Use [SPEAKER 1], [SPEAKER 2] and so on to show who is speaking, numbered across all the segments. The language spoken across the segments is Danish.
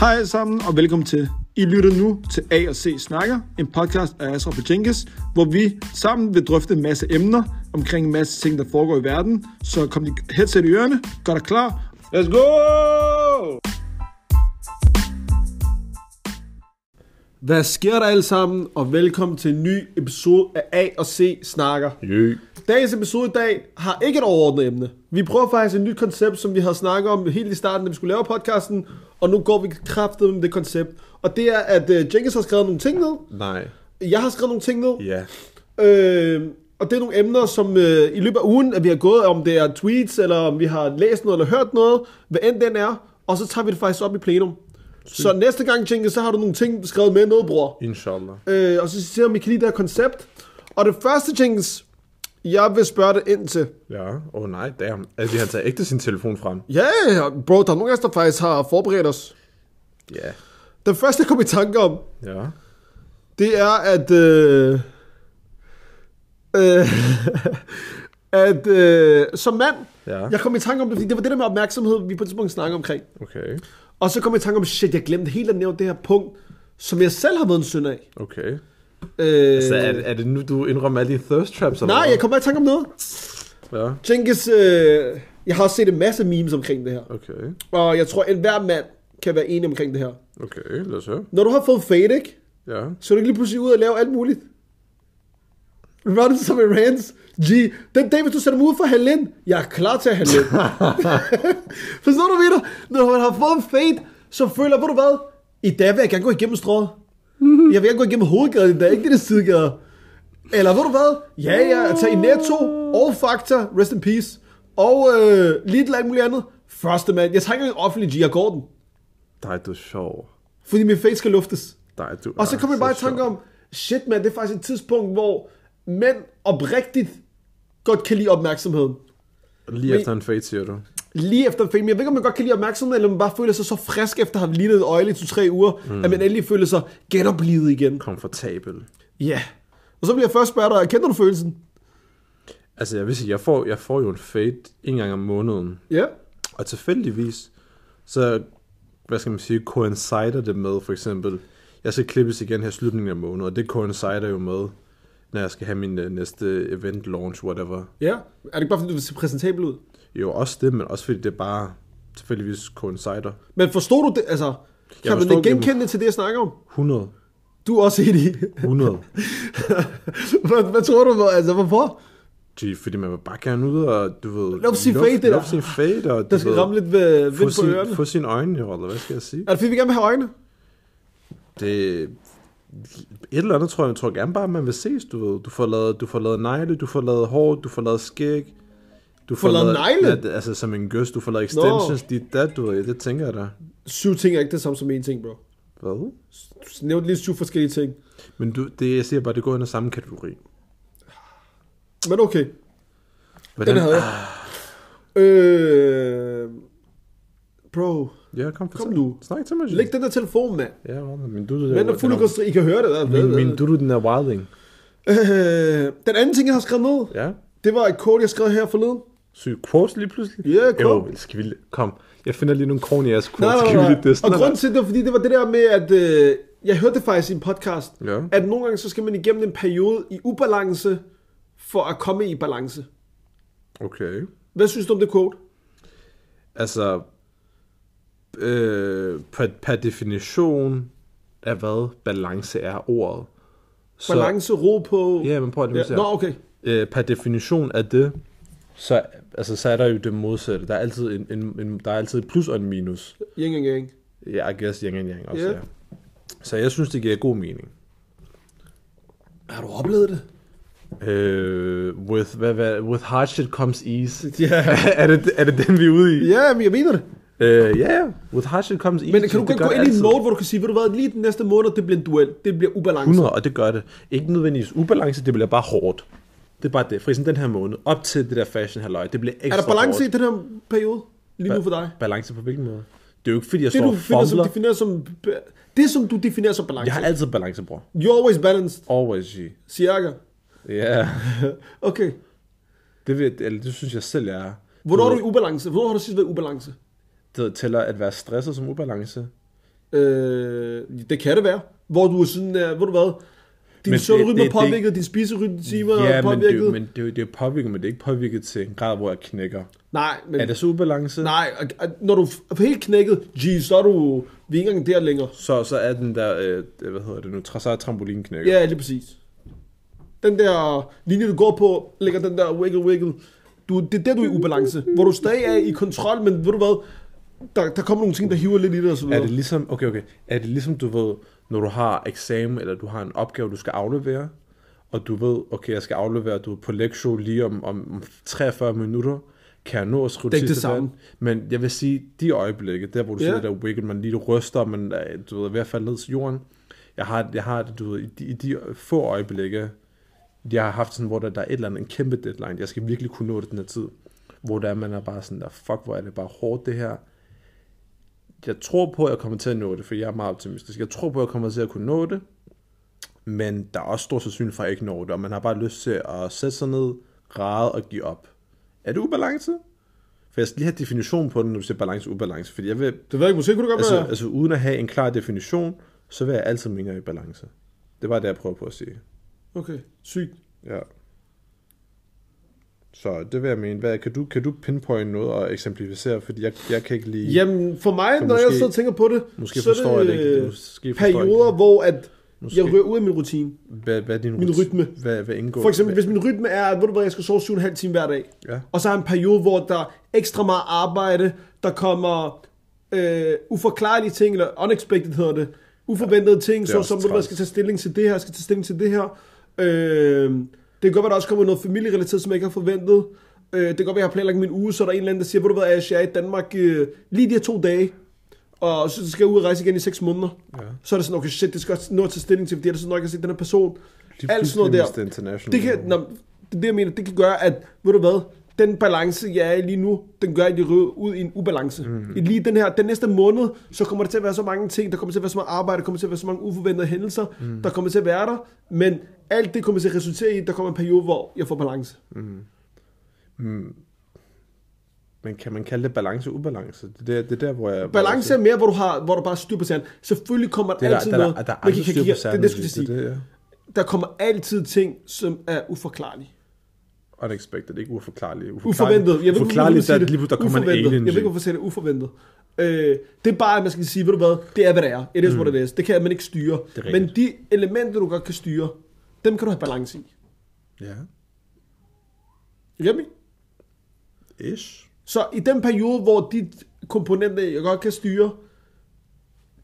[SPEAKER 1] Hej alle sammen, og velkommen til. I lytter nu til A og C Snakker, en podcast af Asra Pachinkes, hvor vi sammen vil drøfte en masse emner omkring en masse ting, der foregår i verden. Så kom dit headset i ørerne, gør dig klar. Let's go! Hvad sker der alle sammen, og velkommen til en ny episode af A og C Snakker.
[SPEAKER 2] Jø.
[SPEAKER 1] Dagens episode i dag har ikke et overordnet emne. Vi prøver faktisk et nyt koncept, som vi havde snakket om helt i starten, da vi skulle lave podcasten, og nu går vi kraftet med det koncept. Og det er, at øh, Jenkins har skrevet nogle ting ned,
[SPEAKER 2] Nej.
[SPEAKER 1] jeg har skrevet nogle ting ned,
[SPEAKER 2] Ja.
[SPEAKER 1] øh, og det er nogle emner, som øh, i løbet af ugen, at vi har gået, om det er tweets, eller om vi har læst noget, eller hørt noget, hvad end den er, og så tager vi det faktisk op i plenum. Så næste gang, Jenkins, så har du nogle ting skrevet med ned, bror.
[SPEAKER 2] Inshallah.
[SPEAKER 1] Øh, og så ser jeg, om I kan lide det her koncept. Og det første, Jenkins, jeg vil spørge dig ind til.
[SPEAKER 2] Ja. Åh oh, nej, damn. Altså, de har taget ægte sin telefon frem.
[SPEAKER 1] Ja, yeah, bro, der er nogle af os, der faktisk har forberedt os.
[SPEAKER 2] Ja.
[SPEAKER 1] Den første, jeg kom i tanke om,
[SPEAKER 2] Ja.
[SPEAKER 1] det er, at... Øh, øh, at øh, som mand,
[SPEAKER 2] Ja.
[SPEAKER 1] jeg kom i tanke om det, fordi det var det der med opmærksomhed, vi på et tidspunkt snakkede omkring.
[SPEAKER 2] Okay.
[SPEAKER 1] Og så kom jeg i tanke om, shit, jeg glemte helt at nævne det her punkt, som jeg selv har været en synd af.
[SPEAKER 2] Okay.
[SPEAKER 1] Øh,
[SPEAKER 2] Så Altså, er, det- er det nu, du indrømmer alle dine thirst traps? Eller
[SPEAKER 1] nej,
[SPEAKER 2] hvad?
[SPEAKER 1] jeg kom bare i tanke om noget.
[SPEAKER 2] Ja.
[SPEAKER 1] Jenkins, øh, jeg har også set en masse memes omkring det her.
[SPEAKER 2] Okay.
[SPEAKER 1] Og jeg tror, at enhver mand kan være enig omkring det her.
[SPEAKER 2] Okay, lad os høre.
[SPEAKER 1] Når du har fået fade, ikke?
[SPEAKER 2] Ja.
[SPEAKER 1] Så er du ikke lige pludselig ud og lave alt muligt. Run som en rants. G. Den dag, hvis du sætter mig ud for at handle ind, jeg er klar til at handle ind. Forstår du, Peter? Når man har fået en fade, så føler jeg, ved du hvad? I dag vil jeg gerne gå igennem strået. Jeg vil gerne gå igennem hovedgaden i dag, ikke de der sidegader. Eller ved du hvad? Ja, ja, tag i Netto og Fakta, rest in peace. Og øh, lidt eller alt muligt andet. Første mand, jeg tager ikke engang offentlig G, jeg går den.
[SPEAKER 2] Dig, du er sjov.
[SPEAKER 1] Fordi min fade skal luftes.
[SPEAKER 2] Dig, du
[SPEAKER 1] Og så
[SPEAKER 2] er
[SPEAKER 1] kom jeg bare i
[SPEAKER 2] sjov.
[SPEAKER 1] tanke om, shit mand, det er faktisk et tidspunkt, hvor mænd oprigtigt godt kan lide opmærksomheden.
[SPEAKER 2] Lige efter en fade, siger du.
[SPEAKER 1] Lige efter en film, jeg ved ikke, om man godt kan lide opmærksomheden, eller om man bare føler sig så frisk efter at have lignet et øjle i to-tre uger, mm. at man endelig føler sig genoplivet igen.
[SPEAKER 2] Komfortabel.
[SPEAKER 1] Ja. Yeah. Og så vil jeg først spørge dig, kender du følelsen?
[SPEAKER 2] Altså, jeg vil sige, jeg får, jeg får jo en fade en gang om måneden.
[SPEAKER 1] Ja.
[SPEAKER 2] Og tilfældigvis, så, hvad skal man sige, coincider det med, for eksempel, jeg skal klippes igen her i slutningen af måneden, og det coincider jo med, når jeg skal have min øh, næste event launch, whatever.
[SPEAKER 1] Ja. Er det ikke bare, fordi du vil se præsentabel ud?
[SPEAKER 2] Jo, også det, men også fordi det bare tilfældigvis coincider.
[SPEAKER 1] Men forstod du det, altså, kan man
[SPEAKER 2] forstår
[SPEAKER 1] ikke
[SPEAKER 2] ikke,
[SPEAKER 1] genkende det til det, jeg snakker om?
[SPEAKER 2] 100.
[SPEAKER 1] Du er også enig i.
[SPEAKER 2] 100.
[SPEAKER 1] hvad, hvad, tror du, hvor- altså, hvorfor?
[SPEAKER 2] Gee, fordi man vil bare gerne ud og, du ved...
[SPEAKER 1] Lad os sige fade, det der.
[SPEAKER 2] Lad os sige fade, og du
[SPEAKER 1] Der skal
[SPEAKER 2] ved,
[SPEAKER 1] ramme lidt ved, vind
[SPEAKER 2] få,
[SPEAKER 1] på ørerne.
[SPEAKER 2] sin, få sine øjne, jo, eller hvad skal jeg sige?
[SPEAKER 1] Er det fordi, vi gerne vil have øjne?
[SPEAKER 2] Det et eller andet tror jeg, jeg tror gerne bare, at man vil ses, du ved. Du får lavet, du får lavet negle, du får lavet hår, du får lavet skæg. Du får,
[SPEAKER 1] lavet negle?
[SPEAKER 2] Ja, det- altså som en gøs, du får lavet extensions, dit dat, du ved, det tænker jeg da.
[SPEAKER 1] Syv ting er ikke det samme som én ting, bro.
[SPEAKER 2] Hvad?
[SPEAKER 1] Du nævnte lige syv forskellige ting.
[SPEAKER 2] Men du, det, jeg siger bare, det går under samme kategori.
[SPEAKER 1] Men okay,
[SPEAKER 2] Hvordan?
[SPEAKER 1] den havde
[SPEAKER 2] Ah.
[SPEAKER 1] jeg. Øh, bro,
[SPEAKER 2] Ja, kom, for
[SPEAKER 1] Kom nu.
[SPEAKER 2] Snak til mig, Jim.
[SPEAKER 1] læg den der telefon, mand.
[SPEAKER 2] Ja, hvad? Min du, du,
[SPEAKER 1] Men er fuld af konstri- I kan høre det der.
[SPEAKER 2] min, min du, du, den er wilding.
[SPEAKER 1] Øh, den anden ting, jeg har skrevet ned,
[SPEAKER 2] Ja.
[SPEAKER 1] det var et kort, jeg skrev her forleden.
[SPEAKER 2] Syg quotes lige pludselig.
[SPEAKER 1] Ja, quote.
[SPEAKER 2] Jo, skal vi, lige- kom. Jeg finder lige nogle corny ass
[SPEAKER 1] Nej,
[SPEAKER 2] quotes.
[SPEAKER 1] nej,
[SPEAKER 2] Skal vi
[SPEAKER 1] nej.
[SPEAKER 2] lige dyste?
[SPEAKER 1] Og
[SPEAKER 2] Nej, nej.
[SPEAKER 1] grunden til det, var, fordi det var det der med, at øh, jeg hørte det faktisk i en podcast,
[SPEAKER 2] Ja.
[SPEAKER 1] at nogle gange så skal man igennem en periode i ubalance, for at komme i balance.
[SPEAKER 2] Okay.
[SPEAKER 1] Hvad synes du om det quote?
[SPEAKER 2] Altså, øh, per, per definition af hvad balance er ordet. Så,
[SPEAKER 1] Balance, ro på...
[SPEAKER 2] Ja, men prøv at det,
[SPEAKER 1] ja.
[SPEAKER 2] ja.
[SPEAKER 1] Nå, okay.
[SPEAKER 2] øh, Per definition af det, så, altså, så er der jo det modsatte. Der er altid, en, en, en, der er altid et plus og en minus.
[SPEAKER 1] Yin og yang.
[SPEAKER 2] Ja, I guess yang and yang også,
[SPEAKER 1] Ja.
[SPEAKER 2] yeah. ja. Så jeg synes, det giver god mening.
[SPEAKER 1] Har du oplevet det?
[SPEAKER 2] Øh, with, hvad, hvad, with hardship comes ease.
[SPEAKER 1] Ja.
[SPEAKER 2] er, det, er det den, vi er ude i? Ja,
[SPEAKER 1] Ja, men jeg mener det.
[SPEAKER 2] yeah. øh, yeah. with hardship comes ease.
[SPEAKER 1] Men kan du
[SPEAKER 2] Det
[SPEAKER 1] godt
[SPEAKER 2] gør
[SPEAKER 1] gå
[SPEAKER 2] det
[SPEAKER 1] ind i en
[SPEAKER 2] altid.
[SPEAKER 1] mode, hvor du kan sige, ved du hvad, lige den næste måned, det bliver en duel. Det bliver ubalance.
[SPEAKER 2] 100, og det gør det. Ikke nødvendigvis ubalance, det bliver bare hårdt. Det er bare det. For eksempel den her måned, op til det der fashion halløj, det bliver ekstra
[SPEAKER 1] Er der balance i
[SPEAKER 2] hårdt.
[SPEAKER 1] den her periode? Lige nu for dig?
[SPEAKER 2] Balance på hvilken måde? Det er jo ikke fordi, jeg
[SPEAKER 1] Det
[SPEAKER 2] står
[SPEAKER 1] du
[SPEAKER 2] og
[SPEAKER 1] finder, som
[SPEAKER 2] fumler.
[SPEAKER 1] definerer som... Det som du definerer som balance.
[SPEAKER 2] Jeg har altid balance, bror.
[SPEAKER 1] You're always balanced,
[SPEAKER 2] Always, G.
[SPEAKER 1] cirka.
[SPEAKER 2] Ja. Yeah.
[SPEAKER 1] Okay.
[SPEAKER 2] Det, ved, eller, det synes jeg selv, jeg er.
[SPEAKER 1] Hvornår er du i ubalance? Hvornår har du sidst været i ubalance?
[SPEAKER 2] Det tæller at være stresset som ubalance.
[SPEAKER 1] Øh, det kan det være. Hvor du er sådan, uh, hvor du hvad? Din
[SPEAKER 2] Men
[SPEAKER 1] søvnrytme
[SPEAKER 2] det-
[SPEAKER 1] er
[SPEAKER 2] det- det-
[SPEAKER 1] påvirket, din spiserytme er
[SPEAKER 2] Ja, men det, er
[SPEAKER 1] Øh,
[SPEAKER 2] jo-
[SPEAKER 1] påvirket.
[SPEAKER 2] men det, er jo- det er påvirket, men det er ikke påvirket til en grad, hvor jeg knækker.
[SPEAKER 1] Nej, men...
[SPEAKER 2] Er det så ubalance?
[SPEAKER 1] Nej, og- og når du er helt knækket, gee, så er du... Vi er ikke engang der længere.
[SPEAKER 2] Så, så er den der, øh, hvad hedder det nu, tra- så er trampolinen knækker.
[SPEAKER 1] Ja, lige præcis. Den der linje, du går på, ligger den der wiggle wiggle. Du, det er der, du er i ubalance. Hvor du stadig er i kontrol, men ved du hvad? Der, der kommer nogle ting, der hiver lidt i dig og så
[SPEAKER 2] Er
[SPEAKER 1] videre.
[SPEAKER 2] det ligesom, okay, okay, er det ligesom, du ved, når du har eksamen, eller du har en opgave, du skal aflevere, og du ved, okay, jeg skal aflevere, du er på lektion lige om, om om 43 minutter, kan jeg nå at skrive
[SPEAKER 1] Det er ikke det
[SPEAKER 2] sidste
[SPEAKER 1] samme.
[SPEAKER 2] færdigt? Men jeg vil sige, de øjeblikke, der hvor du
[SPEAKER 1] Ja.
[SPEAKER 2] yeah. siger det der wiggle, man lige ryster, man er, du ved, er ved at falde ned til jorden, jeg har, jeg har det, du ved, i de, i de få øjeblikke, jeg har haft sådan, hvor der, der er et eller andet, en kæmpe deadline, jeg skal virkelig kunne nå det den her tid, hvor der er, man er bare sådan der, fuck, hvor er det bare hårdt det her, jeg tror på, at jeg kommer til at nå det, for jeg er meget optimistisk. Jeg tror på, at jeg kommer til at kunne nå det, men der er også stor sandsynlighed for, at jeg ikke når det, og man har bare lyst til at sætte sig ned, græde og give op. Er det ubalance? For jeg skal lige have definition på den, når du siger balance og ubalance, fordi jeg vil,
[SPEAKER 1] Det ved jeg ikke, måske kunne det godt
[SPEAKER 2] altså,
[SPEAKER 1] være...
[SPEAKER 2] altså uden at have en klar definition, så vil jeg altid mene, at jeg er i balance. Det var det, jeg prøver på at sige.
[SPEAKER 1] Okay, sygt.
[SPEAKER 2] Ja. Så det vil jeg mene. Hvad, kan, du, kan du pinpointe noget og eksemplificere, fordi jeg, jeg kan ikke lige...
[SPEAKER 1] Jamen, for mig,
[SPEAKER 2] Så
[SPEAKER 1] når jeg
[SPEAKER 2] måske-
[SPEAKER 1] så tænker på det,
[SPEAKER 2] måske
[SPEAKER 1] så
[SPEAKER 2] forstår
[SPEAKER 1] er
[SPEAKER 2] jeg
[SPEAKER 1] det,
[SPEAKER 2] det ikke.
[SPEAKER 1] øh,
[SPEAKER 2] Måske forstår jeg ikke
[SPEAKER 1] perioder,
[SPEAKER 2] det.
[SPEAKER 1] hvor at
[SPEAKER 2] Måske.
[SPEAKER 1] jeg rører ud af min rutine.
[SPEAKER 2] Hvad, hvad er din
[SPEAKER 1] Min
[SPEAKER 2] rutin-
[SPEAKER 1] rytme.
[SPEAKER 2] Hvad, hvad indgår?
[SPEAKER 1] For eksempel,
[SPEAKER 2] hvad,
[SPEAKER 1] hvis min rytme er, at ved du hvad, jeg skal sove 7,5 timer hver dag.
[SPEAKER 2] Ja.
[SPEAKER 1] Og så har jeg en periode, hvor der er ekstra meget arbejde, der kommer øh, uforklarlige ting, eller unexpected hedder det, uforventede ja. ting,
[SPEAKER 2] er
[SPEAKER 1] så
[SPEAKER 2] også
[SPEAKER 1] som ved du hvad,
[SPEAKER 2] træls.
[SPEAKER 1] skal tage stilling til det her, skal tage stilling til det her. Øh, det kan godt være, der også kommer noget familierelateret, som jeg ikke har forventet. Øh, det kan godt være, jeg har planlagt min uge, så er der en eller anden, der siger, ved du hvad, Ash, jeg er i Danmark øh, lige de her to dage, og så skal jeg ud og rejse igen i 6 måneder.
[SPEAKER 2] Ja.
[SPEAKER 1] Så er det sådan, okay shit, det skal jeg også nå at tage stilling til, fordi ellers så nok jeg set den her person.
[SPEAKER 2] Lige
[SPEAKER 1] Alt sådan noget
[SPEAKER 2] pludselig
[SPEAKER 1] der.
[SPEAKER 2] Mr. International.
[SPEAKER 1] Det kan, nå, det, er det, jeg mener, det kan gøre, at, ved du hvad, den balance, jeg er i lige nu, den gør, at jeg ryger ud i en ubalance.
[SPEAKER 2] Mhm.
[SPEAKER 1] Mm-hmm. Lige den her, den næste måned, så kommer der til at være så mange ting, der kommer til at være så meget arbejde, der kommer til at være så mange uforventede hændelser,
[SPEAKER 2] Mhm.
[SPEAKER 1] mm. der kommer til at være der, men alt det kommer til at resultere i, at der kommer en periode, hvor jeg får balance.
[SPEAKER 2] Men kan man kalde det balance og ubalance? Det er der, det er der hvor jeg...
[SPEAKER 1] Balance er mere, hvor du, har, hvor du bare har styr på sand. Selvfølgelig kommer der,
[SPEAKER 2] det er
[SPEAKER 1] altid
[SPEAKER 2] der, der,
[SPEAKER 1] noget.
[SPEAKER 2] der, der er
[SPEAKER 1] man kan-
[SPEAKER 2] aldrig
[SPEAKER 1] kan-
[SPEAKER 2] styr
[SPEAKER 1] kan-
[SPEAKER 2] på særlig.
[SPEAKER 1] det, det skulle jeg sige.
[SPEAKER 2] Det er det,
[SPEAKER 1] Der kommer altid ting, som er uforklarlige.
[SPEAKER 2] ja. Unexpected, ikke uforklarligt.
[SPEAKER 1] Uforventet. Jeg ved ikke, hvorfor man
[SPEAKER 2] uforklarligt,
[SPEAKER 1] siger
[SPEAKER 2] der,
[SPEAKER 1] det.
[SPEAKER 2] lige, pludselig, der kommer en
[SPEAKER 1] Uforventet.
[SPEAKER 2] alien.
[SPEAKER 1] Jeg ved ikke, hvorfor jeg siger det uforventet. Øh, det er bare, at man skal sige, ved du hvad, det er, hvad det er. It is mm. what it is. Det kan man ikke styre.
[SPEAKER 2] er rigtigt.
[SPEAKER 1] Men de elementer, du godt kan styre, dem kan du have balance i.
[SPEAKER 2] Ja.
[SPEAKER 1] You get me?
[SPEAKER 2] Ish.
[SPEAKER 1] Så i den periode, hvor de komponenter, jeg godt kan styre,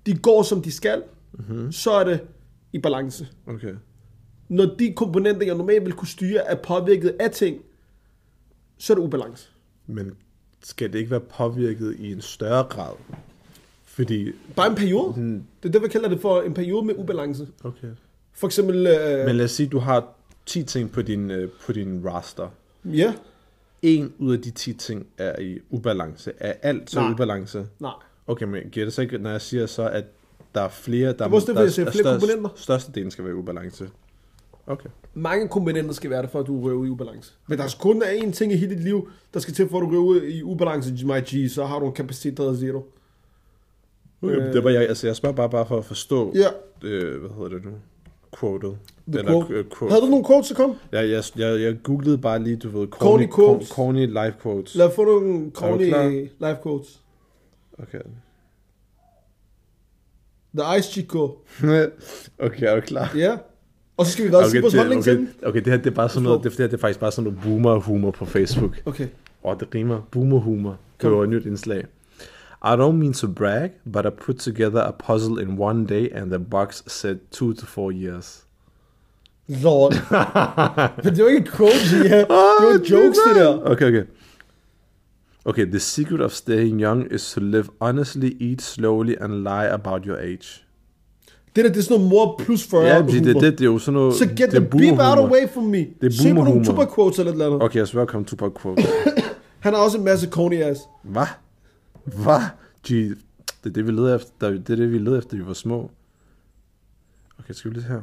[SPEAKER 1] de går, som de skal,
[SPEAKER 2] Mhm.
[SPEAKER 1] mm-hmm. så er det i balance.
[SPEAKER 2] Okay.
[SPEAKER 1] Når de komponenter, jeg normalt vil kunne styre, er påvirket af ting, så er det ubalance.
[SPEAKER 2] Men skal det ikke være påvirket i en større grad? Fordi...
[SPEAKER 1] Bare en periode.
[SPEAKER 2] Mm.
[SPEAKER 1] Det er det, vi kalder det for en periode med ubalance.
[SPEAKER 2] Okay.
[SPEAKER 1] For eksempel... Øh,
[SPEAKER 2] Men lad os sige, du har 10 ting på din, øh, på din roster.
[SPEAKER 1] Ja,
[SPEAKER 2] En ud af de 10 ting er i ubalance. Er alt så
[SPEAKER 1] Nej.
[SPEAKER 2] i ubalance?
[SPEAKER 1] nej.
[SPEAKER 2] Okay, men giver det så ikke, når jeg siger så, at der er flere, der,
[SPEAKER 1] også derfor,
[SPEAKER 2] der
[SPEAKER 1] jeg siger flere komponenter.
[SPEAKER 2] størstedelen skal være i ubalance. Okay.
[SPEAKER 1] Mange komponenter skal være der, for at du røver ud i ubalance. Men der er kun én ting i hele dit liv, der skal til, for at du røver ud i ubalance, my G, så har du en kapacitet, der er zero.
[SPEAKER 2] okay øh, det var jeg, altså jeg spørger bare, bare for at forstå,
[SPEAKER 1] Ja.
[SPEAKER 2] øh, hvad hedder det nu, quoted.
[SPEAKER 1] The
[SPEAKER 2] Eller,
[SPEAKER 1] quote.
[SPEAKER 2] øh, quote.
[SPEAKER 1] Havde du nogle quotes, så kom?
[SPEAKER 2] Jeg, jeg, jeg, jeg googlede bare lige, du ved,
[SPEAKER 1] Corny
[SPEAKER 2] corny,
[SPEAKER 1] quotes.
[SPEAKER 2] corny, corny life quotes.
[SPEAKER 1] Lad os få nogle corny
[SPEAKER 2] klar?
[SPEAKER 1] life quotes.
[SPEAKER 2] Okay.
[SPEAKER 1] The Ice Chico.
[SPEAKER 2] okay, er du klar?
[SPEAKER 1] Ja. Og så skal vi også sige vores
[SPEAKER 2] det,
[SPEAKER 1] holdning til den.
[SPEAKER 2] okay, okay, det her det er bare sådan noget, det, det her det er faktisk bare sådan noget boomer-humor på Facebook.
[SPEAKER 1] Okay.
[SPEAKER 2] Og det rimer. Boomer humor. Det var et nyt indslag. I don't mean to brag, but I put together a puzzle in one day, and the box said two to four years.
[SPEAKER 1] Lord. Men det var ikke quotes, ja.
[SPEAKER 2] Ah,
[SPEAKER 1] Det var jokes, det der.
[SPEAKER 2] Okay, okay. Okay, the secret of staying young is to live honestly, eat slowly, and lie about your age.
[SPEAKER 1] Det der, det er sådan noget mor plus 40.
[SPEAKER 2] Ja,
[SPEAKER 1] humor.
[SPEAKER 2] det, det, det, det er jo sådan noget...
[SPEAKER 1] Så get
[SPEAKER 2] det er
[SPEAKER 1] the beep out
[SPEAKER 2] boomerhumor.
[SPEAKER 1] away from me.
[SPEAKER 2] Det er
[SPEAKER 1] Se på nogle
[SPEAKER 2] boomerhumor.
[SPEAKER 1] Tupac quotes eller et eller andet.
[SPEAKER 2] Okay, altså, jeg skal velkommen Tupac Quote.
[SPEAKER 1] Han har også en masse corny ass.
[SPEAKER 2] Hvad? Hvad? Gee, det er det, vi leder efter, der- det er det, vi leder efter, da vi var små. Okay, skal vi lige her.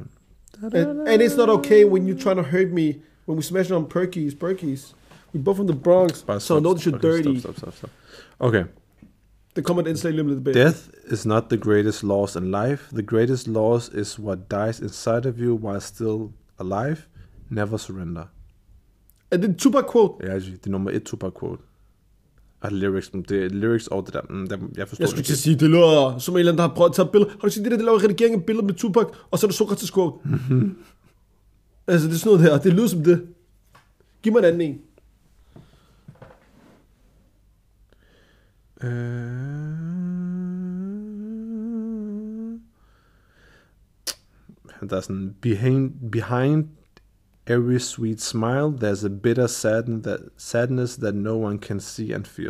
[SPEAKER 1] And, and it's not okay when you're trying to hurt me when we smashing on perkies, perkies. We both from the Bronx,
[SPEAKER 2] Bare
[SPEAKER 1] so I
[SPEAKER 2] stop,
[SPEAKER 1] know that you're
[SPEAKER 2] okay,
[SPEAKER 1] dirty.
[SPEAKER 2] Stop, stop, stop, stop. Okay.
[SPEAKER 1] Det kommer et indslag lige om lidt bagefter.
[SPEAKER 2] Death is not the greatest loss in life. The greatest loss is what dies inside of you while still alive. Never surrender.
[SPEAKER 1] Er det en Tupac quote?
[SPEAKER 2] Ja, det er nummer et Tupac quote. Og lyrics, men det er lyrics og det der, mm, der jeg forstår
[SPEAKER 1] Jeg skulle
[SPEAKER 2] det
[SPEAKER 1] til at sige, det lyder som en eller anden, der har prøvet at tage billeder. Har du set det der, der laver redigering af billeder med Tupac, og så er der Sokrates quote?
[SPEAKER 2] Mhm.
[SPEAKER 1] altså, det er sådan noget her. Det lyder som det. Giv mig en anden en.
[SPEAKER 2] Øh, Der er sådan, behind, behind every sweet smile, there's a bitter sadden that, sadness that no one can see and feel.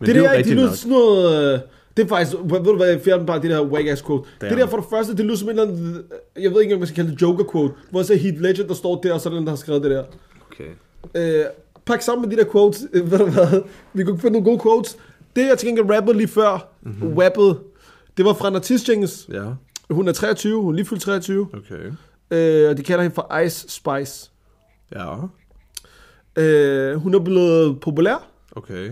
[SPEAKER 2] Men er
[SPEAKER 1] Det, det
[SPEAKER 2] jo
[SPEAKER 1] der, det
[SPEAKER 2] rigtigt
[SPEAKER 1] lyder
[SPEAKER 2] nok.
[SPEAKER 1] sådan noget... øh, Det er faktisk... Ved du hvad, jeg fjerner bare det der wag ass quote.
[SPEAKER 2] Det
[SPEAKER 1] Det,
[SPEAKER 2] er
[SPEAKER 1] det der
[SPEAKER 2] det.
[SPEAKER 1] for det første, det lyder som en eller anden... øh, Jeg ved ikke engang, hvad jeg skal kalde det Joker quote. Hvor så Heath Ledger, der står der, og så er der en, der har skrevet det der.
[SPEAKER 2] Okay.
[SPEAKER 1] Øh, pak sammen med de der quotes. Øh, ved du hvad? Vi kunne ikke finde nogle gode quotes. Det, jeg til gengæld rappede lige før,
[SPEAKER 2] Mhm.
[SPEAKER 1] mm-hmm. rappede, det var fra en artist, Jenkins.
[SPEAKER 2] Ja,
[SPEAKER 1] Hun er 23, hun er lige fyldt 23.
[SPEAKER 2] okay.
[SPEAKER 1] Øh, og de kalder hende for Ice Spice.
[SPEAKER 2] Ja,
[SPEAKER 1] Øh, hun er blevet populær.
[SPEAKER 2] okay.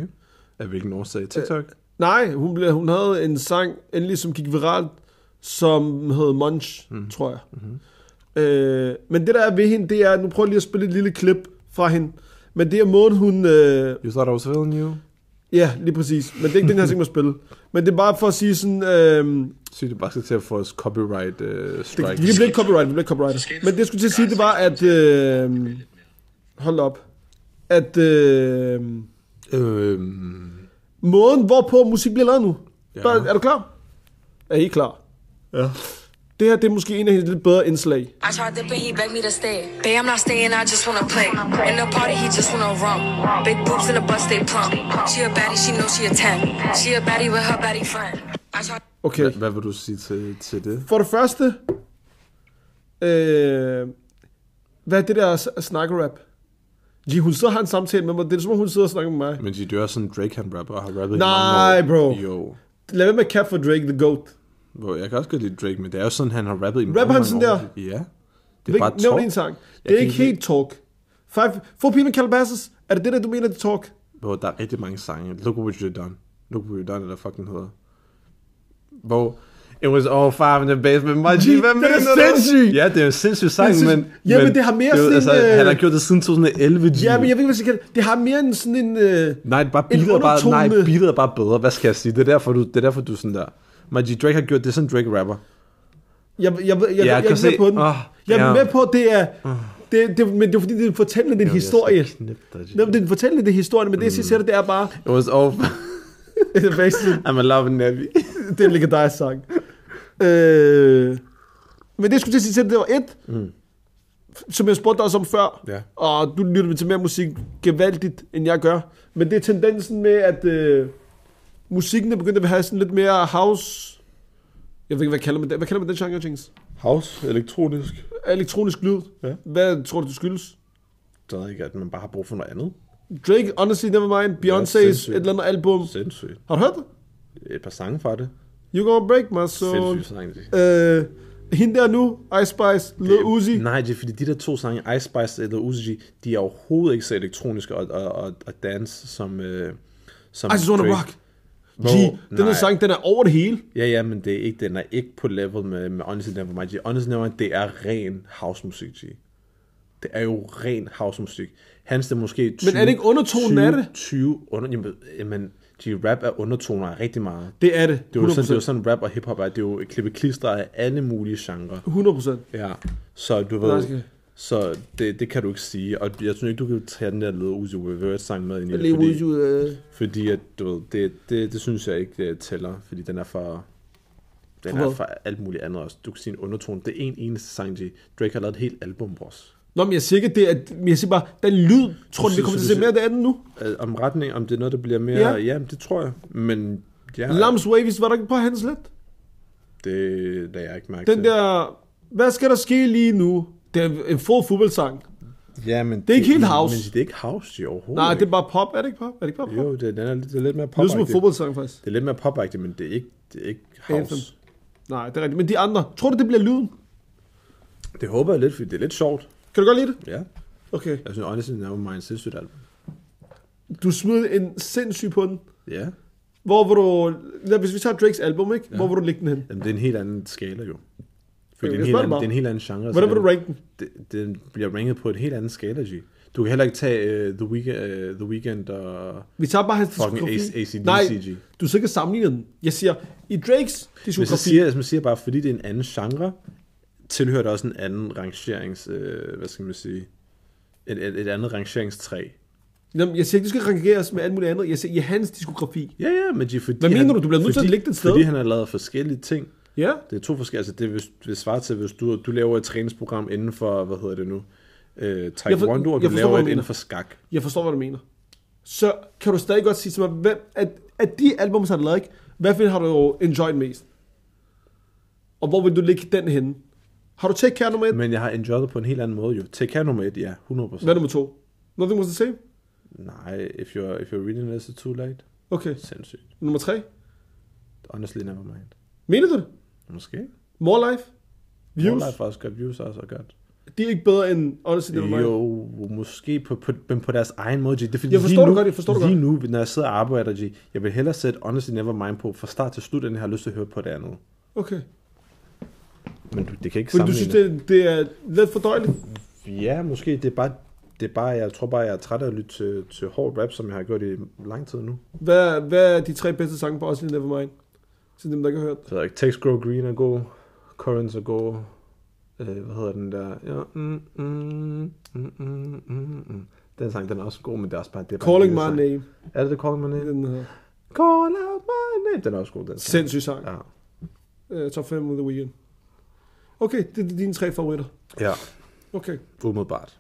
[SPEAKER 2] Af hvilken
[SPEAKER 1] Øh,
[SPEAKER 2] årsag? TikTok?
[SPEAKER 1] Nej, hun, blev, hun havde en sang endelig, som gik viralt, som hed Munch, mm. tror jeg. Mm-hmm. Øh, men det der er ved hende, det er, nu prøver jeg lige at spille et lille klip fra hende. Men det er måden, hun... Øh,
[SPEAKER 2] You thought I was feeling you?
[SPEAKER 1] ja, lige præcis. Men det er ikke den, jeg har tænkt mig at spille. Men det er bare for at sige sådan... Øh,
[SPEAKER 2] Sygt, det bare skal til at få os copyright uh,
[SPEAKER 1] Det,
[SPEAKER 2] strike.
[SPEAKER 1] vi bliver ikke copyright, vi bliver ikke copyright. Men det jeg skulle til at sige, det var, at... Øh, hold op. At øh,
[SPEAKER 2] Øhm,
[SPEAKER 1] måden, hvorpå musik bliver lavet nu.
[SPEAKER 2] Ja.
[SPEAKER 1] Ja. Er du klar? Er I klar?
[SPEAKER 2] ja.
[SPEAKER 1] Det her, det er måske en af hendes lidt bedre indslag.
[SPEAKER 3] I tried dipping, he begged me to stay. Bae, I'm not staying, I just wanna play. In the party, he just wanna rump. Big boobs in the butt, stay plump. She a baddie, she knows she a 10. She a baddie with her baddie friend. I tried.
[SPEAKER 1] Okay.
[SPEAKER 2] Hvad vil du sige til, til det?
[SPEAKER 1] For det første... Øh, hvad er det der s- snakkerap? Ji, hun sidder og har en samtale med mig. Det er som om, hun sidder og snakker med mig.
[SPEAKER 2] Men de dør sådan, Drake han rapper og har rappet
[SPEAKER 1] Nej,
[SPEAKER 2] i mange år.
[SPEAKER 1] bro.
[SPEAKER 2] Jo.
[SPEAKER 1] Lad være med cap for Drake, the goat.
[SPEAKER 2] Bro, jeg kan også godt lide Drake, men det er jo sådan, han har rappet i mange,
[SPEAKER 1] Rapper han
[SPEAKER 2] mange
[SPEAKER 1] sådan
[SPEAKER 2] år.
[SPEAKER 1] der?
[SPEAKER 2] Ja. Det er bare
[SPEAKER 1] Hvilken, nævn en
[SPEAKER 2] talk.
[SPEAKER 1] sang. Det er
[SPEAKER 2] kan
[SPEAKER 1] ikke
[SPEAKER 2] ikke-
[SPEAKER 1] helt talk. Five, four people in Calabasas. Er det det, der du mener, det er talk?
[SPEAKER 2] Bro, der er rigtig mange sange. Look what you done. Look what you done, eller fucking hedder. Bro, it was all five in the basement. My G,
[SPEAKER 1] Gee,
[SPEAKER 2] hvad
[SPEAKER 1] den
[SPEAKER 2] mener
[SPEAKER 1] er
[SPEAKER 2] du?
[SPEAKER 1] sindssyg!
[SPEAKER 2] Ja, det er en sindssyg sang,
[SPEAKER 1] Den er
[SPEAKER 2] men...
[SPEAKER 1] sindssyg. Jamen,
[SPEAKER 2] men
[SPEAKER 1] det har mere
[SPEAKER 2] er jo-
[SPEAKER 1] sådan,
[SPEAKER 2] Altså,
[SPEAKER 1] øh,
[SPEAKER 2] han har gjort det siden 2011, G.
[SPEAKER 1] Ja, men jeg ved ikke, hvad jeg skal kalde det. Det har mere en sådan en... Øh,
[SPEAKER 2] Nej, det er bare
[SPEAKER 1] en
[SPEAKER 2] billedet er bare, nej,
[SPEAKER 1] undertone.
[SPEAKER 2] billedet er bare bedre. Hvad skal jeg sige? Det er derfor, du, det er derfor, du er sådan der. Majid Drake har gjort det, sådan Drake rapper.
[SPEAKER 1] Jeg, jeg, jeg, jeg, jeg, jeg er
[SPEAKER 2] kan
[SPEAKER 1] ikke med
[SPEAKER 2] se-
[SPEAKER 1] på den.
[SPEAKER 2] Åh,
[SPEAKER 1] jeg er
[SPEAKER 2] ja.
[SPEAKER 1] med på, det er... Det, det, men det er fordi, det fortæller den historie.
[SPEAKER 2] Jeg skal knippe dig, G.
[SPEAKER 1] Nå, men det fortæller den historie, men det, jeg siger til dig, det er bare...
[SPEAKER 2] It was over.
[SPEAKER 1] Det er faktisk-
[SPEAKER 2] I'm a love Navi.
[SPEAKER 1] det er en legendarisk sang. Øh, men det, jeg skulle til at sige til dig, det var et... Mm. Som jeg spurgte dig også om før.
[SPEAKER 2] Ja.
[SPEAKER 1] Og du lytter til mere musik gevaldigt, end jeg gør. Men det er tendensen med, at øh, musikken er begyndt at have sådan lidt mere house... Jeg ved ikke, hvad kalder man det? Hvad kalder man den genre, Jinx?
[SPEAKER 2] House, elektronisk.
[SPEAKER 1] Elektronisk lyd.
[SPEAKER 2] Ja.
[SPEAKER 1] Hvad tror du, det skyldes?
[SPEAKER 2] Det ved ikke, at man bare har brug for noget andet.
[SPEAKER 1] Drake, Honestly Nevermind, Beyoncé's,
[SPEAKER 2] sindssygt.
[SPEAKER 1] et eller andet album.
[SPEAKER 2] Sindssygt.
[SPEAKER 1] Har du hørt det?
[SPEAKER 2] Et par sange fra det.
[SPEAKER 1] You gonna break my soul.
[SPEAKER 2] Sindssygt sang. Det.
[SPEAKER 1] Øh, hende der nu, Ice Spice, Lil Uzi.
[SPEAKER 2] Nej, det er fordi de der to sange, Ice Spice eller Uzi, de er overhovedet ikke så elektroniske og, og, og, og dance som... Øh, som
[SPEAKER 1] I just wanna
[SPEAKER 2] Drake.
[SPEAKER 1] rock.
[SPEAKER 2] Hvor-
[SPEAKER 1] G, den der
[SPEAKER 2] nej.
[SPEAKER 1] sang, den er over det hele.
[SPEAKER 2] Ja, ja, men det er ikke, den er ikke på level med, med Honestly Nevermind. G. Honestly Nevermind, det er ren housemusik, G. Det er jo ren housemusik. Hans, det er måske 20,
[SPEAKER 1] Men er det ikke undertonen
[SPEAKER 2] 20,
[SPEAKER 1] af det?
[SPEAKER 2] 20 under, jamen, jamen, G, rap er undertoner af rigtig meget.
[SPEAKER 1] Det er det.
[SPEAKER 2] Det er jo sådan, det er jo
[SPEAKER 1] 100%.
[SPEAKER 2] sådan rap og hiphop er. Det er jo et klippe klister af alle mulige genrer.
[SPEAKER 1] 100%.
[SPEAKER 2] Ja, så du
[SPEAKER 1] Nej,
[SPEAKER 2] ved...
[SPEAKER 1] skal-
[SPEAKER 2] Så det, det kan du ikke sige, og jeg synes ikke, du kan tage den der Lil Uzi Reverse sang med ind i
[SPEAKER 1] Lil
[SPEAKER 2] det, fordi,
[SPEAKER 1] Uzi, øh,
[SPEAKER 2] fordi at, du ved, det, det, det synes jeg ikke det tæller, fordi den er for, den
[SPEAKER 1] For
[SPEAKER 2] er
[SPEAKER 1] hvad?
[SPEAKER 2] for alt muligt andet også. Du kan sige en undertone, det er en eneste sang, de, Drake har lavet et helt album, bros.
[SPEAKER 1] Nå, men jeg siger ikke det, at, men jeg siger bare, den lyd, tror du, vi
[SPEAKER 2] synes,
[SPEAKER 1] kommer
[SPEAKER 2] du
[SPEAKER 1] til at se
[SPEAKER 2] synes-
[SPEAKER 1] mere af det andet nu?
[SPEAKER 2] Øh, Om retning, om det er noget, der bliver mere,
[SPEAKER 1] Ja.
[SPEAKER 2] ja, ja det tror jeg, men ja,
[SPEAKER 1] Lams Wavies, var der ikke på hans lidt?
[SPEAKER 2] det lader jeg ikke mærke
[SPEAKER 1] Den
[SPEAKER 2] til.
[SPEAKER 1] der, hvad skal der ske lige nu? Det er en fuld fodboldsang.
[SPEAKER 2] ja, men det
[SPEAKER 1] er ikke helt house.
[SPEAKER 2] Men det er ikke house, jo, overhovedet
[SPEAKER 1] Nej, det
[SPEAKER 2] ikke.
[SPEAKER 1] er bare pop. Er det ikke pop? Er det ikke bare pop?
[SPEAKER 2] Jo, det, den er, lidt- det er lidt mere
[SPEAKER 1] det lyder som en
[SPEAKER 2] popagtigt.
[SPEAKER 1] fodboldsang, faktisk.
[SPEAKER 2] Det er lidt mere popagtigt, men det er ikke, det er ikke house.
[SPEAKER 1] Anthem. Nej, det er rigtigt. Men de andre, tror du, det bliver lyden?
[SPEAKER 2] Det håber jeg lidt, fordi det er lidt sjovt.
[SPEAKER 1] Kan du godt lide det?
[SPEAKER 2] Ja. Altså,
[SPEAKER 1] Okay.
[SPEAKER 2] Jeg synes, Honestly Nevermind er et sindssygt album.
[SPEAKER 1] Du smed en sindssyg på den.
[SPEAKER 2] Ja.
[SPEAKER 1] Hvor vil du... Lad, hvis vi tager Drakes album, ikke? Ja. Hvor vil du lægge den hen?
[SPEAKER 2] Jamen, det er en helt anden skala jo. For
[SPEAKER 1] Jeg
[SPEAKER 2] det er, en helt
[SPEAKER 1] spørger dig
[SPEAKER 2] anden,
[SPEAKER 1] bare.
[SPEAKER 2] det er en helt anden genre.
[SPEAKER 1] Hvordan vil
[SPEAKER 2] så
[SPEAKER 1] du rank den?
[SPEAKER 2] Det, det bliver ranket på et helt andet skala, G. Du kan heller ikke tage uh, The, Weeknd, uh, The Weeknd og...
[SPEAKER 1] Vi tager bare hans
[SPEAKER 2] Fucking
[SPEAKER 1] diskografi.
[SPEAKER 2] AC- AC/DC,
[SPEAKER 1] Nej,
[SPEAKER 2] G.
[SPEAKER 1] du skal ikke sammenligne den. Jeg siger, i Drakes
[SPEAKER 2] Men så
[SPEAKER 1] diskografi...
[SPEAKER 2] siger, altså, man siger bare, fordi det er en anden genre, tilhører det også en anden rangerings... Uh, hvad skal man sige? Et, et, et andet rangeringstræ.
[SPEAKER 1] Jamen, jeg siger ikke, du skal rangeres med alt muligt andet. Jeg siger, i hans diskografi.
[SPEAKER 2] Ja, ja, men G, fordi
[SPEAKER 1] Hvad mener du? Du bliver nødt til at
[SPEAKER 2] fordi-
[SPEAKER 1] lægge det et sted.
[SPEAKER 2] Fordi han har lavet forskellige ting.
[SPEAKER 1] Ja.
[SPEAKER 2] Det er to forskellige, altså det vil, vil svare til, hvis du, du laver et træningsprogram inden for, hvad hedder det nu, øh, taekwondo, og du
[SPEAKER 1] jeg forstår,
[SPEAKER 2] laver
[SPEAKER 1] hvad
[SPEAKER 2] et
[SPEAKER 1] du mener.
[SPEAKER 2] inden for skak.
[SPEAKER 1] Jeg forstår, hvad du mener. Så kan du stadig godt sige til mig, hvem, at, at de album, han har lavet, ikke? Hvad for en har du enjoyed mest? Og hvor vil du lægge den henne? Har du Take Care nummer 1?
[SPEAKER 2] Men jeg har enjoyet det på en helt anden måde jo. Take care nummer et, ja, 100%.
[SPEAKER 1] Hvad er nummer 2? Nothing was the same?
[SPEAKER 2] Nej, if you're, if you're reading this, it's too late.
[SPEAKER 1] Okay.
[SPEAKER 2] Sindssygt.
[SPEAKER 1] Nummer 3?
[SPEAKER 2] Honestly, never mind.
[SPEAKER 1] Mener du det?
[SPEAKER 2] Måske.
[SPEAKER 1] More Life? Views?
[SPEAKER 2] Views. Life også godt, views er også godt.
[SPEAKER 1] De er ikke bedre end Honestly Never Mind.
[SPEAKER 2] Jo, måske på, på, men på deres egen måde, G. Det er fordi
[SPEAKER 1] Jeg
[SPEAKER 2] lige
[SPEAKER 1] forstår det
[SPEAKER 2] nu,
[SPEAKER 1] godt, jeg forstår det
[SPEAKER 2] lige godt. nu, når jeg sidder og arbejder, G, jeg vil hellere sætte Honestly Nevermind på fra start til slut, end jeg har lyst til at høre på det andet.
[SPEAKER 1] Okay.
[SPEAKER 2] Men du, det kan ikke
[SPEAKER 1] Men du
[SPEAKER 2] sammenlignes.
[SPEAKER 1] synes, det, det er lidt for døjligt?
[SPEAKER 2] Ja, måske. Det er bare, det er bare jeg tror bare, jeg er træt af at lytte til, til hård rap, som jeg har gjort i lang tid nu.
[SPEAKER 1] Hvad, hvad er de tre bedste sange på Honestly Never Mind? Til dem, der ikke har hørt.
[SPEAKER 2] Så jeg ikke, Tex Grow Green er god, Currents er god, øh, hvad hedder den der? Ja, mm, mm, mm, mm, mm, mm. Den sang, den er også god, men det er også bare... Det er bare
[SPEAKER 1] Calling
[SPEAKER 2] en
[SPEAKER 1] My
[SPEAKER 2] lille sang.
[SPEAKER 1] Name.
[SPEAKER 2] Er det det Calling My Name?
[SPEAKER 1] Den her.
[SPEAKER 2] Call out my name. Den er også god, den sang.
[SPEAKER 1] Sindssyg sang.
[SPEAKER 2] Ja.
[SPEAKER 1] Uh, top 5 of the weekend. Okay, det er dine tre favoritter.
[SPEAKER 2] ja,
[SPEAKER 1] Okay.
[SPEAKER 2] umiddelbart.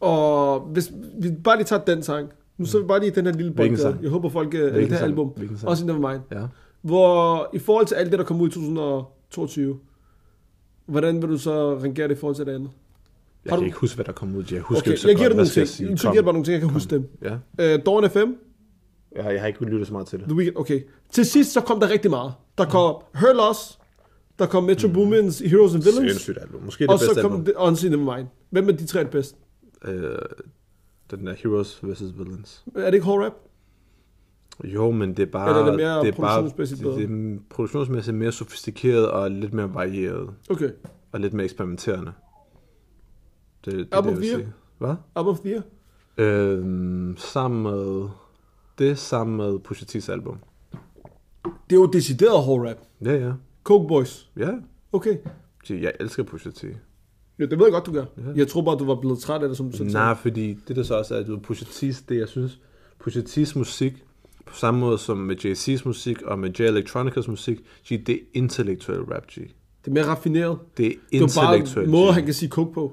[SPEAKER 1] Og hvis vi bare lige tager den sang. Nu så vi bare lige den her lille bold
[SPEAKER 2] Mm. Hvilken
[SPEAKER 1] der.
[SPEAKER 2] sang?
[SPEAKER 1] Jeg håber folk, øh, eller det her
[SPEAKER 2] sang?
[SPEAKER 1] album,
[SPEAKER 2] Hvilken sang?
[SPEAKER 1] også Never Mind.
[SPEAKER 2] Ja.
[SPEAKER 1] Hvor i forhold til alt det, der kom ud i 2022, hvordan vil du så rangere det i forhold til det andet?
[SPEAKER 2] Jeg
[SPEAKER 1] Har
[SPEAKER 2] kan
[SPEAKER 1] du-
[SPEAKER 2] ikke huske, hvad der kom ud. Jeg husker
[SPEAKER 1] Okay,
[SPEAKER 2] ikke så
[SPEAKER 1] jeg
[SPEAKER 2] godt.
[SPEAKER 1] giver dig
[SPEAKER 2] Hvad
[SPEAKER 1] nogle
[SPEAKER 2] skal
[SPEAKER 1] ting.
[SPEAKER 2] jeg sige?
[SPEAKER 1] Så giver jeg bare nogle ting, jeg kan huske dem.
[SPEAKER 2] Ja.
[SPEAKER 1] Øh, Dawn FM,
[SPEAKER 2] Jeg, har- jeg har ikke lyttet så meget til det.
[SPEAKER 1] The Weeknd, okay. Til sidst, så kom der rigtig meget. Der kom
[SPEAKER 2] Mm.
[SPEAKER 1] Her Loss, der kom Metro mm. Boomin's Heroes and Villains,
[SPEAKER 2] Sindssygt album. Måske det
[SPEAKER 1] og
[SPEAKER 2] bedste
[SPEAKER 1] så kom
[SPEAKER 2] album.
[SPEAKER 1] The Unseen Nevermind. Hvem er de tre det bedste?
[SPEAKER 2] øh, den der Heroes vs. Villains.
[SPEAKER 1] Er det ikke hård rap?
[SPEAKER 2] Jo, men det er bare...
[SPEAKER 1] Eller er det mere
[SPEAKER 2] det er bare,
[SPEAKER 1] produktionsmæssigt
[SPEAKER 2] det, det er produktionsmæssigt mere sofistikeret og lidt mere varieret.
[SPEAKER 1] Okay.
[SPEAKER 2] Og lidt mere eksperimenterende. Det, det, er
[SPEAKER 1] Album
[SPEAKER 2] det, jeg vil
[SPEAKER 1] fire?
[SPEAKER 2] sige. Hvad?
[SPEAKER 1] Album of the Year?
[SPEAKER 2] Øhm, sammen med... Det er sammen med Pusha T's album.
[SPEAKER 1] Det er jo decideret hård rap.
[SPEAKER 2] Ja, ja.
[SPEAKER 1] Coke Boys.
[SPEAKER 2] Ja.
[SPEAKER 1] Okay.
[SPEAKER 2] Gee, Jeg elsker Pusha T.
[SPEAKER 1] Jo, det ved jeg godt, du gør. Jeg tror bare, du var blevet træt af det, som du selv
[SPEAKER 2] Nej, fordi det der så også er, at du ved, Pusha T's, det jeg synes, Pusha T's musik, på samme måde som med Jay-Z's musik og med Jay Electronicas musik, G, det er intellektuel rap, G.
[SPEAKER 1] Det er mere raffineret.
[SPEAKER 2] Det er
[SPEAKER 1] Det er bare
[SPEAKER 2] intellektuelt.
[SPEAKER 1] måder, han kan sige coke på.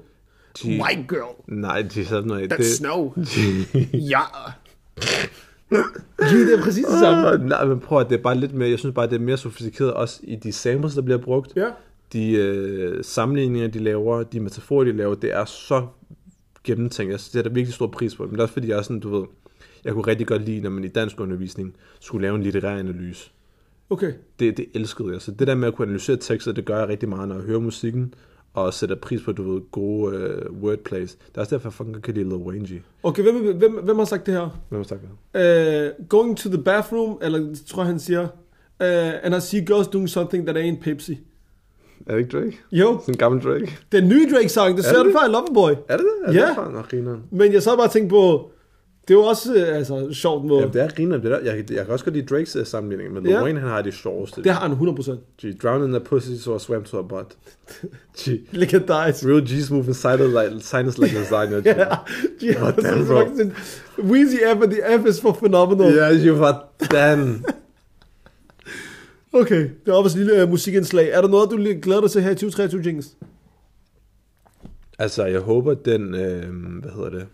[SPEAKER 2] de,
[SPEAKER 1] White girl.
[SPEAKER 2] nej, de er sådan noget.
[SPEAKER 1] That's
[SPEAKER 2] det,
[SPEAKER 1] snow. ja. Gee, det er præcis det samme.
[SPEAKER 2] Åh, nej, men prøv at det er bare lidt mere, jeg synes bare, det er mere sofistikeret også i de samples, der bliver brugt.
[SPEAKER 1] Ja.
[SPEAKER 2] De øh, sammenligninger, de laver, de metaforer, de laver, det er så gennemtænkt. Jeg sætter virkelig stor pris på det. Men det er også fordi, jeg er sådan, du ved, jeg kunne rigtig godt lide, når man i dansk undervisning skulle lave en litterær analyse.
[SPEAKER 1] Okay.
[SPEAKER 2] det, det elskede jeg. Så det der med at kunne analysere tekster, det gør jeg rigtig meget, når jeg hører musikken, og sætter pris på, du ved, gode uh, wordplays. Det er også derfor, jeg fucking godt kan lide Lil Wayne G.
[SPEAKER 1] Okay, hvem, hvem, hvem har sagt det her?
[SPEAKER 2] Hvem har sagt det?
[SPEAKER 1] Uh, going to the bathroom, eller det tror jeg, han siger. Uh, and I see girls doing something that ain't Pepsi.
[SPEAKER 2] Er det ikke Drake?
[SPEAKER 1] Jo,
[SPEAKER 2] Sådan en gammel Drake.
[SPEAKER 1] den nye Drake-sang, det ser du
[SPEAKER 2] det?
[SPEAKER 1] før i Loverboy.
[SPEAKER 2] Er det det? Er
[SPEAKER 1] Ja.
[SPEAKER 2] Det fra? Nå, grineren.
[SPEAKER 1] Men jeg sad bare og tænkte på, det er jo også øh, altså, sjovt måde.
[SPEAKER 2] Jamen, det er griner, det der. Jeg, jeg kan også godt lide Drakes øh, sammenligning, men Lil
[SPEAKER 1] Ja.
[SPEAKER 2] Wayne, han har det sjoveste.
[SPEAKER 1] Det har han 100%.
[SPEAKER 2] G, drown in the pussy, so I swam to her butt. G,
[SPEAKER 1] Legendarisk.
[SPEAKER 2] real G's move inside of like, sinus like lasagna. G.
[SPEAKER 1] Ja, de har
[SPEAKER 2] Hvordan,
[SPEAKER 1] så
[SPEAKER 2] bro?
[SPEAKER 1] faktisk en- Weezy F og the F is for phenomenal.
[SPEAKER 2] Ja, G, hvordan?
[SPEAKER 1] Okay, det var også et lille uh, musikindslag. Er der noget, du lige glæder dig til her i 2023, Jinx?
[SPEAKER 2] Altså, jeg håber, den, øh, hvad hedder det,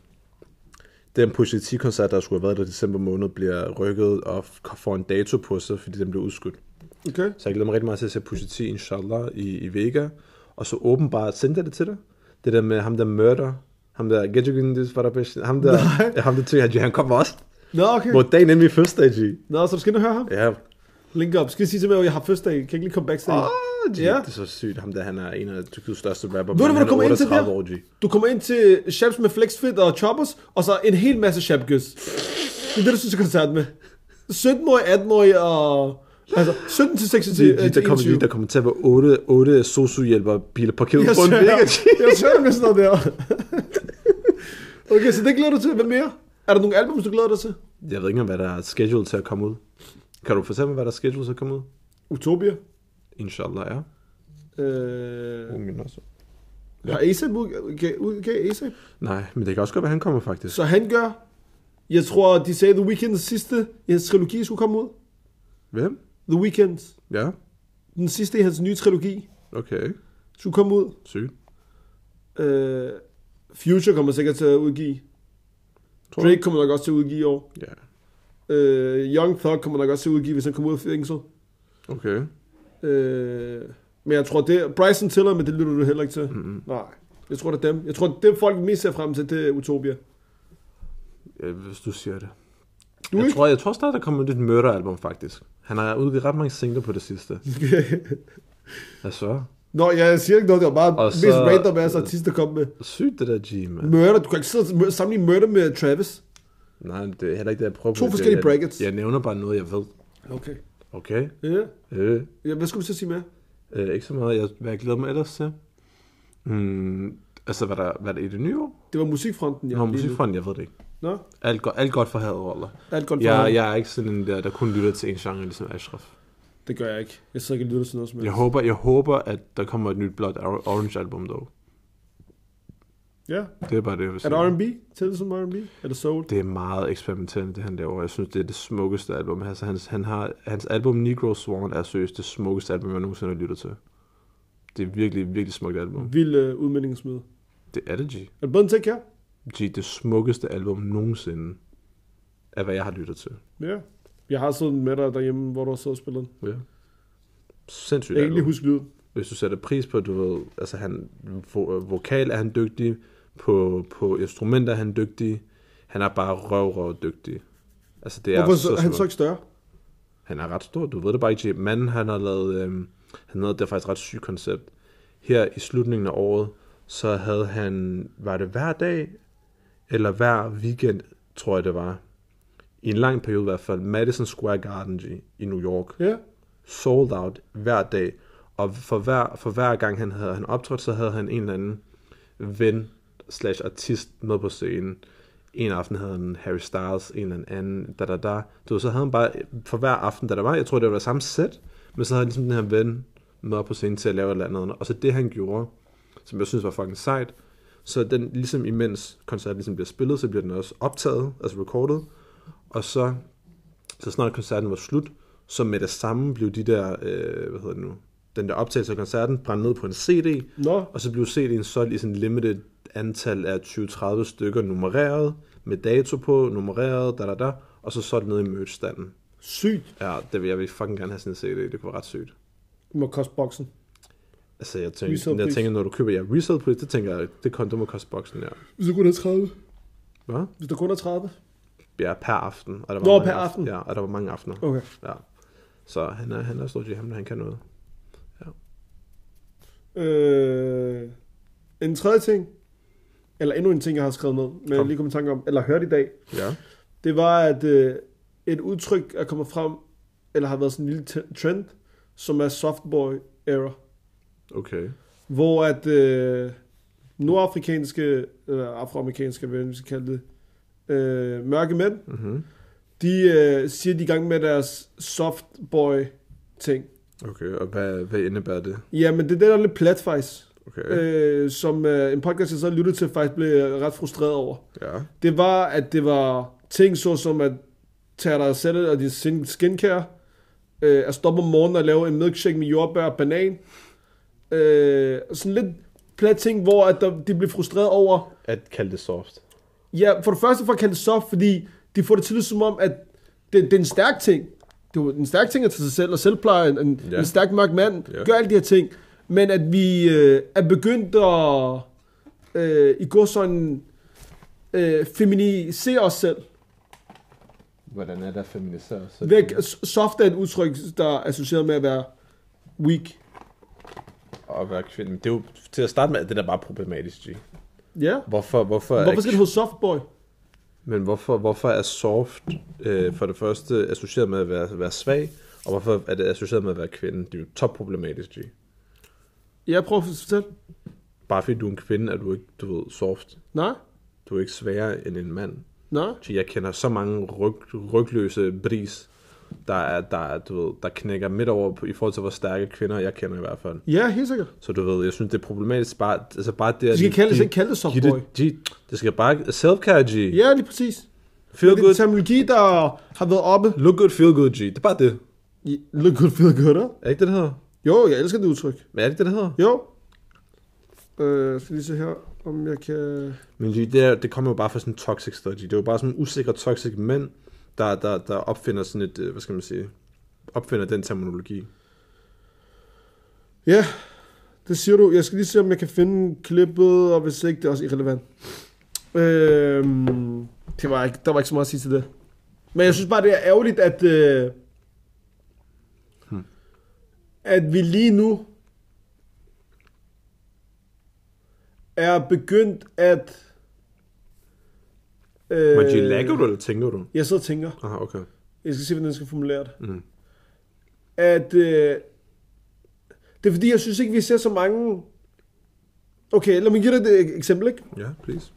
[SPEAKER 2] den Pusha T-koncert, der skulle have været der i december måned, bliver rykket og f- får en dato på sig, fordi den blev udskudt.
[SPEAKER 1] Okay.
[SPEAKER 2] Så jeg glæder mig rigtig meget til at se Pusha T, inshallah, i, i Vega. Og så åbenbart sendte jeg det til dig. Det der med ham, der mørder. Ham der, get you in this, for the Ham der,
[SPEAKER 1] Nej.
[SPEAKER 2] ja, ham der tænker, at han kommer også.
[SPEAKER 1] Nå, okay.
[SPEAKER 2] Hvor dagen inden vi første dag, G.
[SPEAKER 1] Nå, så du skal ind og høre ham.
[SPEAKER 2] Ja.
[SPEAKER 1] Link op. Skal jeg sige til mig, at jeg har første dag. Kan jeg ikke lige komme backstage?
[SPEAKER 2] Åh, G,
[SPEAKER 1] Ja.
[SPEAKER 2] det er så sygt. Ham der, han er en af Tyrkiets største rapper.
[SPEAKER 1] Ved du,
[SPEAKER 2] men
[SPEAKER 1] hvad du
[SPEAKER 2] han er
[SPEAKER 1] kommer ind til
[SPEAKER 2] 38 År, G.
[SPEAKER 1] der? Du kommer ind til Shaps med flexfit og choppers, og så en hel masse Shapgys. Det er det, du synes er koncert med. 17-årige, 18-årige og... Altså, 17 til 26
[SPEAKER 2] De, de,
[SPEAKER 1] øh,
[SPEAKER 2] der,
[SPEAKER 1] til
[SPEAKER 2] kommer,
[SPEAKER 1] 21.
[SPEAKER 2] de, der kommer til at være otte, otte sosuhjælpere biler parkeret
[SPEAKER 1] Jeg
[SPEAKER 2] på en
[SPEAKER 1] sørger,
[SPEAKER 2] væg.
[SPEAKER 1] jeg sørger med sådan noget der. Okay, så det glæder du til. Hvad mere? Er der nogle album, du glæder dig til?
[SPEAKER 2] Jeg ved ikke engang, hvad der er scheduled til at komme ud. Kan du fortælle mig, hvad der er scheduled til at komme ud?
[SPEAKER 1] Utopia.
[SPEAKER 2] Inshallah, ja.
[SPEAKER 1] Øh,
[SPEAKER 2] Ungen også.
[SPEAKER 1] har ASAP udgav udgav ASAP?
[SPEAKER 2] Nej, men det kan også godt være, han kommer faktisk.
[SPEAKER 1] Så han gør... Jeg tror, de sagde, The Weeknd's sidste i hans trilogi skulle komme ud.
[SPEAKER 2] Hvem?
[SPEAKER 1] The Weeknd.
[SPEAKER 2] Ja,
[SPEAKER 1] Den sidste i hans nye trilogi
[SPEAKER 2] okay.
[SPEAKER 1] skulle komme ud.
[SPEAKER 2] Sygt.
[SPEAKER 1] Øh, Future kommer sikkert til at udgive.
[SPEAKER 2] Tror du?
[SPEAKER 1] Drake kommer nok også til at udgive i år.
[SPEAKER 2] Ja,
[SPEAKER 1] Øh, Young Thug kommer nok også til at udgive, hvis han kommer ud af fængsel.
[SPEAKER 2] okay.
[SPEAKER 1] Øh, men jeg tror, det Bryson Tiller, men det lytter du heller ikke til. Mm-hmm. Nej. Jeg tror, det er dem. Jeg tror, det folk mest ser frem til, det er Utopia.
[SPEAKER 2] Ja, hvis du siger det.
[SPEAKER 1] Du
[SPEAKER 2] jeg,
[SPEAKER 1] ikke?
[SPEAKER 2] tror, jeg tror snart, der kommer et nyt mørderalbum, faktisk. Han har udgivet ret mange singler på det sidste. Altså, Jeg sørger.
[SPEAKER 1] Nå, ja, jeg siger ikke noget. Det var bare
[SPEAKER 2] Og
[SPEAKER 1] mest
[SPEAKER 2] så-
[SPEAKER 1] random af artist, der kom med.
[SPEAKER 2] Sygt det der G, mand.
[SPEAKER 1] Murder. Du kan ikke sidde og mør- sammenligne Murder med Travis.
[SPEAKER 2] Nej, det er heller ikke det, jeg prøver
[SPEAKER 1] To
[SPEAKER 2] på.
[SPEAKER 1] forskellige
[SPEAKER 2] jeg,
[SPEAKER 1] brackets.
[SPEAKER 2] Jeg, jeg nævner bare noget, jeg ved.
[SPEAKER 1] Okay.
[SPEAKER 2] Okay?
[SPEAKER 1] Ja.
[SPEAKER 2] Øh,
[SPEAKER 1] ja hvad skulle du så sige med?
[SPEAKER 2] øh, ikke så meget. Jeg, hvad jeg glæder mig ellers til. Mm, altså, hvad der, hvad der er i det nye år?
[SPEAKER 1] Det var musikfronten, ja.
[SPEAKER 2] Nå, musikfonden, jeg ved det ikke.
[SPEAKER 1] Nå,
[SPEAKER 2] Alt, godt, alt godt for havet, Roller.
[SPEAKER 1] alt godt for ja,
[SPEAKER 2] Jeg,
[SPEAKER 1] ja.
[SPEAKER 2] jeg er ikke sådan en der, der kun lytter til en genre, ligesom Ashraf.
[SPEAKER 1] Det gør jeg ikke. Jeg sidder ikke og lytter til noget som
[SPEAKER 2] Jeg
[SPEAKER 1] helst.
[SPEAKER 2] håber, jeg håber, at der kommer et nyt blåt Or- Orange album, dog.
[SPEAKER 1] Ja.
[SPEAKER 2] Det er bare det, jeg vil
[SPEAKER 1] Er
[SPEAKER 2] sige.
[SPEAKER 1] det R&B? Tæller det som R&B? Er det soul?
[SPEAKER 2] Det er meget eksperimenterende, det han laver. Jeg synes, det er det smukkeste album. Altså, hans, han har, hans album Negro Swan er seriøst det smukkeste album, jeg nogensinde har lyttet til. Det er virkelig, virkelig smukt album.
[SPEAKER 1] Vild øh, udmeldingsmøde.
[SPEAKER 2] Det er det, G.
[SPEAKER 1] Er det bedre end Take Care?
[SPEAKER 2] G, det smukkeste album nogensinde af, hvad jeg har lyttet til.
[SPEAKER 1] Ja. Jeg har siddet med dig derhjemme, hvor du har siddet og spillet den.
[SPEAKER 2] Ja. Sindssygt
[SPEAKER 1] Jeg kan ikke lige
[SPEAKER 2] album.
[SPEAKER 1] huske lyden.
[SPEAKER 2] Hvis du sætter pris på, du ved, altså han, vo- vokal er han dygtig, på, på instrumenter er han dygtig, han er bare røv, røv dygtig. Altså, det er
[SPEAKER 1] Hvorfor
[SPEAKER 2] så,
[SPEAKER 1] er han
[SPEAKER 2] smukt.
[SPEAKER 1] så ikke større?
[SPEAKER 2] Han er ret stor, du ved det bare ikke, Jay. Manden, han har lavet, øhm, han havde det faktisk ret sygt koncept. Her i slutningen af året, så havde han, var det hver dag, eller hver weekend, tror jeg det var, i en lang periode i hvert fald, Madison Square Garden G, i New York,
[SPEAKER 1] Ja.
[SPEAKER 2] sold out hver dag, og for hver, for hver gang han havde han optrådt, så havde han en eller anden ven slash artist med på scenen. En aften havde han Harry Styles, en eller anden, da da da. Du ved, så havde han bare, for hver aften, da der var, jeg tror, det var samme sæt, men så havde han ligesom den her ven med op på scenen til at lave et eller andet. Og så det, han gjorde, som jeg synes var fucking sejt, så den, ligesom imens koncerten ligesom bliver spillet, så bliver den også optaget, altså recordet, og så så snart koncerten var slut, så med det samme blev de der, øh, hvad hedder det nu, den der optagelse af koncerten brændt ned på en CD,
[SPEAKER 1] Nå.
[SPEAKER 2] og så blev CD'en solgt i sådan et limited antal af 20-30 stykker nummereret, med dato på, nummereret, da da da, og så solgt ned i merch-standen.
[SPEAKER 1] Sygt.
[SPEAKER 2] Ja, det vil jeg vil fucking gerne have sådan en CD, det kunne være ret sygt.
[SPEAKER 1] Det må koste boksen.
[SPEAKER 2] Altså jeg tænker,
[SPEAKER 1] Resale
[SPEAKER 2] jeg
[SPEAKER 1] price.
[SPEAKER 2] tænker når du køber ja, resale price, det tænker jeg, det kom, det må koste boksen, ja.
[SPEAKER 1] Hvis der kun er 30.
[SPEAKER 2] Hvad?
[SPEAKER 1] Hvis der kun er 30.
[SPEAKER 2] Ja, per aften. Og der var
[SPEAKER 1] Nå,
[SPEAKER 2] mange
[SPEAKER 1] per
[SPEAKER 2] aft-
[SPEAKER 1] aften.
[SPEAKER 2] Ja, og der var mange aftener.
[SPEAKER 1] Okay.
[SPEAKER 2] Ja. Så han er, han er stort set ham, der han kan noget.
[SPEAKER 1] Øh, en tredje ting, eller endnu en ting, jeg har skrevet ned, men jeg
[SPEAKER 2] Kom.
[SPEAKER 1] lige kom i tanke om, eller hørte i dag,
[SPEAKER 2] Ja.
[SPEAKER 1] det var, at øh, et udtryk er kommet frem, eller har været sådan en lille te- trend, som er softboy era,
[SPEAKER 2] Okay.
[SPEAKER 1] hvor at øh, nordafrikanske, eller afroamerikanske, hvad vi skal kalde det, øh, mørke mænd,
[SPEAKER 2] Mm-hmm.
[SPEAKER 1] de øh, siger, de er i gang med deres softboy ting.
[SPEAKER 2] Okay, og hvad, hvad indebærer det?
[SPEAKER 1] Jamen, det er det, der er lidt plat, faktisk.
[SPEAKER 2] Okay, øh.
[SPEAKER 1] øh, som øh, en podcast, jeg så lyttede til, faktisk blev ret frustreret over.
[SPEAKER 2] ja.
[SPEAKER 1] Det var, at det var ting såsom at tage dig selv og din skin- skincare, øh, at stoppe om morgenen og lave en milkshake med jordbær og banan. Øh, sådan lidt plat ting, hvor at der, de blev frustreret over.
[SPEAKER 2] At kalde det soft.
[SPEAKER 1] Ja, for det første for at kalde det soft, fordi de får det til at lyde som om, at det, det er en stærk ting. Det er jo en stærk ting at tage sig selv og selvpleje, en, en,
[SPEAKER 2] Ja.
[SPEAKER 1] en stærk mørk mand,
[SPEAKER 2] Ja.
[SPEAKER 1] ja. gør alle de her ting. Men at vi øh, er begyndt at øh, i går sådan øh, feminisere os selv.
[SPEAKER 2] Hvordan er der feminiseret? Så
[SPEAKER 1] Væk, s- soft er et udtryk, der er associeret med at være weak.
[SPEAKER 2] Og være kvinde. Det er jo til at starte med, at det der bare problematisk, G.
[SPEAKER 1] Ja.
[SPEAKER 2] Hvorfor, hvorfor,
[SPEAKER 1] Hvorfor skal det hedde softboy?
[SPEAKER 2] Men hvorfor, hvorfor er soft øh, for det første associeret med at være, være svag, og hvorfor er det associeret med at være kvinde? Det er jo topproblematisk, G.
[SPEAKER 1] Jeg prøver at fortælle.
[SPEAKER 2] Bare fordi du er en kvinde, er du ikke, du ved, soft.
[SPEAKER 1] Nej,
[SPEAKER 2] Du er ikke sværere end en mand.
[SPEAKER 1] nej.
[SPEAKER 2] G, jeg kender så mange ryg, rygløse bris, der, er, der, er, du ved, der knækker midt over på, i forhold til, hvor stærke kvinder jeg kender i hvert fald.
[SPEAKER 1] Ja, helt sikkert.
[SPEAKER 2] Så du ved, jeg synes, det er problematisk bare, altså bare det, at...
[SPEAKER 1] skal
[SPEAKER 2] de-
[SPEAKER 1] kalde det-
[SPEAKER 2] de-
[SPEAKER 1] ikke kalde det soft
[SPEAKER 2] de-
[SPEAKER 1] boy.
[SPEAKER 2] De, det skal bare... Self-care, G.
[SPEAKER 1] Ja, lige præcis.
[SPEAKER 2] Feel
[SPEAKER 1] Det er en
[SPEAKER 2] good.
[SPEAKER 1] terminologi, der har været oppe.
[SPEAKER 2] Look good, feel good, G. Det er bare det.
[SPEAKER 1] i- Look good, feel good, huh?
[SPEAKER 2] Er ikke det, det hedder?
[SPEAKER 1] Jo, jeg elsker det udtryk.
[SPEAKER 2] Men er det ikke det, det hedder?
[SPEAKER 1] Jo. Øh, jeg skal lige se her, om jeg kan...
[SPEAKER 2] Men G, det, er, det kommer jo bare fra sådan en toxic sted, G. Det er jo bare sådan en usikker toxic mænd, der, der, der opfinder sådan et... øh, Hvad skal man sige? Opfinder den terminologi.
[SPEAKER 1] Ja, det siger du. Jeg skal lige se, om jeg kan finde klippet, og hvis ikke, det er også irrelevant. Øhm, det var ikke, der var ikke så meget at sige til det. Men jeg synes bare, det er ærgerligt, at, øh, at vi lige nu er begyndt at... Øh,
[SPEAKER 2] Men G, lagger du, eller tænker du?
[SPEAKER 1] Jeg sidder og tænker.
[SPEAKER 2] Aha, okay.
[SPEAKER 1] Jeg skal se, hvordan jeg skal formulere det.
[SPEAKER 2] Mm.
[SPEAKER 1] At øh, det er fordi, jeg synes ikke, vi ser så mange... Okay, lad mig give dig et eksempel, ikke?
[SPEAKER 2] Ja, yeah, please.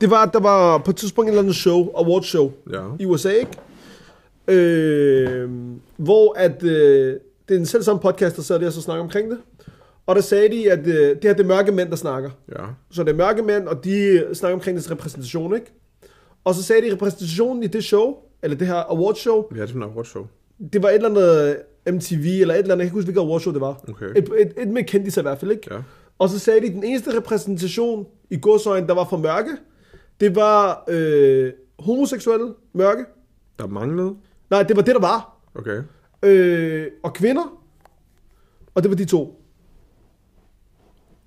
[SPEAKER 1] Det var, at der var på et tidspunkt et eller andet show, award show,
[SPEAKER 2] Ja.
[SPEAKER 1] i USA, ikke? Øh, hvor at, øh, det er den selv samme podcast, der sad der og så snakker omkring det. Og der sagde de, at øh, det her det er mørke mænd, der snakker.
[SPEAKER 2] Ja.
[SPEAKER 1] Så det er mørke mænd, og de øh, snakker omkring deres repræsentation, ikke? Og så sagde de, at repræsentationen i det show, eller det her award show,
[SPEAKER 2] Ja, det er en award show.
[SPEAKER 1] det var et eller andet øh, MTV, eller et eller andet, jeg kan ikke huske, hvilket awardshow det var.
[SPEAKER 2] Okay.
[SPEAKER 1] Et, et, et med kendtiser i hvert fald, ikke?
[SPEAKER 2] Ja.
[SPEAKER 1] Og så sagde de, at den eneste repræsentation i godsøjen, der var for mørke, det var øh, homoseksuelle mørke.
[SPEAKER 2] Der manglede.
[SPEAKER 1] Nej, det var det, der var.
[SPEAKER 2] Okay.
[SPEAKER 1] Øh, og kvinder. Og det var de to.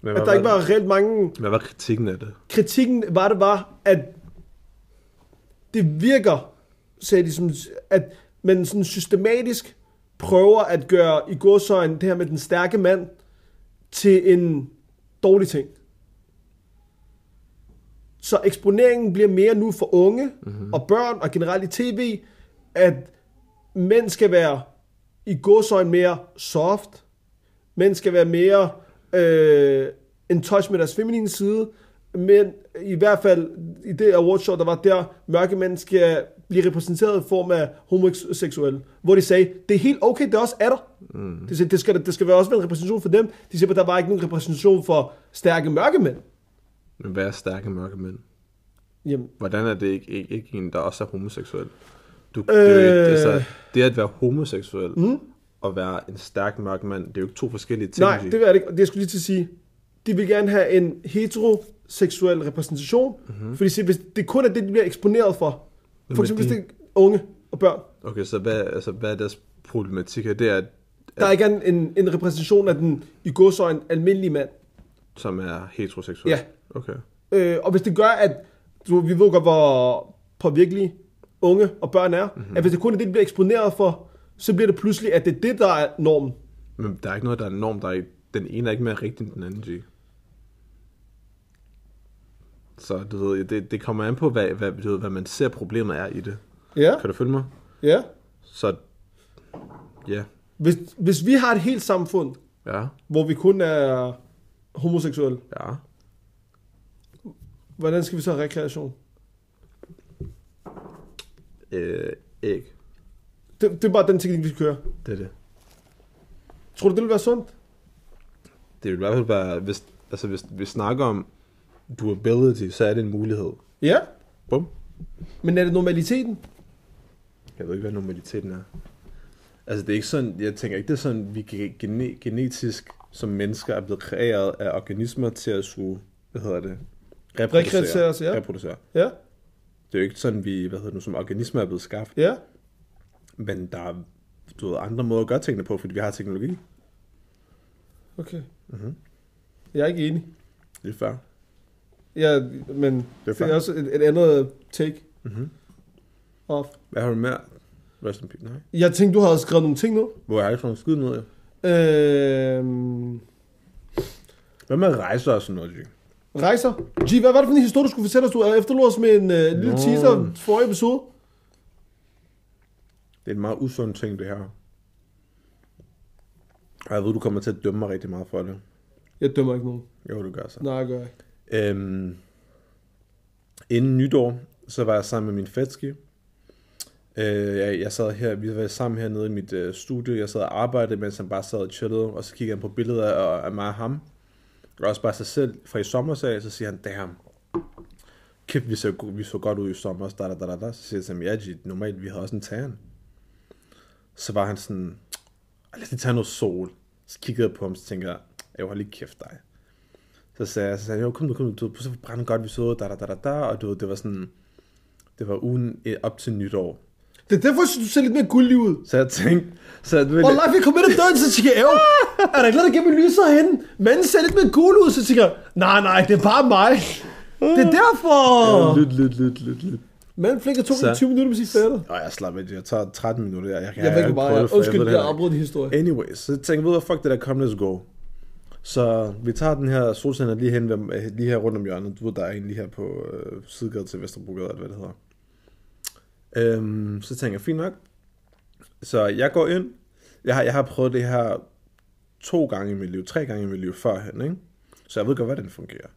[SPEAKER 2] Men
[SPEAKER 1] At der ikke var reelt mange...
[SPEAKER 2] Hvad var kritikken af det?
[SPEAKER 1] Kritikken var, det var, at det virker, sagde de, som, at man sådan systematisk prøver at gøre i godsøjne det her med den stærke mand til en dårlig ting. Så eksponeringen bliver mere nu for unge mm-hmm. og børn og generelt i tv, at mænd skal være i godsøjne mere soft, mænd skal være mere øh, in touch med deres feminine side, men i hvert fald i det awardshow, der var der, mørke mænd skal blive repræsenteret i form af homoseksuelle, hvor de sagde, det er helt okay, det også er der. Mm. De sagde, det skal, det skal være også være en repræsentation for dem. De siger, at der var ikke nogen repræsentation for stærke mørke mænd.
[SPEAKER 2] Men hvad er stærke mørke mænd?
[SPEAKER 1] Jamen,
[SPEAKER 2] Hvordan er det ikke, ikke, ikke en, der også er homoseksuel? Du, øh... det, er jo ikke, altså, det at være homoseksuel mm? og være en stærk mørk mand, det er jo ikke to forskellige ting.
[SPEAKER 1] nej,
[SPEAKER 2] G.
[SPEAKER 1] det er det ikke. Og Det jeg skulle lige til at sige, de vil gerne have en heteroseksuel repræsentation,
[SPEAKER 2] Mhm.
[SPEAKER 1] mm-hmm. fordi de siger, hvis det kun er det, de bliver eksponeret for.
[SPEAKER 2] Men
[SPEAKER 1] For eksempel,
[SPEAKER 2] de-
[SPEAKER 1] hvis det er unge og børn.
[SPEAKER 2] Okay, så hvad, altså, hvad er deres problematik her? Det er,
[SPEAKER 1] Der er ikke en, en, en repræsentation af den i godsøjen almindelige mand.
[SPEAKER 2] som er heteroseksuel?
[SPEAKER 1] Ja.
[SPEAKER 2] Okay.
[SPEAKER 1] Øh, og hvis det gør, at du, vi ved godt, hvor påvirkelige unge og børn er, mm-hmm. at hvis det kun er det, de bliver eksponeret for, så bliver det pludselig, at det er det, der er normen.
[SPEAKER 2] Men der er ikke noget, der er norm. Der er ikke, den ene er ikke mere rigtig end den anden, G. Så du ved, det, det kommer an på, hvad, hvad, du ved, hvad man ser problemet er i det.
[SPEAKER 1] Ja,
[SPEAKER 2] Kan du følge mig?
[SPEAKER 1] ja.
[SPEAKER 2] Så ja,
[SPEAKER 1] Hvis, hvis vi har et helt samfund,
[SPEAKER 2] ja,
[SPEAKER 1] hvor vi kun er homoseksuelle,
[SPEAKER 2] ja.
[SPEAKER 1] hvordan skal vi så have rekreation?
[SPEAKER 2] Øh, æg.
[SPEAKER 1] Det, det er bare den teknik, vi skal køre.
[SPEAKER 2] Det er det.
[SPEAKER 1] Tror du, det vil være sundt?
[SPEAKER 2] Det vil i hvert fald være, hvis, altså hvis vi snakker om durability, så er det en mulighed.
[SPEAKER 1] Ja,
[SPEAKER 2] Bum.
[SPEAKER 1] men er det normaliteten?
[SPEAKER 2] Jeg ved ikke, hvad normaliteten er. Altså det er ikke sådan, jeg tænker ikke, det er sådan, vi ge- gene, genetisk som mennesker er blevet kreeret af organismer til at skulle, hvad hedder det?
[SPEAKER 1] Rekreatere os, ja.
[SPEAKER 2] Reproducere.
[SPEAKER 1] Ja,
[SPEAKER 2] Det er jo ikke sådan, vi, hvad hedder det nu, som organismer er blevet skabt.
[SPEAKER 1] ja.
[SPEAKER 2] Men der er, du ved, andre måder at gøre tingene på, fordi vi har teknologi.
[SPEAKER 1] Okay. Mm-hmm. Jeg er ikke enig.
[SPEAKER 2] Det er fair.
[SPEAKER 1] Ja, men det er,
[SPEAKER 2] fair.
[SPEAKER 1] også et, et andet take. Mm-hmm. Off.
[SPEAKER 2] Hvad har du mere? Rest in peace. Nej.
[SPEAKER 1] Jeg tænkte, du havde skrevet nogle ting nu.
[SPEAKER 2] Hvor er det for en skid noget? ja?
[SPEAKER 1] Øhm,
[SPEAKER 2] Hvad med rejser og sådan noget, Jake?
[SPEAKER 1] Rejser. G, hvad var det for en historie, du skulle fortælle os? Du efterlod os med en øh, lille
[SPEAKER 2] Nå.
[SPEAKER 1] teaser for episode.
[SPEAKER 2] Det er en meget usund ting, det her. Og jeg ved, du kommer til at dømme mig rigtig meget for det.
[SPEAKER 1] Jeg dømmer ikke nogen.
[SPEAKER 2] Jo, du gør så.
[SPEAKER 1] Nej, jeg gør ikke.
[SPEAKER 2] Øhm, inden nytår, så var jeg sammen med min fætske. Øh, jeg, jeg sad her, vi var sammen hernede i mit øh, studie. Jeg sad og arbejdede, mens han bare sad og chillede. Og så kiggede han på billeder af, af mig og ham. Og også bare sig selv fra i sommer af, så siger han, damn. Kæft, vi så, go- vi så godt ud i sommer. Da, da, da, da, da. Så siger jeg til ham, ja, G, normalt, vi har også en tan. Så var han sådan, "Ej, lad os lige tage noget sol. Så kiggede jeg på ham, så tænker jeg, jeg har lige kæft dig. Så sagde jeg, så sagde jeg, jo, kom nu, kom nu, du ved, så brændte godt, vi så, ud, da, da, da, da, da, og du ved, det var sådan, det var ugen eh, op til nytår.
[SPEAKER 1] Det er derfor, jeg synes, du ser lidt mere guldig ud.
[SPEAKER 2] Så jeg tænkte, så jeg, ville,
[SPEAKER 1] Og live, jeg kom ind ad døren, så tænker jeg, "Øv, er der ikke noget, der giver mig lyset hen? Manden ser lidt mere gul ud, så tænker jeg, nej, nej, det er bare mig. Det er derfor.
[SPEAKER 2] lyt, lyt, lyt, lyt, lyt.
[SPEAKER 1] Manden flinker 22 minutter med sit fætter.
[SPEAKER 2] Og jeg slapper af, jeg tager 13 minutter, jeg, jeg,
[SPEAKER 1] Jeg ved ikke,
[SPEAKER 2] ikke
[SPEAKER 1] hvor
[SPEAKER 2] prøvet
[SPEAKER 1] meget
[SPEAKER 2] det,
[SPEAKER 1] jeg...
[SPEAKER 2] for
[SPEAKER 1] Undskyld,
[SPEAKER 2] ved
[SPEAKER 1] jeg
[SPEAKER 2] det heller ikke.
[SPEAKER 1] afbrød din historie.
[SPEAKER 2] Anyway, så tænkte jeg, ved du hvad, fuck det der, kom, let's go. Så vi tager den her solcenter lige, hen, ved- øh, lige her rundt om hjørnet. Du ved, der er en lige her på øh, Sidegade til Vesterbrogade, eller hvad det hedder. Øhm, så tænker jeg, fint nok. Så jeg går ind. Jeg har, jeg har prøvet det her to gange i mit liv, tre gange i mit liv førhen, ikke? Så jeg ved godt, hvordan den fungerer.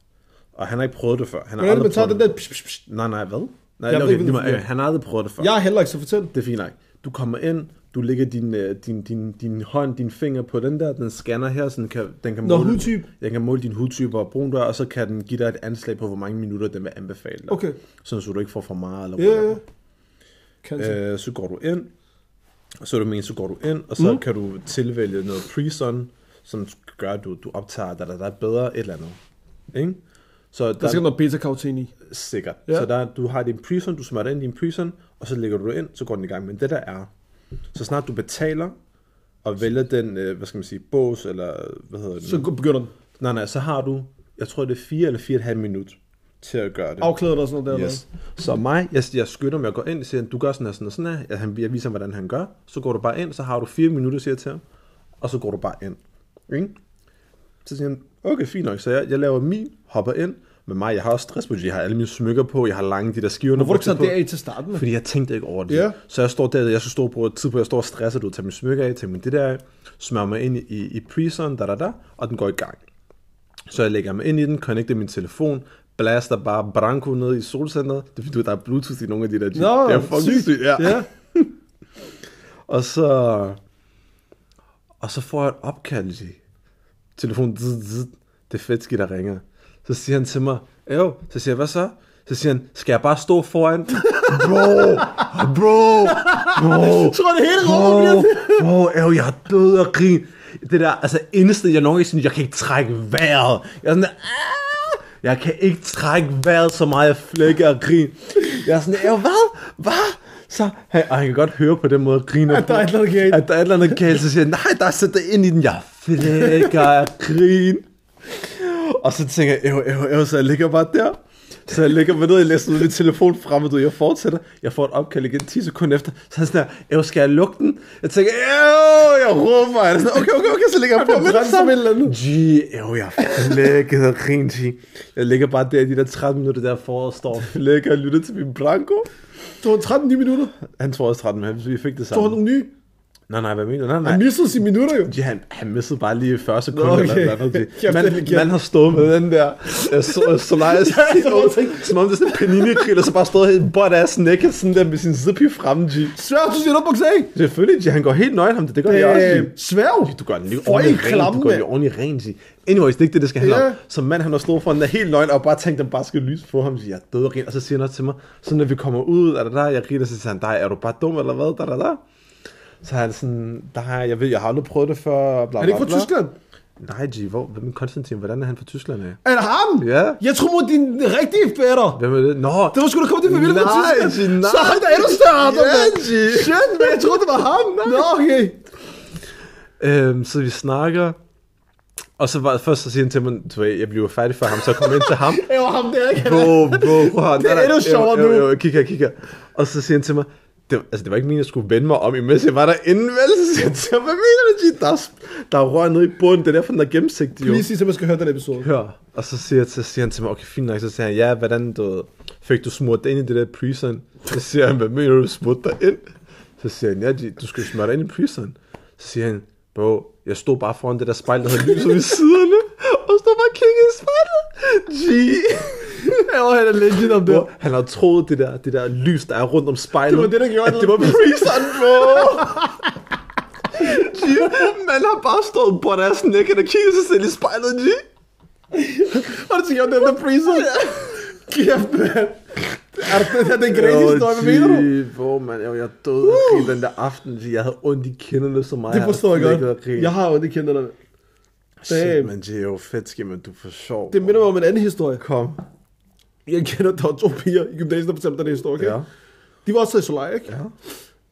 [SPEAKER 2] Og han har ikke prøvet det før. Han har
[SPEAKER 1] Hvordan er det, man tager
[SPEAKER 2] aldrig prøvet
[SPEAKER 1] den der... psh, psh, psh?
[SPEAKER 2] det. Nej, nej, hvad? Nej,
[SPEAKER 1] Jeg
[SPEAKER 2] jeg
[SPEAKER 1] ved
[SPEAKER 2] okay,
[SPEAKER 1] ikke,
[SPEAKER 2] ikke,
[SPEAKER 1] hvordan det fungerer.
[SPEAKER 2] han har aldrig prøvet det før.
[SPEAKER 1] Jeg er heller ikke, så fortæl.
[SPEAKER 2] Det er fint nok. Du kommer ind, du lægger din, øh, din, din, din hånd, din finger på den der, den scanner her, så den kan, den kan
[SPEAKER 1] Nå, hudtype.
[SPEAKER 2] Jeg kan måle din hudtype, hvor brun du er, og så kan den give dig et anslag på, hvor mange minutter den vil anbefale dig.
[SPEAKER 1] Okay.
[SPEAKER 2] Sådan, så du ikke får for meget eller
[SPEAKER 1] Ja, ja.
[SPEAKER 2] whatever.
[SPEAKER 1] Cancer.
[SPEAKER 2] Øh, så går du ind, og så er du med, så går du ind, og så mm. kan du tilvælge noget pre-sun, som gør, at du, du optager dig, der, der er bedre et eller andet. Ikke? Så
[SPEAKER 1] Der skal noget beta-karotin i.
[SPEAKER 2] sikkert.
[SPEAKER 1] Ja.
[SPEAKER 2] Ja. Så der, du har din prison, du smager ind i din prison, og så lægger du det ind, så går den i gang. Men det der er, så snart du betaler, og vælger den, øh, hvad skal man sige, bås, eller øh, hvad hedder den?
[SPEAKER 1] Så
[SPEAKER 2] Så...
[SPEAKER 1] begynder den.
[SPEAKER 2] Nej, nej, så har du, jeg tror det er 4 eller 4,5 minut til at gøre det.
[SPEAKER 1] Afklæder dig og sådan noget der.
[SPEAKER 2] Yes. Så mig, jeg, jeg skynder mig at gå ind og siger, du gør sådan her, sådan her, sådan her. Jeg, han, jeg viser ham, hvordan han gør. Så går du bare ind, så har du fire minutter, siger jeg til ham. Og så går du bare ind. Ikke? Så siger han, okay, fint nok. Så jeg, jeg laver min, hopper ind. Men mig, jeg har også stress på, jeg har alle mine smykker på, jeg har lange de der skiver.
[SPEAKER 1] Hvorfor har du ikke taget det af til starten? med?
[SPEAKER 2] Fordi jeg tænkte ikke over det.
[SPEAKER 1] Ja.
[SPEAKER 2] Så jeg står der, jeg skal stå på tid på, jeg står og stresser, du tager min smykke af, tager min det der af, smører mig ind i, i pre da, da, da, og den går i gang. Så jeg lægger mig ind i den, connecter min telefon, blaster bare Branko ned i solcenteret. Det er fordi, du ved, der er Bluetooth i nogle af de der.
[SPEAKER 1] Nå,
[SPEAKER 2] det er fucking
[SPEAKER 1] sygt.
[SPEAKER 2] sygt. Ja.
[SPEAKER 1] Ja.
[SPEAKER 2] ja. og så... Og så får jeg et opkald i telefonen. Zzz, zzz. Det er Fetski, der ringer. Så siger han til mig, jo, så siger jeg, hvad så? Så siger han, skal jeg bare stå foran? bro, bro, bro.
[SPEAKER 1] Jeg tror, det hele rummet bliver
[SPEAKER 2] Åh, oh, oh, jeg er død og grin. Det der, altså indsted, jeg nok ikke synes, jeg kan ikke trække vejret. Jeg er sådan der, "Ah, jeg kan ikke trække vejret så meget, jeg flækker og grin. Jeg er sådan, "Ew, hvad? Hvad? Så, han, og han kan godt høre på den måde, at griner
[SPEAKER 1] At der er et eller andet galt.
[SPEAKER 2] At der er et eller andet galt, så siger han, nej, der er sat dig ind i den. Jeg flækker og grin. Og så tænker jeg, ew, ew, ew, så jeg ligger bare der. Så jeg ligger mig ned, jeg læser min telefon frem, og du, ved, jeg fortsætter. Jeg får et opkald igen 10 sekunder efter. Så han sådan der, ew, skal jeg lukke den? Jeg tænker, ew, jeg råber. Han er sådan, okay, okay, okay, så ligger jeg på med det
[SPEAKER 1] brændt som et eller andet.
[SPEAKER 2] samme. Gee, ew, jeg flækkede og grinte. G. Jeg ligger bare der i de der 13 minutter der for og står og flækker og lytter til min Branko.
[SPEAKER 1] Det var 13 nye minutter.
[SPEAKER 2] Han tror også 13, men vi fik det
[SPEAKER 1] Så var
[SPEAKER 2] samme.
[SPEAKER 1] nogle nye.
[SPEAKER 2] Nej, nej, hvad mener du? Nej, nej.
[SPEAKER 1] Han mistede sine minutter jo.
[SPEAKER 2] Ja, han, han mistede bare lige 40 sekunder okay.
[SPEAKER 1] okay.
[SPEAKER 2] eller noget.
[SPEAKER 1] Kæft,
[SPEAKER 2] andet.
[SPEAKER 1] det er
[SPEAKER 2] Man,
[SPEAKER 1] legit.
[SPEAKER 2] man har stået med den der øh, so, øh, Solaris
[SPEAKER 1] Ja, sådan nogle ting.
[SPEAKER 2] som om det er sådan en panini og så bare stået helt butt ass naked sådan der med sin zippy fremme, G.
[SPEAKER 1] Sværg, du siger noget, Boks A. Øh,
[SPEAKER 2] Selvfølgelig, G, han går helt nøgen ham, det, det gør jeg også, G.
[SPEAKER 1] Sværg.
[SPEAKER 2] Du gør den lige
[SPEAKER 1] Får I
[SPEAKER 2] ordentligt rent,
[SPEAKER 1] klamme,
[SPEAKER 2] du gør den
[SPEAKER 1] mand?
[SPEAKER 2] lige ordentligt rent, G. Anyways, det er ikke det, det skal handle
[SPEAKER 1] Ja.
[SPEAKER 2] om. Så mand, han har stået foran der helt nøgen og bare tænkt, at han bare skal lyse på ham, G. Jeg er død og rent, og så siger han også til mig, så når vi kommer ud, er der der, jeg griner, så siger han, dig, er du bare dum eller hvad, der, der, der. Så er han sådan, der har jeg, jeg ved, jeg har aldrig prøvet det før, bla, bla,
[SPEAKER 1] Er det ikke fra
[SPEAKER 2] bla.
[SPEAKER 1] Tyskland?
[SPEAKER 2] Nej, G, hvor, hvem er Konstantin? Hvordan er han fra Tyskland af?
[SPEAKER 1] Er det ham?
[SPEAKER 2] Ja.
[SPEAKER 1] Jeg tror, mod din rigtige fætter.
[SPEAKER 2] Hvem er det? Nå,
[SPEAKER 1] Det var sgu da kommet til familie fra
[SPEAKER 2] Nej,
[SPEAKER 1] Tyskland.
[SPEAKER 2] G, nej.
[SPEAKER 1] Så er han da endnu større. Adam,
[SPEAKER 2] Ja,
[SPEAKER 1] mand.
[SPEAKER 2] G.
[SPEAKER 1] Shit, men jeg troede, det var ham. Nå, okay.
[SPEAKER 2] øhm, så vi snakker, og så var, først så siger han til mig, du ved, jeg bliver færdig for ham, så jeg kommer ind til ham.
[SPEAKER 1] Det var ham der, ikke?
[SPEAKER 2] Bro, bro, bro.
[SPEAKER 1] Det er endnu sjovere nu.
[SPEAKER 2] Kig her, kig her. Og så siger han til mig, Det, var- altså, det var ikke meningen, jeg skulle vende mig om, imens jeg var derinde, vel? Så siger jeg til ham, hvad mener du, G? Der er, sp- der er rør nede i bunden, det er derfor, den er gennemsigtig, jo.
[SPEAKER 1] Lige sidst, at man skal høre den episode.
[SPEAKER 2] Hør. Og så siger, jeg til, siger han til mig, okay, fint nok, så siger han, ja, hvordan du, ved, fik du smurt dig ind i det der prison? Så siger han, hvad mener du, smurt dig ind? Så siger han, ja, G, du skulle smøre dig ind i prison. Så siger han, bro, jeg stod bare foran det der spejl, der havde lyset ved siderne, og stod bare og kiggede i spejlet. G.
[SPEAKER 1] Ja, og han er legend om det.
[SPEAKER 2] Bro, han har troet det der, det der lys, der er rundt om spejlet.
[SPEAKER 1] Det var det, der gjorde
[SPEAKER 2] at
[SPEAKER 1] det.
[SPEAKER 2] det var Prison, bro. G, man har bare stået på deres nække og kigget sig selv i spejlet, G.
[SPEAKER 1] Og det tænker jeg, det er The Freezer. Kæft, mand. Er det, er det en græs historie? Hvad mener du?
[SPEAKER 2] Bro, man, jeg, jeg døde af grin den der aften, G. Jeg havde ondt i kinderne så meget.
[SPEAKER 1] Det forstår jeg
[SPEAKER 2] flækket af grin.
[SPEAKER 1] godt. Jeg har jo det kendt dig.
[SPEAKER 2] Shit,
[SPEAKER 1] Damn.
[SPEAKER 2] man, G, jo fedt, skal man, du er for sjov.
[SPEAKER 1] Det minder mig om en anden historie.
[SPEAKER 2] Kom.
[SPEAKER 1] Jeg kender, der var to piger i gymnasiet, der fortalte den her historie, okay?
[SPEAKER 2] Ja.
[SPEAKER 1] De var også i Solar, ikke?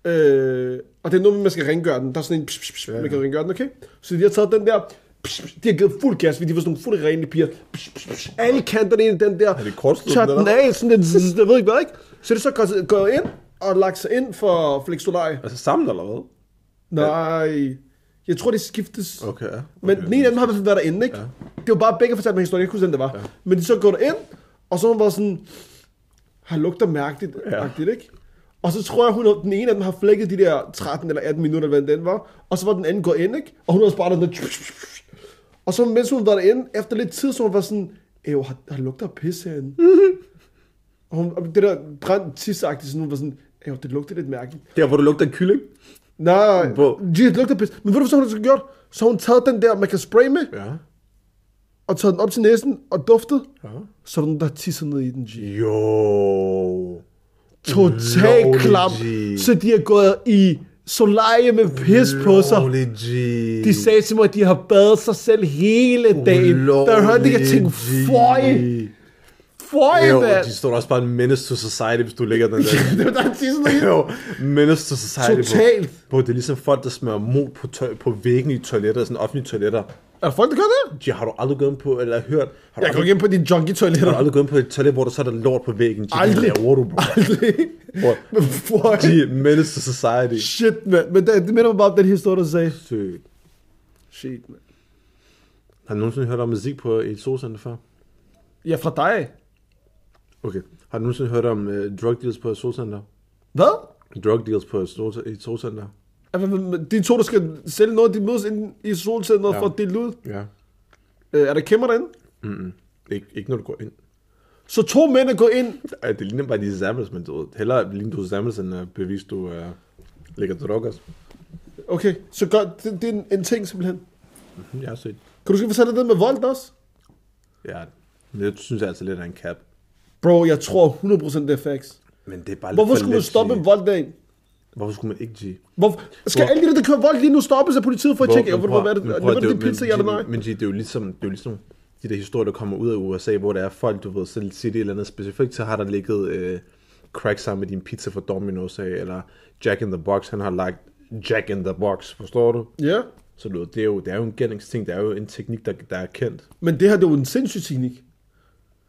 [SPEAKER 1] Ja. Øh, og det er noget med, man skal rengøre den. Der er sådan en, psh, psh, psh, man kan rengøre den, okay? Så de har taget den der, psh, psh, de har givet fuld gas, fordi de var sådan nogle fulde rene piger. Psh, psh, psh, alle kanterne ind i den der. Er
[SPEAKER 2] det kortslutning,
[SPEAKER 1] Tør den
[SPEAKER 2] eller
[SPEAKER 1] af, sådan lidt, zzz, jeg ved ikke hvad, ikke? Så er det så gået- gået ind og lagt sig ind for Flex Solar.
[SPEAKER 2] Altså sammen, eller hvad?
[SPEAKER 1] Nej, jeg tror, det skiftes.
[SPEAKER 2] Okay, ja.
[SPEAKER 1] Men
[SPEAKER 2] Okay.
[SPEAKER 1] den ene af dem har i hvert fald været derinde, ikke? Ja. Det var bare begge fortalte mig historien, jeg kunne sende det var. Ja. Men de så går ind, og så var hun bare sådan, har lugter mærkeligt, ja. agtigt, ikke? Og så tror jeg, hun, den ene af dem har flækket de der 13 eller 18 minutter, eller hvad den var. Og så var den anden gået ind, ikke? Og hun har også bare den der... Og så mens hun var derinde, efter lidt tid, så var hun bare sådan, Ejo, har, har lugter af pis herinde. og, hun, og det der brændt tisagtigt, sådan hun var sådan, Ejo, det lugter lidt mærkeligt.
[SPEAKER 2] Der, hvor du lugter en kylling.
[SPEAKER 1] Nej,
[SPEAKER 2] Bro.
[SPEAKER 1] G, det lugter pis. Men ved du, hvad så hun har gjort? Så har hun taget den der, man kan spraye med,
[SPEAKER 2] Ja.
[SPEAKER 1] og taget den op til næsen og duftet,
[SPEAKER 2] Ja.
[SPEAKER 1] så er der nogen, der tisser ned i den, G.
[SPEAKER 2] Jo.
[SPEAKER 1] Total
[SPEAKER 2] Lovlig,
[SPEAKER 1] klam.
[SPEAKER 2] G.
[SPEAKER 1] Så de har gået i solarie med pis på sig.
[SPEAKER 2] Lovlig, G.
[SPEAKER 1] De sagde til mig, at de har badet sig selv hele dagen.
[SPEAKER 2] Ulovlig,
[SPEAKER 1] Der hørte de, jeg tænkte,
[SPEAKER 2] G.
[SPEAKER 1] føj, føj,
[SPEAKER 2] Jo,
[SPEAKER 1] mand.
[SPEAKER 2] de står da også bare en menace to society, hvis du lægger den der.
[SPEAKER 1] Det var der tisser ned i den.
[SPEAKER 2] jo, menace to society. bro.
[SPEAKER 1] Totalt.
[SPEAKER 2] Bro, det er ligesom folk, der smører mod på, tøj, på væggen i toiletter, sådan offentlige toiletter.
[SPEAKER 1] Er der folk, der gør det?
[SPEAKER 2] De har du aldrig gået ind på, eller hørt, har
[SPEAKER 1] Jeg går
[SPEAKER 2] du, aldrig,
[SPEAKER 1] ikke ind på dine
[SPEAKER 2] har du
[SPEAKER 1] junkie-toiletter.
[SPEAKER 2] aldrig gået ind på et toilet, hvor der så er der lort på væggen? Jim,
[SPEAKER 1] Aldrig.
[SPEAKER 2] Hvad laver du, bro?
[SPEAKER 1] Aldrig.
[SPEAKER 2] Bro,
[SPEAKER 1] Men føj.
[SPEAKER 2] de er menace to society.
[SPEAKER 1] Shit, mand. Men det, det minder mig bare om den historie, der sagde.
[SPEAKER 2] Sygt.
[SPEAKER 1] Shit, mand.
[SPEAKER 2] Har du nogensinde hørt om musik på et solcenter før?
[SPEAKER 1] Ja, fra dig.
[SPEAKER 2] Okay. Har du nogensinde hørt om uh, drug deals på et solcenter?
[SPEAKER 1] Hvad?
[SPEAKER 2] Drug deals på et sol- et solcenter?
[SPEAKER 1] Altså, de to, der skal sælge noget, de mødes ind i solcenteret ja.
[SPEAKER 2] Ja.
[SPEAKER 1] for at dele ud.
[SPEAKER 2] Ja.
[SPEAKER 1] Øh, er der kæmmer derinde?
[SPEAKER 2] Ikke, ikke når du går ind.
[SPEAKER 1] Så to mænd er gået ind.
[SPEAKER 2] Ej, det ligner bare de samples, men du ved, hellere ligner du samples, end at bevise, du er lægger drogas.
[SPEAKER 1] Okay, så gør, det, det er en, en ting simpelthen.
[SPEAKER 2] Mhm, Jeg har set.
[SPEAKER 1] Kan du huske, fortælle det med vold også?
[SPEAKER 2] Ja, det synes jeg altså lidt er en cap.
[SPEAKER 1] Bro, jeg tror 100% det er facts.
[SPEAKER 2] Men det er bare lidt
[SPEAKER 1] Hvorfor
[SPEAKER 2] for
[SPEAKER 1] skulle man
[SPEAKER 2] let,
[SPEAKER 1] stoppe
[SPEAKER 2] G.
[SPEAKER 1] en volddag?
[SPEAKER 2] Hvorfor skulle man ikke, G?
[SPEAKER 1] Hvorfor? Skal
[SPEAKER 2] Hvor-
[SPEAKER 1] alle de der, der kører vold lige nu, stoppes af politiet for at tjekke, hvor, hvor, hvad er det,
[SPEAKER 2] men
[SPEAKER 1] leverer
[SPEAKER 2] det er
[SPEAKER 1] de
[SPEAKER 2] jo- men
[SPEAKER 1] pizza, ja eller nej?
[SPEAKER 2] G, Men G, det er jo ligesom, det er jo ligesom de der historier, der kommer ud af USA, hvor der er folk, du ved, selv siger det et eller andet specifikt, så har der ligget øh, crack sammen med din pizza fra Domino's, af, eller Jack in the Box, han har lagt Jack in the Box, forstår du?
[SPEAKER 1] Ja,
[SPEAKER 2] Så du ved, det er jo, det er jo en genningsting, det er jo en teknik, der, der er kendt.
[SPEAKER 1] men det her, det er jo en sindssyg teknik.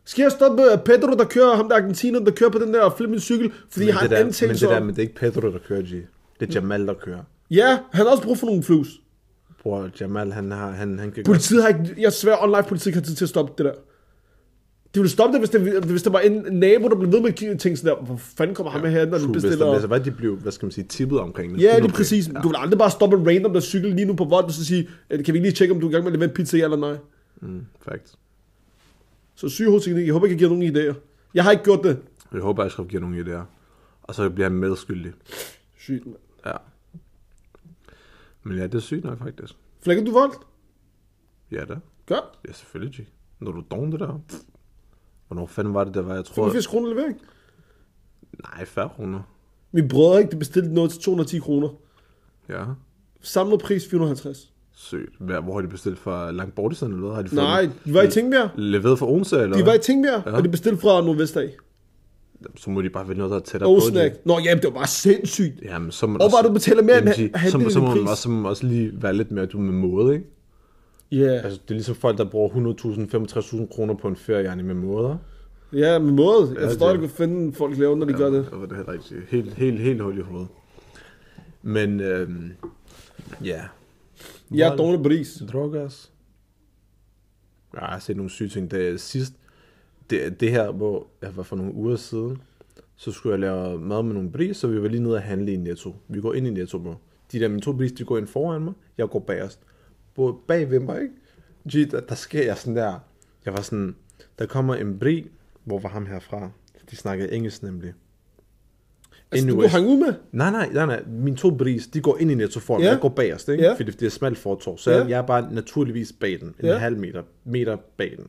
[SPEAKER 1] Skal jeg stoppe øh, Pedro, der kører, ham der argentiner, der kører på den der flimmende cykel, fordi han har
[SPEAKER 2] det
[SPEAKER 1] en
[SPEAKER 2] der,
[SPEAKER 1] anden
[SPEAKER 2] men
[SPEAKER 1] ting
[SPEAKER 2] det der,
[SPEAKER 1] så...
[SPEAKER 2] men det er ikke Pedro, der kører, G. Det er Jamal, der kører.
[SPEAKER 1] Ja, han har også brug for nogle flus.
[SPEAKER 2] Bror, Jamal, han, har, han, han kan godt...
[SPEAKER 1] Politiet har ikke, jeg svær online politiet ikke har tid til at stoppe det der. De ville stoppe det, hvis det, hvis der var en nabo, der blev ved med at kigge- tænke sådan der, hvor fanden kommer ham med herinde, når den
[SPEAKER 2] True, hvis der- Altså,
[SPEAKER 1] bestiller...
[SPEAKER 2] hvad de blev, hvad skal man sige, tippet omkring det.
[SPEAKER 1] Ja, lige
[SPEAKER 2] 100%.
[SPEAKER 1] præcis. Du vil aldrig bare stoppe en random, der cykler lige nu på vold, og så sige, "Øh, kan vi ikke lige tjekke, om du er i gang med at levere en pizza, ja eller nej?
[SPEAKER 2] Mm, Facts.
[SPEAKER 1] Så sygehovedteknik, jeg håber, jeg kan give jer nogen idéer. Jeg har ikke gjort det.
[SPEAKER 2] Jeg håber, at Ashraf giver nogle idéer. Og så bliver han medskyldig.
[SPEAKER 1] Sygt, mand.
[SPEAKER 2] Ja. Men ja, det er sygt nok, faktisk.
[SPEAKER 1] Flækker du vold?
[SPEAKER 2] Ja, da.
[SPEAKER 1] Gør.
[SPEAKER 2] Ja, selvfølgelig, G. Når du dogne det der. Pff. Hvornår fanden var det, der var, jeg tror...
[SPEAKER 1] 85 kroner levering.
[SPEAKER 2] Nej, 40 kroner.
[SPEAKER 1] Min brødre ikke, de bestilte noget til 210 kroner.
[SPEAKER 2] Ja.
[SPEAKER 1] Samlet pris 450.
[SPEAKER 2] Sygt. Hvad, hvor har de bestilt fra langt borte sådan eller hvad? Har de fået
[SPEAKER 1] Nej,
[SPEAKER 2] den
[SPEAKER 1] de var i Tingbjerg.
[SPEAKER 2] Leveret fra Odense,
[SPEAKER 1] De
[SPEAKER 2] eller
[SPEAKER 1] var
[SPEAKER 2] hvad?
[SPEAKER 1] i Tingbjerg,
[SPEAKER 2] Ja.
[SPEAKER 1] og de bestilte fra Nordvest af.
[SPEAKER 2] Så må de bare vælge noget, der er tættere
[SPEAKER 1] Og
[SPEAKER 2] på.
[SPEAKER 1] snack.
[SPEAKER 2] G.
[SPEAKER 1] Nå, jamen, det var bare sindssygt.
[SPEAKER 2] Jamen, så må
[SPEAKER 1] Og bare du betaler mere end
[SPEAKER 2] Jamen, G,
[SPEAKER 1] ha- halvdelen af
[SPEAKER 2] så, så, må
[SPEAKER 1] din
[SPEAKER 2] man
[SPEAKER 1] pris.
[SPEAKER 2] også, så må man også lige være lidt mere du er med måde, ikke?
[SPEAKER 1] Ja. Yeah.
[SPEAKER 2] Altså, det er ligesom folk, der bruger 100.000, 65.000 kroner på en ferie, med måder.
[SPEAKER 1] Ja, med måde. Jeg
[SPEAKER 2] Ja,
[SPEAKER 1] forstår
[SPEAKER 2] det-
[SPEAKER 1] ikke, hvad fanden folk laver, når de gør det.
[SPEAKER 2] Det var det heller ikke helt, helt, helt hul i hovedet. Men, øhm, ja.
[SPEAKER 1] Jeg er
[SPEAKER 2] Vold.
[SPEAKER 1] dårlig bris.
[SPEAKER 2] Drogas. Jeg har set nogle syge ting. Da jeg sidst, det, det her, hvor jeg var for nogle uger siden, så skulle jeg lave mad med nogle bris, så vi var lige nede og handle i Netto. Vi går ind i Netto, bro. De der mine to bris, de går ind foran mig, jeg går bagerst. Både bag ved mig, ikke? G, der, der sker jeg sådan der. Jeg var sådan, der kommer en bri, hvor var ham herfra? De snakkede engelsk nemlig.
[SPEAKER 1] Altså, du
[SPEAKER 2] Anyways.
[SPEAKER 1] kunne hænge ud med.
[SPEAKER 2] Nej, nej, nej, nej. Mine to bris, de går ind i netto for
[SPEAKER 1] Ja.
[SPEAKER 2] yeah. Jeg går bagerst, ikke?
[SPEAKER 1] Ja.
[SPEAKER 2] Fordi det er smalt fortov. Så
[SPEAKER 1] Ja.
[SPEAKER 2] yeah. jeg er bare naturligvis bag den. En
[SPEAKER 1] Ja.
[SPEAKER 2] yeah. halv meter, meter bag den.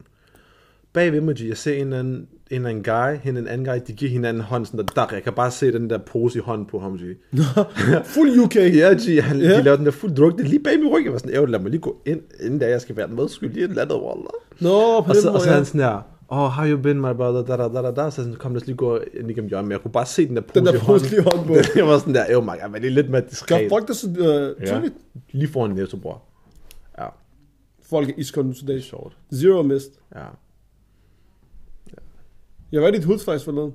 [SPEAKER 2] Bag ved mig, jeg ser en eller anden, en eller anden guy, hende en anden guy, de giver hinanden hånd sådan der, dak. Jeg kan bare se den der pose i hånden på ham, G.
[SPEAKER 1] Fuld UK.
[SPEAKER 2] Ja, G, han,
[SPEAKER 1] Ja.
[SPEAKER 2] de laver den der fuld druk, det er lige bag min ryg. Jeg var sådan, ævlig, lad mig lige gå ind, inden der jeg skal være medskyldig i et eller andet, wallah.
[SPEAKER 1] Nå, på
[SPEAKER 2] Og
[SPEAKER 1] den
[SPEAKER 2] så, og
[SPEAKER 1] måde,
[SPEAKER 2] så er
[SPEAKER 1] ja.
[SPEAKER 2] han sådan der, oh, how you been, my brother, da, da, da, da, da. Så er han sådan, kom, lad os lige gå ind igennem hjørnet. Men jeg kunne bare se den der pose
[SPEAKER 1] Den der
[SPEAKER 2] i hånden.
[SPEAKER 1] pose lige i hånden på.
[SPEAKER 2] jeg var sådan der, "Oh jo, Mark, jeg var lige lidt mere
[SPEAKER 1] Gør
[SPEAKER 2] diskret.
[SPEAKER 1] folk det så øh,
[SPEAKER 2] ja.
[SPEAKER 1] tydeligt?
[SPEAKER 2] Lige foran Netto, bror. Ja,
[SPEAKER 1] Folk er iskolde nu til dag. Zero mist.
[SPEAKER 2] ja.
[SPEAKER 1] Jeg var i dit hud faktisk forleden.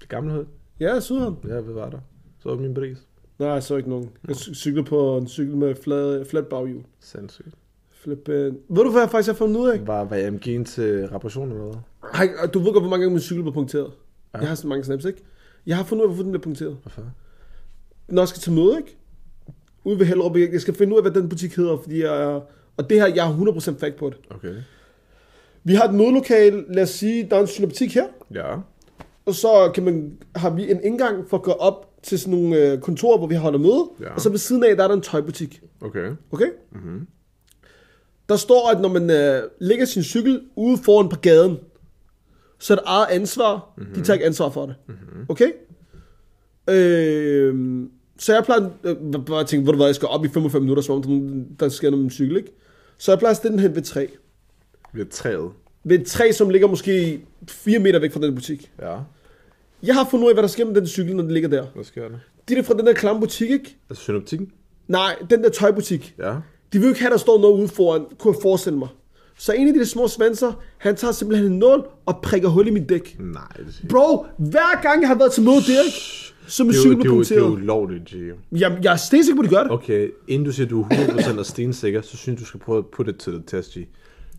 [SPEAKER 2] Det gamle hed,
[SPEAKER 1] Ja, jeg syede ham.
[SPEAKER 2] ja, hvad var der? Så var min pris.
[SPEAKER 1] Nej, jeg så ikke nogen. Jeg cy- cyklede på en cykel med flad, flat baghjul.
[SPEAKER 2] Sindssygt.
[SPEAKER 1] Flippe. Ved du, hvad jeg faktisk har fundet ud af?
[SPEAKER 2] Var, var AMG'en til reparation eller hvad?
[SPEAKER 1] Ej, og du ved godt, hvor mange gange min cykel blev punkteret. Ja.
[SPEAKER 2] Ja.
[SPEAKER 1] Jeg har så mange snaps, ikke? Jeg har fundet ud af, hvorfor den blev punkteret.
[SPEAKER 2] Hvorfor?
[SPEAKER 1] Når jeg skal til møde, ikke? Ude ved Hellerup, jeg jeg skal finde ud af, hvad den butik hedder, fordi jeg er... Og det her, jeg er 100% fakt på det.
[SPEAKER 2] Okay.
[SPEAKER 1] Vi har et mødelokale, lad os sige, der er en synoptik her.
[SPEAKER 2] Ja.
[SPEAKER 1] Og så kan man, har vi en indgang for at gå op til sådan nogle øh, kontorer, hvor vi holder møde. Ja.
[SPEAKER 2] Ja.
[SPEAKER 1] Og så ved siden af, der er der en tøjbutik.
[SPEAKER 2] Okay.
[SPEAKER 1] Okay? Mm-hmm. Der står, at når man øh, lægger sin cykel ude foran på gaden, så er det eget ansvar. Mm-hmm. De tager ikke ansvar for det. Mm-hmm. Okay? Øh, så jeg plejer, øh, bare- bare tænke, hvor du hvad, jeg skal op i 45 minutter, som om der- der sker noget med min cykel, ikke? Så jeg plejer at stille den hen ved et træ.
[SPEAKER 2] Vi er træet.
[SPEAKER 1] Ved et træ, som ligger måske 4 meter væk fra den butik.
[SPEAKER 2] Ja.
[SPEAKER 1] Jeg har fundet ud af, hvad der sker med den cykel, når den ligger der.
[SPEAKER 2] Hvad sker der?
[SPEAKER 1] De der fra den der klamme butik, ikke?
[SPEAKER 2] Altså synoptikken?
[SPEAKER 1] Nej, den der tøjbutik.
[SPEAKER 2] Ja.
[SPEAKER 1] De vil jo ikke have, der står noget ude foran, kunne jeg forestille mig. Så en af de der små svanser, han tager simpelthen en nål og prikker hul i mit dæk.
[SPEAKER 2] Nej, det er
[SPEAKER 1] Bro, hver gang jeg har været til møde der, ikke? Så er min
[SPEAKER 2] Det er
[SPEAKER 1] cykel
[SPEAKER 2] jo, det er
[SPEAKER 1] blev
[SPEAKER 2] jo, det er jo
[SPEAKER 1] punkteret.
[SPEAKER 2] ulovligt, G.
[SPEAKER 1] Jeg, jeg er stensikker på, at de gør det.
[SPEAKER 2] Okay, inden du siger, at du er 100% og stensikker, så synes jeg, du skal prøve at putte det til det test, G.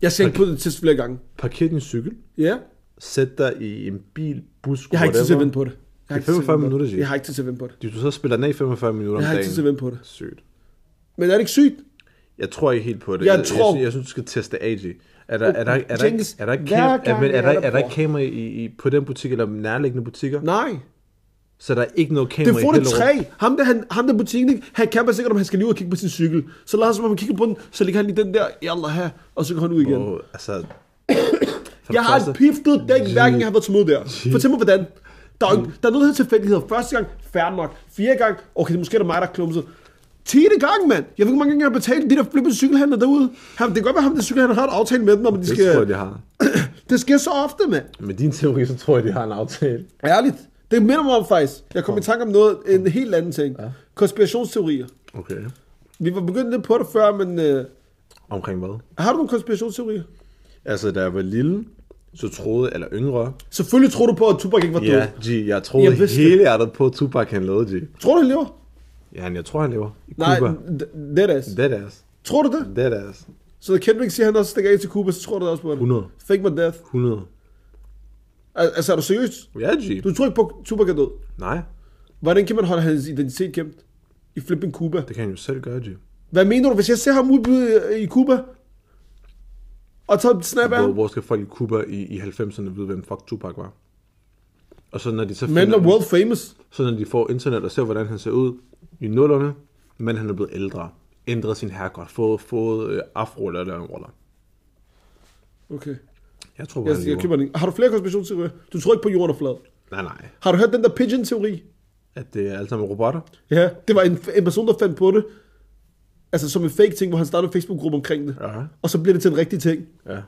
[SPEAKER 1] Jeg skal ikke på det til flere gange.
[SPEAKER 2] Parker din cykel,
[SPEAKER 1] Ja.
[SPEAKER 2] sæt dig i en bil, bus,
[SPEAKER 1] Jeg har ikke tid til at vente på det. Jeg har
[SPEAKER 2] Det er
[SPEAKER 1] ikke tid til at vente
[SPEAKER 2] 45
[SPEAKER 1] på det.
[SPEAKER 2] minutter, G.
[SPEAKER 1] Jeg har ikke tid til at vente på det.
[SPEAKER 2] Hvis du så spiller den af i 45 minutter om
[SPEAKER 1] Jeg har ikke
[SPEAKER 2] dagen.
[SPEAKER 1] tid til at vente på det.
[SPEAKER 2] Sygt.
[SPEAKER 1] Men er det ikke sygt?
[SPEAKER 2] Jeg tror ikke helt på det.
[SPEAKER 1] Jeg
[SPEAKER 2] jeg,
[SPEAKER 1] tror-
[SPEAKER 2] Jeg, synes- jeg synes, du skal teste AG. Er der, er der, er der,
[SPEAKER 1] Jenkins,
[SPEAKER 2] ikke- er der, ikke
[SPEAKER 1] hver
[SPEAKER 2] kam- er,
[SPEAKER 1] gang
[SPEAKER 2] men er
[SPEAKER 1] jeg
[SPEAKER 2] der,
[SPEAKER 1] er der
[SPEAKER 2] er der ikke
[SPEAKER 1] på.
[SPEAKER 2] kamera i, i, på den butik eller nærliggende butikker?
[SPEAKER 1] Nej.
[SPEAKER 2] Så der er ikke noget
[SPEAKER 1] Det
[SPEAKER 2] kamera
[SPEAKER 1] er for
[SPEAKER 2] i
[SPEAKER 1] det
[SPEAKER 2] Hellerup?
[SPEAKER 1] træ. Ham der, han, ham der butikken, ikke? han kan bare sikkert, om han skal lige ud og kigge på sin cykel. Så lader han som om han kigger på den, så ligger han lige den der, jalla her, og så går han ud igen.
[SPEAKER 2] Åh, altså... For
[SPEAKER 1] Jeg
[SPEAKER 2] det
[SPEAKER 1] har
[SPEAKER 2] første-
[SPEAKER 1] et piftet dæk, hver gang jeg har været til møde der. Fortæl mig, hvordan. Der er, jo ikke, der er noget, der hedder tilfældigheder. Første gang, færre nok. Fjerde gang, okay, det er måske der mig, der er klumset. Tiende gang, mand! Jeg ved ikke, hvor mange gange jeg har betalt de der flippede cykelhandler derude. Ham, det kan godt være, ham der cykelhandler har en aftale med dem, om at de
[SPEAKER 2] Det
[SPEAKER 1] skal...
[SPEAKER 2] tror jeg, de har.
[SPEAKER 1] det sker så ofte, mand.
[SPEAKER 2] Med din teori, så tror jeg, de har en aftale.
[SPEAKER 1] Ærligt. Det minder mig om faktisk. Jeg kom i tanke om noget, en helt anden ting. Konspirationsteorier.
[SPEAKER 2] Okay.
[SPEAKER 1] Vi var begyndt lidt på det før, men øh,
[SPEAKER 2] Omkring hvad?
[SPEAKER 1] har du nogle konspirationsteorier?
[SPEAKER 2] Altså, da jeg var lille, så troede, eller yngre,
[SPEAKER 1] Selvfølgelig tror du på, at Tupac ikke var død.
[SPEAKER 2] ja, G, jeg troede
[SPEAKER 1] Jeg
[SPEAKER 2] jeg
[SPEAKER 1] vidste
[SPEAKER 2] hele hjertet på, at Tupac han lavede G.
[SPEAKER 1] Tror du, han lever?
[SPEAKER 2] Ja, han- jeg tror, han lever. I
[SPEAKER 1] Nej,
[SPEAKER 2] Cuba.
[SPEAKER 1] d- deadass.
[SPEAKER 2] Deadass.
[SPEAKER 1] Tror du det?
[SPEAKER 2] Deadass.
[SPEAKER 1] Så når Kendrick siger, at han også stikker af til Cuba, så tror du da også på det?
[SPEAKER 2] 100.
[SPEAKER 1] Fake my death.
[SPEAKER 2] 100.
[SPEAKER 1] Al- altså, er du seriøs?
[SPEAKER 2] Ja, G.
[SPEAKER 1] Du tror ikke på, at Tupac er død?
[SPEAKER 2] Nej,
[SPEAKER 1] Hvordan kan man holde hans identitet gemt? I flipping Cuba.
[SPEAKER 2] det kan han jo selv gøre, G.
[SPEAKER 1] Hvad mener du, hvis jeg ser ham ude i- i Cuba? Og tager et snap af
[SPEAKER 2] Hvor,
[SPEAKER 1] ham?
[SPEAKER 2] hvor skal folk i Cuba i, i 90'erne vide, hvem fuck Tupac var? Og så når de så
[SPEAKER 1] Men
[SPEAKER 2] finder,
[SPEAKER 1] er world famous.
[SPEAKER 2] så når de får internet og ser, hvordan han ser ud i nullerne, men han er blevet ældre, ændret sin haircut, fået, fået øh, afro eller eller roller.
[SPEAKER 1] Okay.
[SPEAKER 2] Jeg tror på,
[SPEAKER 1] Jeg,
[SPEAKER 2] han
[SPEAKER 1] jeg
[SPEAKER 2] lever.
[SPEAKER 1] køber den. ikke. Har du flere konspirationsteorier? Du tror ikke på jorden er flad.
[SPEAKER 2] Nej, nej.
[SPEAKER 1] Har du hørt den der pigeon-teori?
[SPEAKER 2] At det er alle sammen robotter.
[SPEAKER 1] Ja, det var en, en person, der fandt på det. Altså som en fake ting, hvor han startede en Facebook-gruppe omkring det.
[SPEAKER 2] Ja.
[SPEAKER 1] Og så bliver det til en rigtig ting.
[SPEAKER 2] Ja,
[SPEAKER 1] Er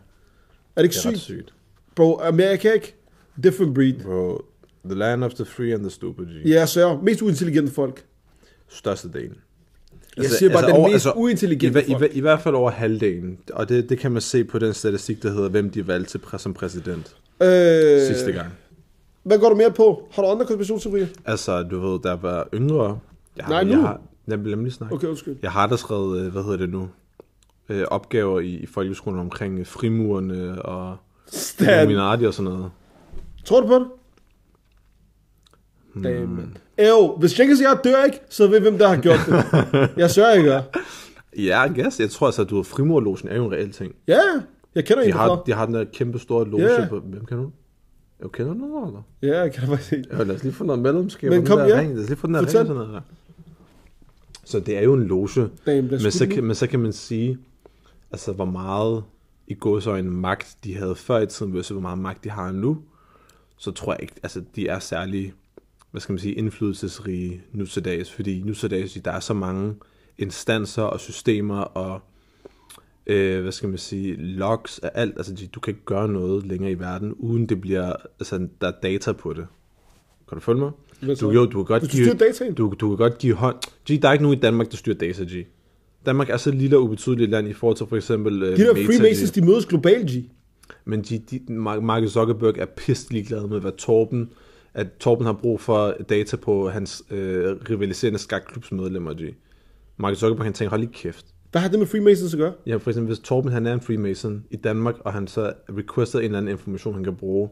[SPEAKER 1] det ikke
[SPEAKER 2] det er
[SPEAKER 1] sygt?
[SPEAKER 2] ret sygt.
[SPEAKER 1] Bro, Amerika ikke? Different breed.
[SPEAKER 2] Bro, the land of the free and the stupid, G.
[SPEAKER 1] Ja, så jeg mest uintelligente folk.
[SPEAKER 2] Størstedelen. Altså,
[SPEAKER 1] Jeg siger bare, den mest uintelligente
[SPEAKER 2] i, hver- i,
[SPEAKER 1] folk.
[SPEAKER 2] hver- i, hvert fald over halvdelen. Og det, det kan man se på den statistik, der hedder, hvem de valgte til præ- som præsident.
[SPEAKER 1] Øh,
[SPEAKER 2] sidste gang.
[SPEAKER 1] Hvad går du mere på? Har du andre konspirationsteorier?
[SPEAKER 2] Altså, du ved, der var yngre. Jeg, har-
[SPEAKER 1] Nej, nu.
[SPEAKER 2] Jeg, har, jeg vil nemlig snakke.
[SPEAKER 1] Okay, undskyld.
[SPEAKER 2] Jeg har da skrevet, øh, hvad hedder det nu, øh, opgaver i, i folkeskolen omkring øh, frimurerne og
[SPEAKER 1] Stan.
[SPEAKER 2] Illuminati og sådan noget.
[SPEAKER 1] Tror du på det?
[SPEAKER 2] Hmm.
[SPEAKER 1] Damn, man. Ejo, hvis Jenkins og jeg dør ikke, så ved hvem der har gjort det. Jeg sørger, jeg gør.
[SPEAKER 2] Ja, I guess. Jeg tror altså, at du ved, frimurlogen er jo en reel ting.
[SPEAKER 1] Ja, ja. jeg kender en
[SPEAKER 2] De har,
[SPEAKER 1] derfra.
[SPEAKER 2] de har den der kæmpe store loge
[SPEAKER 1] Ja.
[SPEAKER 2] yeah. på... Hvem kan du? Jo, kender du noget, eller?
[SPEAKER 1] Ja, jeg kender faktisk en.
[SPEAKER 2] Ja, lad os lige få noget medlemskab.
[SPEAKER 1] Men
[SPEAKER 2] Men
[SPEAKER 1] kom,
[SPEAKER 2] kom, den der
[SPEAKER 1] ja.
[SPEAKER 2] ring. Lad os lige få den der
[SPEAKER 1] Fortæl.
[SPEAKER 2] ring. Sådan noget der. Så det er jo en loge.
[SPEAKER 1] bliver
[SPEAKER 2] men,
[SPEAKER 1] skudt
[SPEAKER 2] så
[SPEAKER 1] nu.
[SPEAKER 2] kan, men så kan man sige, altså hvor meget i gåsøjne magt de havde før i tiden, versus hvor meget magt de har nu, så tror jeg ikke, altså de er særlig, hvad skal man sige, indflydelsesrige nu til dags, fordi nu til dags, der er så mange instanser og systemer og øh, hvad skal man sige, logs af alt, altså de- du kan ikke gøre noget længere i verden, uden det bliver, altså der er data på det. Kan du følge mig?
[SPEAKER 1] Hvad så?
[SPEAKER 2] Du, jo, du kan godt
[SPEAKER 1] Hvis du
[SPEAKER 2] give,
[SPEAKER 1] styrer dataen?
[SPEAKER 2] du, du kan godt give hånd. G, der er ikke nogen i Danmark, der styrer data, G. Danmark er så lille og ubetydeligt et land i forhold til for eksempel øh,
[SPEAKER 1] De der
[SPEAKER 2] Meta,
[SPEAKER 1] Freemasons,
[SPEAKER 2] G.
[SPEAKER 1] de mødes globalt, G.
[SPEAKER 2] Men de, de, Mark Mark Zuckerberg er pisselig ligeglad med, hvad Torben, at Torben har brug for data på hans øh, rivaliserende skakklubs medlemmer, G. Mark Zuckerberg, han tænker, hold lige kæft.
[SPEAKER 1] Hvad har det med Freemasons at gøre?
[SPEAKER 2] Ja, for eksempel, hvis Torben han er en Freemason i Danmark, og han så requester en eller anden information, han kan bruge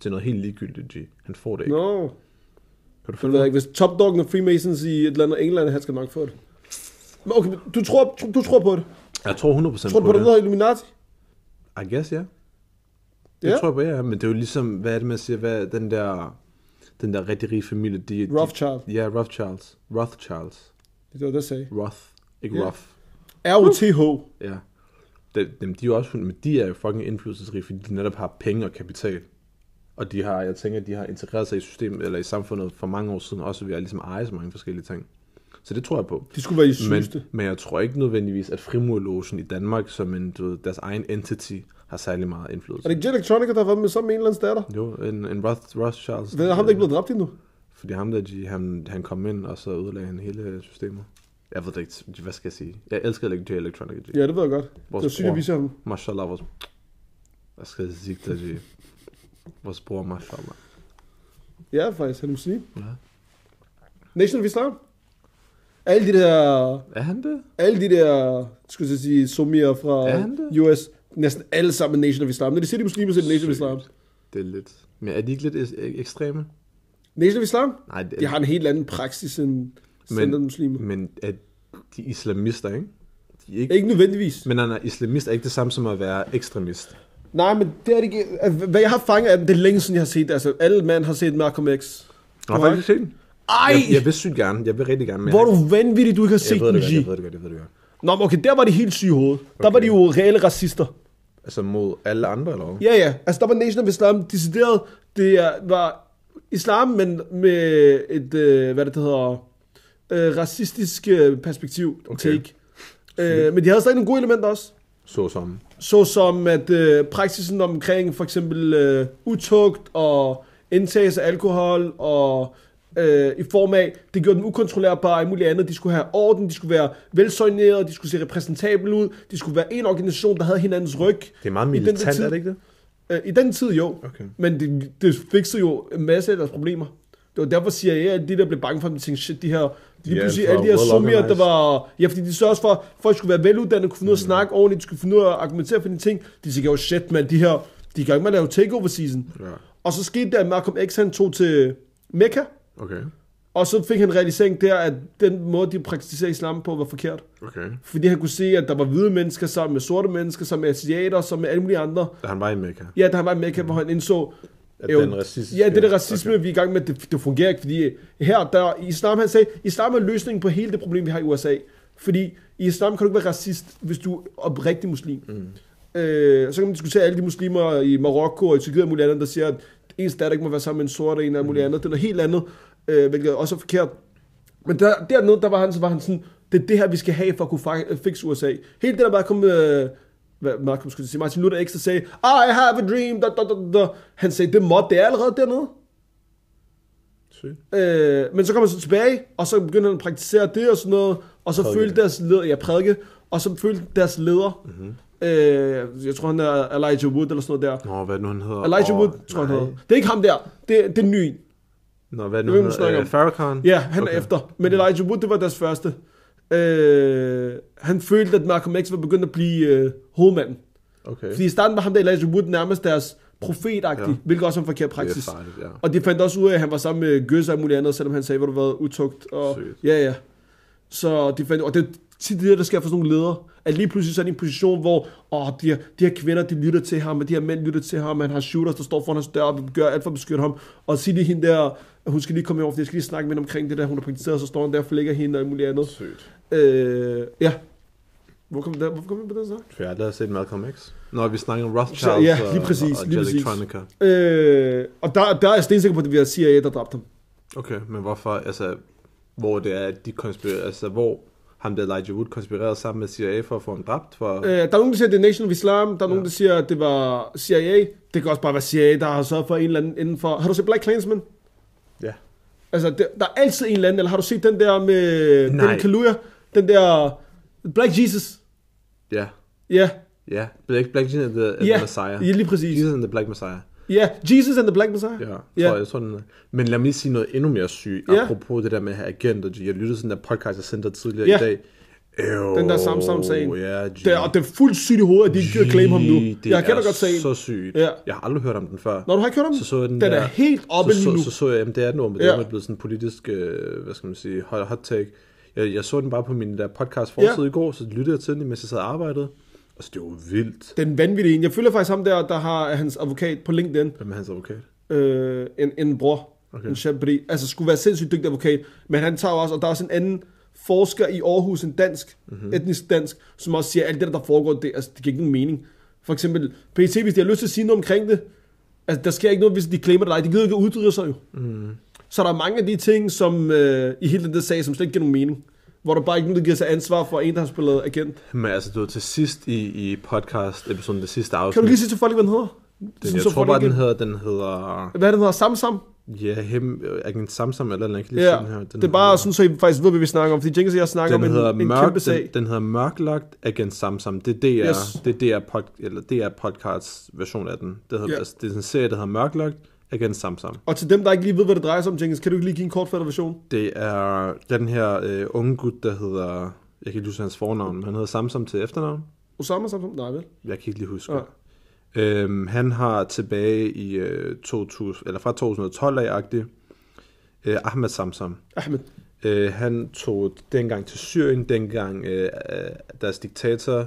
[SPEAKER 2] til noget helt ligegyldigt, G. Han får det ikke.
[SPEAKER 1] Nå,
[SPEAKER 2] Kan du
[SPEAKER 1] jeg
[SPEAKER 2] følge
[SPEAKER 1] ved
[SPEAKER 2] mig?
[SPEAKER 1] ikke. Hvis Top Doggen og Freemasons i et eller andet England, han skal nok få det. Men okay, du tror, du tror på det.
[SPEAKER 2] Jeg tror 100%
[SPEAKER 1] Tror du på,
[SPEAKER 2] på
[SPEAKER 1] det
[SPEAKER 2] det.
[SPEAKER 1] hedder Illuminati?
[SPEAKER 2] I guess, ja. Yeah. Det
[SPEAKER 1] Ja.
[SPEAKER 2] tror jeg på, ja. Men det er jo ligesom, hvad er det, man siger, hvad er den der, den der rigtig rige familie, de... de-
[SPEAKER 1] Rothschild.
[SPEAKER 2] Ja, Rothschilds. Rothschilds.
[SPEAKER 1] Det var det, jeg sagde.
[SPEAKER 2] Roth. Ikke
[SPEAKER 1] Ja.
[SPEAKER 2] yeah. Roth.
[SPEAKER 1] R-O-T-H.
[SPEAKER 2] Ja. De, dem, de er jo også, men de er jo fucking indflydelsesrige, fordi de netop har penge og kapital. Og de har, jeg tænker, de har integreret sig i systemet, eller i samfundet for mange år siden, også ved at ligesom eje så mange forskellige ting. Så det tror jeg på.
[SPEAKER 1] De skulle være i
[SPEAKER 2] Men,
[SPEAKER 1] sygeste.
[SPEAKER 2] men jeg tror ikke nødvendigvis, at frimurlogen i Danmark, som en, du ved, deres egen entity, har særlig meget
[SPEAKER 1] Er
[SPEAKER 2] indflydelse.
[SPEAKER 1] det ikke Jet Electronica, der har været med sammen med en eller anden datter?
[SPEAKER 2] Jo, en, en Roth, Rothschilds.
[SPEAKER 1] Det er ham, der ikke blev dræbt endnu.
[SPEAKER 2] Fordi ham der, de, han, han kom ind, og så ødelagde han hele systemet. Jeg ved det ikke, hvad skal jeg sige? Jeg elsker J Electronic. G.
[SPEAKER 1] Ja, det ved jeg godt. det var sygt, at
[SPEAKER 2] bror.
[SPEAKER 1] vise ham.
[SPEAKER 2] Mashallah, vores... Hvad skal jeg sige til det? Vores bror, mashallah.
[SPEAKER 1] Ja, faktisk. Han er muslim.
[SPEAKER 2] Ja.
[SPEAKER 1] Nation of Islam. Alle de der
[SPEAKER 2] Er han det?
[SPEAKER 1] alle de der, skulle jeg sige, sumier fra
[SPEAKER 2] Er han det?
[SPEAKER 1] US, næsten alle sammen er Nation of Islam. Når de siger, de er muslimer, så er det Nation of Islam.
[SPEAKER 2] Det er lidt... Men er de ikke lidt ek- ek- ekstreme?
[SPEAKER 1] Nation of Islam?
[SPEAKER 2] Nej, det
[SPEAKER 1] De har en helt anden praksis end standard muslimer.
[SPEAKER 2] Men e er de islamister, ikke? De er ikke...
[SPEAKER 1] Ikke nødvendigvis.
[SPEAKER 2] E- Men nej, nej, islamist er ikke det samme som at være ekstremist.
[SPEAKER 1] Nej, men det er det ikke. Altså, Hvad jeg har fanget af dem, det er længe siden, jeg har set. det. Altså, alle mand har set Malcolm X.
[SPEAKER 2] Nå, har ikke set den?
[SPEAKER 1] Ej!
[SPEAKER 2] Jeg, jeg vil sygt gerne. Jeg vil rigtig gerne. Men
[SPEAKER 1] Hvor er
[SPEAKER 2] jeg,
[SPEAKER 1] du vanvittig, du ikke har
[SPEAKER 2] jeg
[SPEAKER 1] set
[SPEAKER 2] ved
[SPEAKER 1] den,
[SPEAKER 2] det godt, jeg
[SPEAKER 1] G.
[SPEAKER 2] ved det godt, jeg ved det godt.
[SPEAKER 1] Nå, men okay, der var de helt syge i hovedet. Der var de jo reelle racister.
[SPEAKER 2] Altså mod alle andre, eller hvad?
[SPEAKER 1] Ja, ja. Altså, der var Nation of Islam decideret. Det er- var islam, men med et, øh, hvad det hedder, øh, racistisk øh, perspektiv, okay.
[SPEAKER 2] Okay.
[SPEAKER 1] take. Øh, men de havde stadig nogle gode elementer også.
[SPEAKER 2] Så som.
[SPEAKER 1] Såsom at øh, praksisen omkring for eksempel øh, utugt og indtagelse af alkohol og øh, i form af, det gjorde dem ukontrollerbare og alt muligt andet. De skulle have orden, de skulle være velsøgnerede, de skulle se repræsentable ud, de skulle være en organisation, der havde hinandens ryg.
[SPEAKER 2] Det er meget
[SPEAKER 1] I den der
[SPEAKER 2] militant,
[SPEAKER 1] tid-
[SPEAKER 2] er det ikke det?
[SPEAKER 1] Øh, I den tid jo,
[SPEAKER 2] Okay.
[SPEAKER 1] men det, det fiksede jo en masse af deres problemer. Det var derfor, siger jeg, at de der blev bange for dem, de tænkte, shit, de her, lige
[SPEAKER 2] er
[SPEAKER 1] pludselig
[SPEAKER 2] altså
[SPEAKER 1] alle de her
[SPEAKER 2] well
[SPEAKER 1] sumier, der
[SPEAKER 2] organized.
[SPEAKER 1] var... Ja, fordi de sørger også for, at folk skulle være veluddannede, kunne finde
[SPEAKER 2] Mm.
[SPEAKER 1] ud af at snakke ordentligt, de skulle finde ud af at argumentere for de ting. De tænkte jo, shit, man, de her, de kan jo ikke man lave takeover season.
[SPEAKER 2] Ja.
[SPEAKER 1] Og så skete det, at Malcolm X, han tog til Mekka,
[SPEAKER 2] Okay.
[SPEAKER 1] og så fik han en realisering der, at den måde, de praktiserede islam på, var forkert.
[SPEAKER 2] Okay.
[SPEAKER 1] Fordi han kunne se, at der var hvide mennesker sammen med sorte mennesker, sammen med asiater, sammen med alle mulige andre,
[SPEAKER 2] Da han var i Mekka.
[SPEAKER 1] Ja, der var Mekka, hvor han indså...
[SPEAKER 2] At
[SPEAKER 1] jo,
[SPEAKER 2] den racistiske-
[SPEAKER 1] Ja, det der racisme, okay. vi er i gang med, det, det fungerer ikke, fordi her, der, islam, han sagde, islam er løsningen på hele det problem, vi har i USA. Fordi i islam kan du ikke være racist, hvis du er oprigtig muslim. Mm. Øh, så kan man diskutere alle de muslimer i Marokko og i Tyrkiet og muligt andet, der siger, at ens datter ikke må være sammen med en sort og en eller muligt andet. Det er noget helt andet, øh, hvilket også er forkert. Men der, dernede, der var han, så var han sådan, det er det her, vi skal have for at kunne fa- fikse USA. Helt det der bare kom med, øh, hvad Malcolm skulle jeg sige, Martin Luther X, der sagde, I have a dream, da, da, da, da. Han sagde, det mod, det er allerede dernede.
[SPEAKER 2] Sygt.
[SPEAKER 1] Øh, men så kom han så tilbage, og så begyndte han at praktisere det og sådan noget, og så
[SPEAKER 2] Prædike.
[SPEAKER 1] følte deres leder, ja, prædike, og så følte deres leder, mm-hmm. Øh, jeg tror, han er Elijah Wood eller sådan noget der.
[SPEAKER 2] Mhm. Nå, hvad er det nu han hedder?
[SPEAKER 1] Elijah
[SPEAKER 2] Åh,
[SPEAKER 1] Wood, tror jeg, han
[SPEAKER 2] nej.
[SPEAKER 1] hedder. Det er ikke ham der. Det, det er den nye.
[SPEAKER 2] Nå, hvad er
[SPEAKER 1] Jeg
[SPEAKER 2] det
[SPEAKER 1] ved,
[SPEAKER 2] nu han
[SPEAKER 1] hvem du snakker
[SPEAKER 2] hedder?
[SPEAKER 1] om.
[SPEAKER 2] Øh, Farrakhan?
[SPEAKER 1] Ja, han okay. er efter.
[SPEAKER 2] Mhm.
[SPEAKER 1] Men Elijah Wood, det var deres første. Øh, han følte, at Malcolm X var begyndt at blive øh, hovedmanden.
[SPEAKER 2] Okay.
[SPEAKER 1] Fordi i starten var ham der Elijah Wood nærmest deres profetagtig, ja.
[SPEAKER 2] Ja.
[SPEAKER 1] hvilket også er en forkert praksis.
[SPEAKER 2] farligt, ja.
[SPEAKER 1] Og de fandt også ud af, at han var sammen med Gøs og alt muligt andet, selvom han sagde, hvor du været utugt. Og,
[SPEAKER 2] Sygt.
[SPEAKER 1] ja, ja. Så de fandt, og det er tit det, der sker for sådan nogle ledere. At lige pludselig så er de i en position, hvor åh, de, her, de her kvinder, de lytter til ham, og de her mænd lytter til ham, og han har shooters, der står foran hans dør og gør alt for at beskytte ham. Og så siger de hende der, at hun skal lige komme herover, fordi jeg skal lige snakke med hende omkring det der, hun har praktiseret, så står han der og flækker hende og alt muligt andet.
[SPEAKER 2] Sygt.
[SPEAKER 1] Øh, ja. Hvor kom der, hvorfor kom vi på den snak?
[SPEAKER 2] For jeg har aldrig set Malcolm X. Nå, vi snakker om Rothschild
[SPEAKER 1] Så- ja, lige præcis,
[SPEAKER 2] og, og
[SPEAKER 1] lige
[SPEAKER 2] Jet
[SPEAKER 1] præcis.
[SPEAKER 2] Electronica.
[SPEAKER 1] Øh, og der, der er jeg stensikker på, at det var CIA, der dræbte ham.
[SPEAKER 2] Okay, men hvorfor, altså, hvor det er, at de konspirerer, altså, hvor ham der Elijah Wood konspirerede sammen med CIA for at få ham dræbt for...
[SPEAKER 1] Øh,
[SPEAKER 2] Øh.
[SPEAKER 1] der er nogen, der siger, at det er Nation of Islam. Der er ja. nogen, der siger, at det var CIA. Det kan også bare være CIA, der har sørget for en eller anden indenfor. Har du set Black Klansman?
[SPEAKER 2] Ja.
[SPEAKER 1] Altså, der, der er altid en eller anden. Eller har du set den der med
[SPEAKER 2] Nej.
[SPEAKER 1] den Kaluuya? Den der Black Jesus?
[SPEAKER 2] Ja.
[SPEAKER 1] Ja,
[SPEAKER 2] Ja. Black, Black Jesus and the, and
[SPEAKER 1] ja,
[SPEAKER 2] the Messiah.
[SPEAKER 1] ja lige præcis.
[SPEAKER 2] Jesus and the Black Messiah.
[SPEAKER 1] Ja, Jesus and the Black Messiah.
[SPEAKER 2] Ja,
[SPEAKER 1] ja.
[SPEAKER 2] ja. Tror, jeg tror, den er. Men lad mig lige sige noget endnu mere sygt.
[SPEAKER 1] Ja.
[SPEAKER 2] Ja. Apropos det der med at have agenter. G. Jeg lyttede til den der podcast, jeg sendte dig tidligere
[SPEAKER 1] Ja.
[SPEAKER 2] i dag. Øv,
[SPEAKER 1] Den der Samsam-sagen.
[SPEAKER 2] Ja, G.
[SPEAKER 1] Det er, og det er fuldt sygt i hovedet, at de ikke gider claim ham nu.
[SPEAKER 2] Det
[SPEAKER 1] jeg kender
[SPEAKER 2] er
[SPEAKER 1] godt sagen.
[SPEAKER 2] så sygt.
[SPEAKER 1] Ja.
[SPEAKER 2] Ja. Jeg har aldrig hørt om den før.
[SPEAKER 1] Når du har ikke hørt om den?
[SPEAKER 2] så så jeg den,
[SPEAKER 1] Den
[SPEAKER 2] der,
[SPEAKER 1] er helt oppe
[SPEAKER 2] så,
[SPEAKER 1] lige nu.
[SPEAKER 2] Så, så, så jeg, jamen, det er den nu, men det
[SPEAKER 1] Ja.
[SPEAKER 2] er åbenbart blevet sådan en politisk, øh, hvad skal man sige, hot, hot take. Jeg, jeg så den bare på min der podcast forside
[SPEAKER 1] Ja.
[SPEAKER 2] i går, så lyttede jeg til den, mens jeg sad og arbejdede. Altså, det var vildt.
[SPEAKER 1] Den vanvittige en. Jeg følger faktisk ham der, der har hans advokat på LinkedIn.
[SPEAKER 2] Hvem er hans advokat?
[SPEAKER 1] øh, en, en bror, okay.
[SPEAKER 2] Okay.
[SPEAKER 1] en Chabri, altså skulle være sindssygt dygtig advokat, men han tager jo også, og der er også en anden forsker i Aarhus, en dansk,
[SPEAKER 2] Mhm.
[SPEAKER 1] mm-hmm. etnisk dansk, som også siger, at alt det, der foregår, det, altså, det giver ikke nogen mening. For eksempel, PET, hvis de har lyst til at sige noget omkring det, altså der sker ikke noget, hvis de claimer det, eller ej. de gider ikke at uddyre sig jo. Mm.
[SPEAKER 2] Mhm.
[SPEAKER 1] Så der er mange af de ting, som øh, i hele den der sag, som slet ikke giver nogen mening. Hvor der bare ikke er nogen, der giver sig ansvar for en, der har spillet agent.
[SPEAKER 2] Men altså, du var til sidst i, i podcast-episoden, det sidste afsnit.
[SPEAKER 1] Kan du lige sige til folk, hvad den hedder?
[SPEAKER 2] Den,
[SPEAKER 1] Sådan,
[SPEAKER 2] jeg
[SPEAKER 1] så
[SPEAKER 2] tror
[SPEAKER 1] folk
[SPEAKER 2] bare,
[SPEAKER 1] ikke-
[SPEAKER 2] den hedder, den hedder,
[SPEAKER 1] Hvad er det, den hedder? Samsam?
[SPEAKER 2] ja, hem, Agent Samsam eller noget, jeg kan lige
[SPEAKER 1] Ja,
[SPEAKER 2] se den her. Den
[SPEAKER 1] det er bare
[SPEAKER 2] hedder,
[SPEAKER 1] sådan, så I faktisk ved, hvad vi snakker om. Fordi Jenkins og jeg snakker
[SPEAKER 2] den hedder
[SPEAKER 1] om en, en
[SPEAKER 2] mørk,
[SPEAKER 1] kæmpe sag.
[SPEAKER 2] den, den hedder Mørklagt Agent Samsam. Det er DR,
[SPEAKER 1] Yes.
[SPEAKER 2] yes. det er DR, pod, eller DR podcasts version af den. Det, hedder,
[SPEAKER 1] Ja.
[SPEAKER 2] yeah. altså, det er en serie, der hedder Mørklagt Agent Samsam.
[SPEAKER 1] Og til dem, der ikke lige ved, hvad det drejer sig om, Jenkins, kan du ikke lige give en kortfattet version?
[SPEAKER 2] Det er den her øh, unge gut, der hedder, jeg kan ikke huske hans fornavn, men han hedder Samsam til efternavn.
[SPEAKER 1] Osama Samsam? Nej, vel?
[SPEAKER 2] Jeg kan ikke lige huske.
[SPEAKER 1] Ja.
[SPEAKER 2] Ja. Øhm, han har tilbage i øh, 2000, eller fra 2012 af øh, Ahmed Samsam.
[SPEAKER 1] Ahmed.
[SPEAKER 2] Øh, han tog dengang til Syrien, dengang øh, øh, deres diktator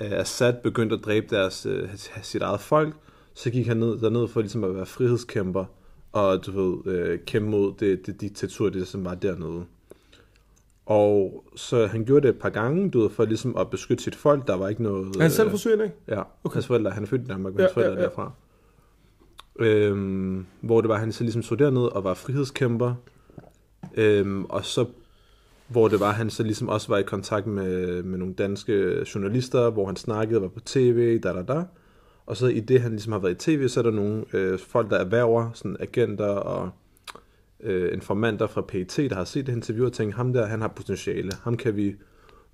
[SPEAKER 2] øh, Assad begyndte at dræbe deres, øh, sit eget folk, så gik han ned, derned for ligesom at være frihedskæmper, og du ved, øh, kæmpe mod det, det diktatur, det som var dernede. Og så han gjorde det et par gange, du ved, for ligesom at beskytte sit folk, der var ikke noget...
[SPEAKER 1] Er han selv
[SPEAKER 2] øh,
[SPEAKER 1] fra Syrien, ikke?
[SPEAKER 2] Ja, okay. hans forældre, han er født i Danmark, men
[SPEAKER 1] Ja,
[SPEAKER 2] ja, hans forældre
[SPEAKER 1] ja,
[SPEAKER 2] ja,
[SPEAKER 1] ja.
[SPEAKER 2] ja. derfra. Øhm, hvor det var, han så ligesom så derned og var frihedskæmper. Øhm, og så, hvor det var, han så ligesom også var i kontakt med, med nogle danske journalister, hvor han snakkede, var på tv, da da da. Og så i det, han ligesom har været i tv, så er der nogle øh, folk, der erhverver, sådan agenter og øh, informanter fra PET, der har set det interview og tænkt, ham der, han har potentiale. Ham kan vi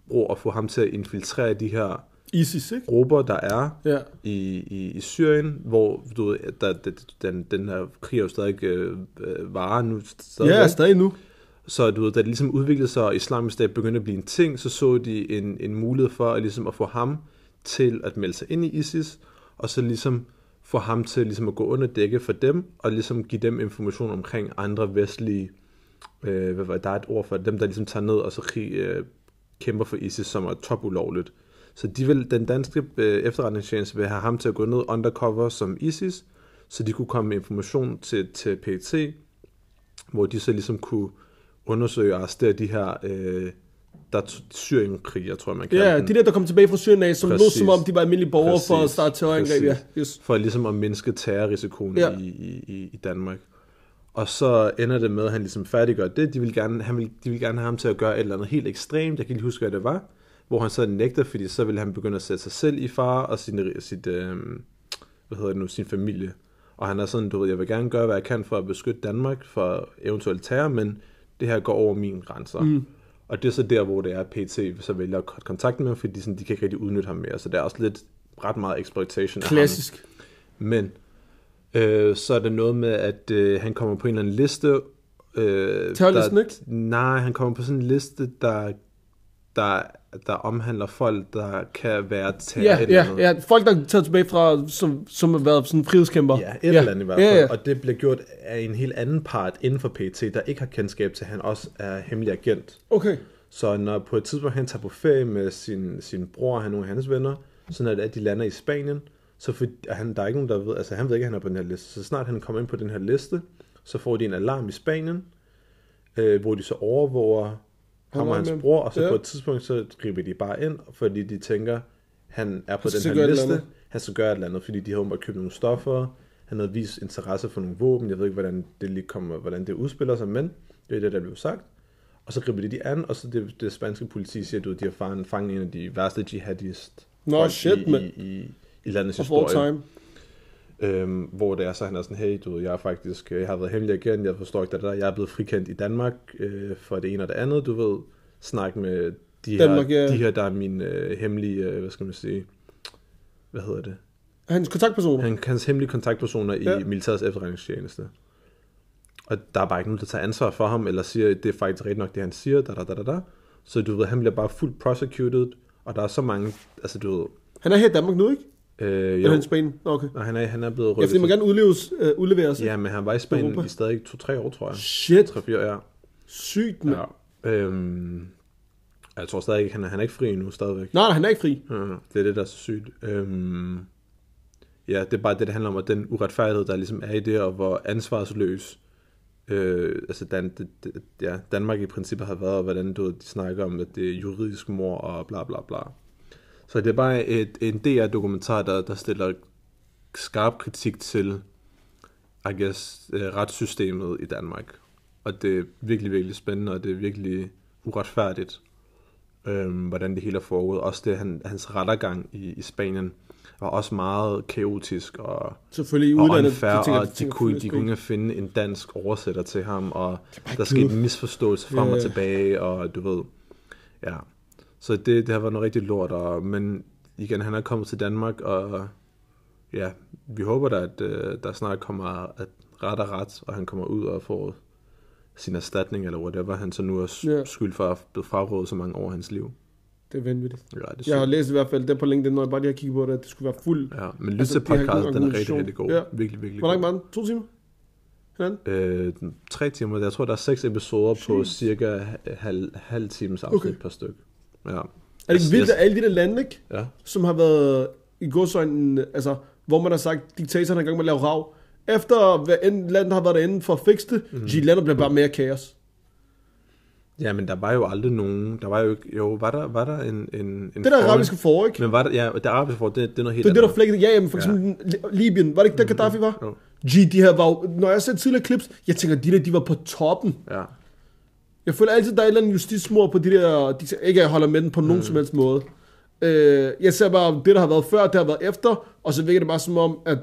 [SPEAKER 2] bruge og få ham til at infiltrere de her
[SPEAKER 1] ISIS, ikke?
[SPEAKER 2] grupper, der er
[SPEAKER 1] Ja.
[SPEAKER 2] i, i, i Syrien, hvor du ved, at der, det- den, den her krig er jo stadig øh, øh, varer nu. Stadig.
[SPEAKER 1] Ja, stadig nu.
[SPEAKER 2] Så du ved, da det ligesom udviklede sig, og islamisk stat begyndte at blive en ting, så så de en, en mulighed for at, ligesom at få ham til at melde sig ind i ISIS, og så ligesom få ham til ligesom at gå under dække for dem, og ligesom give dem information omkring andre vestlige, øh, hvad var der er et ord for det? dem, der ligesom tager ned og så krig, øh, kæmper for ISIS, som er topulovligt. Så de vil, den danske øh, efterretningstjeneste vil have ham til at gå ned undercover som ISIS, så de kunne komme med information til, til PET, hvor de så ligesom kunne undersøge og arrestere de her øh, der er syrienkriger, tror jeg, man kalder
[SPEAKER 1] Ja,
[SPEAKER 2] dem.
[SPEAKER 1] de der, der kom tilbage fra Syrien af, som lå
[SPEAKER 2] Præcis.
[SPEAKER 1] som om, de var almindelige borgere for at
[SPEAKER 2] Præcis.
[SPEAKER 1] starte terrorangreb. Ja,
[SPEAKER 2] Præcis.
[SPEAKER 1] yes.
[SPEAKER 2] For ligesom at mindske terrorrisikoen
[SPEAKER 1] Ja.
[SPEAKER 2] ja. i, i, i- i Danmark. Og så ender det med, at han ligesom færdiggør det. De vil gerne, han vil, de vil gerne have ham til at gøre et eller andet helt ekstremt. Jeg kan ikke lige huske, hvad det var. Hvor han så nægter, fordi så vil han begynde at sætte sig selv i fare og sin, sit, øh, hvad hedder det nu, sin familie. Og han er sådan, du ved, jeg vil gerne gøre, hvad jeg kan for at beskytte Danmark for eventuelt terror, men det her går over mine grænser. Mm. Og det er så der, hvor det er, at PT så vælger at kontakte med ham, fordi sådan, de kan ikke rigtig udnytte ham mere. Så der er også lidt ret meget exploitation af ham.
[SPEAKER 1] Klassisk.
[SPEAKER 2] Men øh, så er der noget med, at øh, han kommer på en eller anden liste. Øh,
[SPEAKER 1] Terrorlisten,
[SPEAKER 2] der,
[SPEAKER 1] ikke?
[SPEAKER 2] Nej, han kommer på sådan en liste, der, der, der omhandler folk, der kan være til
[SPEAKER 1] Ja, ja, ja. Folk, der er taget tilbage fra, som, som har været sådan frihedskæmper.
[SPEAKER 2] Ja, et ja. eller andet i hvert fald.
[SPEAKER 1] Ja, ja.
[SPEAKER 2] Og det bliver gjort af en helt anden part inden for PT, der ikke har kendskab til, at han også er hemmelig agent.
[SPEAKER 1] Okay.
[SPEAKER 2] Så når på et tidspunkt han tager på ferie med sin, sin bror og han- nogle af hans venner, sådan at, at de lander i Spanien, så for, og han, der er ikke nogen, der ved, altså han ved ikke, at han er på den her liste. Så snart han kommer ind på den her liste, så får de en alarm i Spanien, øh, hvor de så overvåger ham og hans
[SPEAKER 1] med.
[SPEAKER 2] bror, og så
[SPEAKER 1] Ja.
[SPEAKER 2] ja. på et tidspunkt, så griber de bare ind, fordi de tænker, han er på
[SPEAKER 1] skal
[SPEAKER 2] den
[SPEAKER 1] gøre
[SPEAKER 2] her
[SPEAKER 1] et eller
[SPEAKER 2] liste,
[SPEAKER 1] andet.
[SPEAKER 2] han skal gøre et eller andet, fordi de har åbenbart købt nogle stoffer, han havde vist interesse for nogle våben, jeg ved ikke, hvordan det lige kommer, hvordan det udspiller sig, men det er det, der blev sagt. Og så griber de de an, og så det, det spanske politi siger, at de har fanget, fanget en af de værste jihadist
[SPEAKER 1] Nå,
[SPEAKER 2] folk
[SPEAKER 1] shit,
[SPEAKER 2] i,
[SPEAKER 1] mand.
[SPEAKER 2] i, i, i landets
[SPEAKER 1] Of all
[SPEAKER 2] historie.
[SPEAKER 1] time.
[SPEAKER 2] Øhm, hvor det er, så han er sådan, hey, du ved, jeg er faktisk, øh, jeg har været hemmelig agent, jeg forstår ikke det der, jeg er blevet frikendt i Danmark øh, for det ene og det andet, du ved, snak med de her,
[SPEAKER 1] Danmark, ja.
[SPEAKER 2] de her der er mine øh, hemmelige, øh, hvad skal man sige, hvad hedder det,
[SPEAKER 1] Hans kontaktpersoner.
[SPEAKER 2] han, hans hemmelige kontaktpersoner ja.
[SPEAKER 1] Ja.
[SPEAKER 2] i militærets efterretningstjeneste. Og der er bare ikke nogen, der tager ansvar for ham, eller siger, at det er faktisk rigtigt nok, det han siger, da, da, da, da, da. Så du ved, han bliver bare fuldt prosecuted, og der er så mange, altså du ved,
[SPEAKER 1] Han er her i Danmark nu, ikke?
[SPEAKER 2] øh,
[SPEAKER 1] Eller
[SPEAKER 2] jo,
[SPEAKER 1] han i Spanien? Nå, Okay.
[SPEAKER 2] og han er, han er blevet
[SPEAKER 1] Ja, fordi man
[SPEAKER 2] til-
[SPEAKER 1] gerne udleves, øh, udleveres.
[SPEAKER 2] ja, men han var i Spanien
[SPEAKER 1] Europa.
[SPEAKER 2] i stadig 2-3 år, tror jeg.
[SPEAKER 1] Shit.
[SPEAKER 2] 3-4 år,
[SPEAKER 1] Sygt,
[SPEAKER 2] ja.
[SPEAKER 1] mand.
[SPEAKER 2] ja. Øhm, jeg tror stadig ikke, han er, han er ikke fri endnu, stadigvæk.
[SPEAKER 1] Nej, nej, han er ikke fri.
[SPEAKER 2] Ja, det er det, der er så sygt. Øhm, ja, det er bare det, det handler om, og den uretfærdighed, der ligesom er i det, og hvor ansvarsløs øh, altså Dan, det, det, ja, Danmark i princippet har været, og hvordan du, ved, de snakker om, at det er juridisk mor og bla bla bla. Så det er bare et, en DR-dokumentar, der, der stiller skarp kritik til, I guess, øh, retssystemet i Danmark. Og det er virkelig, virkelig spændende, og det er virkelig uretfærdigt øhm, hvordan det hele er foregået. Også det, han, hans rettergang i, i Spanien var også meget kaotisk og,
[SPEAKER 1] Selvfølgelig i
[SPEAKER 2] og
[SPEAKER 1] udlandet.
[SPEAKER 2] unfair,
[SPEAKER 1] så tænker jeg,
[SPEAKER 2] og de
[SPEAKER 1] tænker
[SPEAKER 2] kunne,
[SPEAKER 1] jeg
[SPEAKER 2] de
[SPEAKER 1] sgu
[SPEAKER 2] kunne ikke finde en dansk oversætter til ham, og der
[SPEAKER 1] ikke
[SPEAKER 2] skete
[SPEAKER 1] givet.
[SPEAKER 2] misforståelse frem
[SPEAKER 1] Ja.
[SPEAKER 2] og tilbage, og du ved, ja. Så det, det har været noget rigtig lort, og, men igen, han er kommet til Danmark, og ja, vi håber da, at øh, der snart kommer at ret og ret, og han kommer ud og får sin erstatning, eller whatever, han så nu er
[SPEAKER 1] Ja.
[SPEAKER 2] yeah. skyld for at have blevet frarådet så mange år af hans liv.
[SPEAKER 1] Det er vanvittigt.
[SPEAKER 2] Ja, det er
[SPEAKER 1] Jeg har
[SPEAKER 2] sygt.
[SPEAKER 1] læst i hvert fald det på LinkedIn, når jeg bare lige har kigget på det, at det skulle være fuld.
[SPEAKER 2] Ja, men lyt
[SPEAKER 1] Altså,
[SPEAKER 2] til
[SPEAKER 1] det har ikke
[SPEAKER 2] podcasten,
[SPEAKER 1] nogen
[SPEAKER 2] den er rigtig,
[SPEAKER 1] organisation.
[SPEAKER 2] rigtig god.
[SPEAKER 1] Ja.
[SPEAKER 2] Ja. Virkelig, virkelig
[SPEAKER 1] Hvor langt
[SPEAKER 2] god.
[SPEAKER 1] var den? To timer? Hinanden?
[SPEAKER 2] Øh, den- tre timer, jeg tror, der er seks episoder på
[SPEAKER 1] Sygt.
[SPEAKER 2] cirka halv, halv times afsnit
[SPEAKER 1] Okay.
[SPEAKER 2] okay. per stykke. Ja.
[SPEAKER 1] Er det ikke
[SPEAKER 2] Jeg-
[SPEAKER 1] vildt, at
[SPEAKER 2] jeg-
[SPEAKER 1] alle de der lande, ikke?
[SPEAKER 2] Ja.
[SPEAKER 1] som har været i godsøjnen, altså, hvor man har sagt, diktatoren er i gang med at lave rav. Efter hver end land har været derinde for at fikse det,
[SPEAKER 2] Mhm.
[SPEAKER 1] mm. de lander bliver bare mere kaos.
[SPEAKER 2] ja, men der var jo aldrig nogen, der var jo ikke, jo, var der, var der en, en, en
[SPEAKER 1] Det der arabiske forår, ikke?
[SPEAKER 2] Men var der, ja, det arabiske forår, det, det er noget helt
[SPEAKER 1] Det er det, der
[SPEAKER 2] andet.
[SPEAKER 1] flækkede. Ja, jamen for eksempel ja. Libyen. Var det ikke der, Gaddafi var?
[SPEAKER 2] Jo.
[SPEAKER 1] G, de her var jo, Når jeg har set tidligere clips, jeg tænker, de der, de var på toppen.
[SPEAKER 2] Ja.
[SPEAKER 1] Jeg føler altid, der er et eller andet justitsmord på de der... De, ikke, at jeg holder med den på
[SPEAKER 2] Mm.
[SPEAKER 1] nogen som helst måde. Øh, jeg ser bare, det der har været før, det har været efter, og så virker det bare som om, at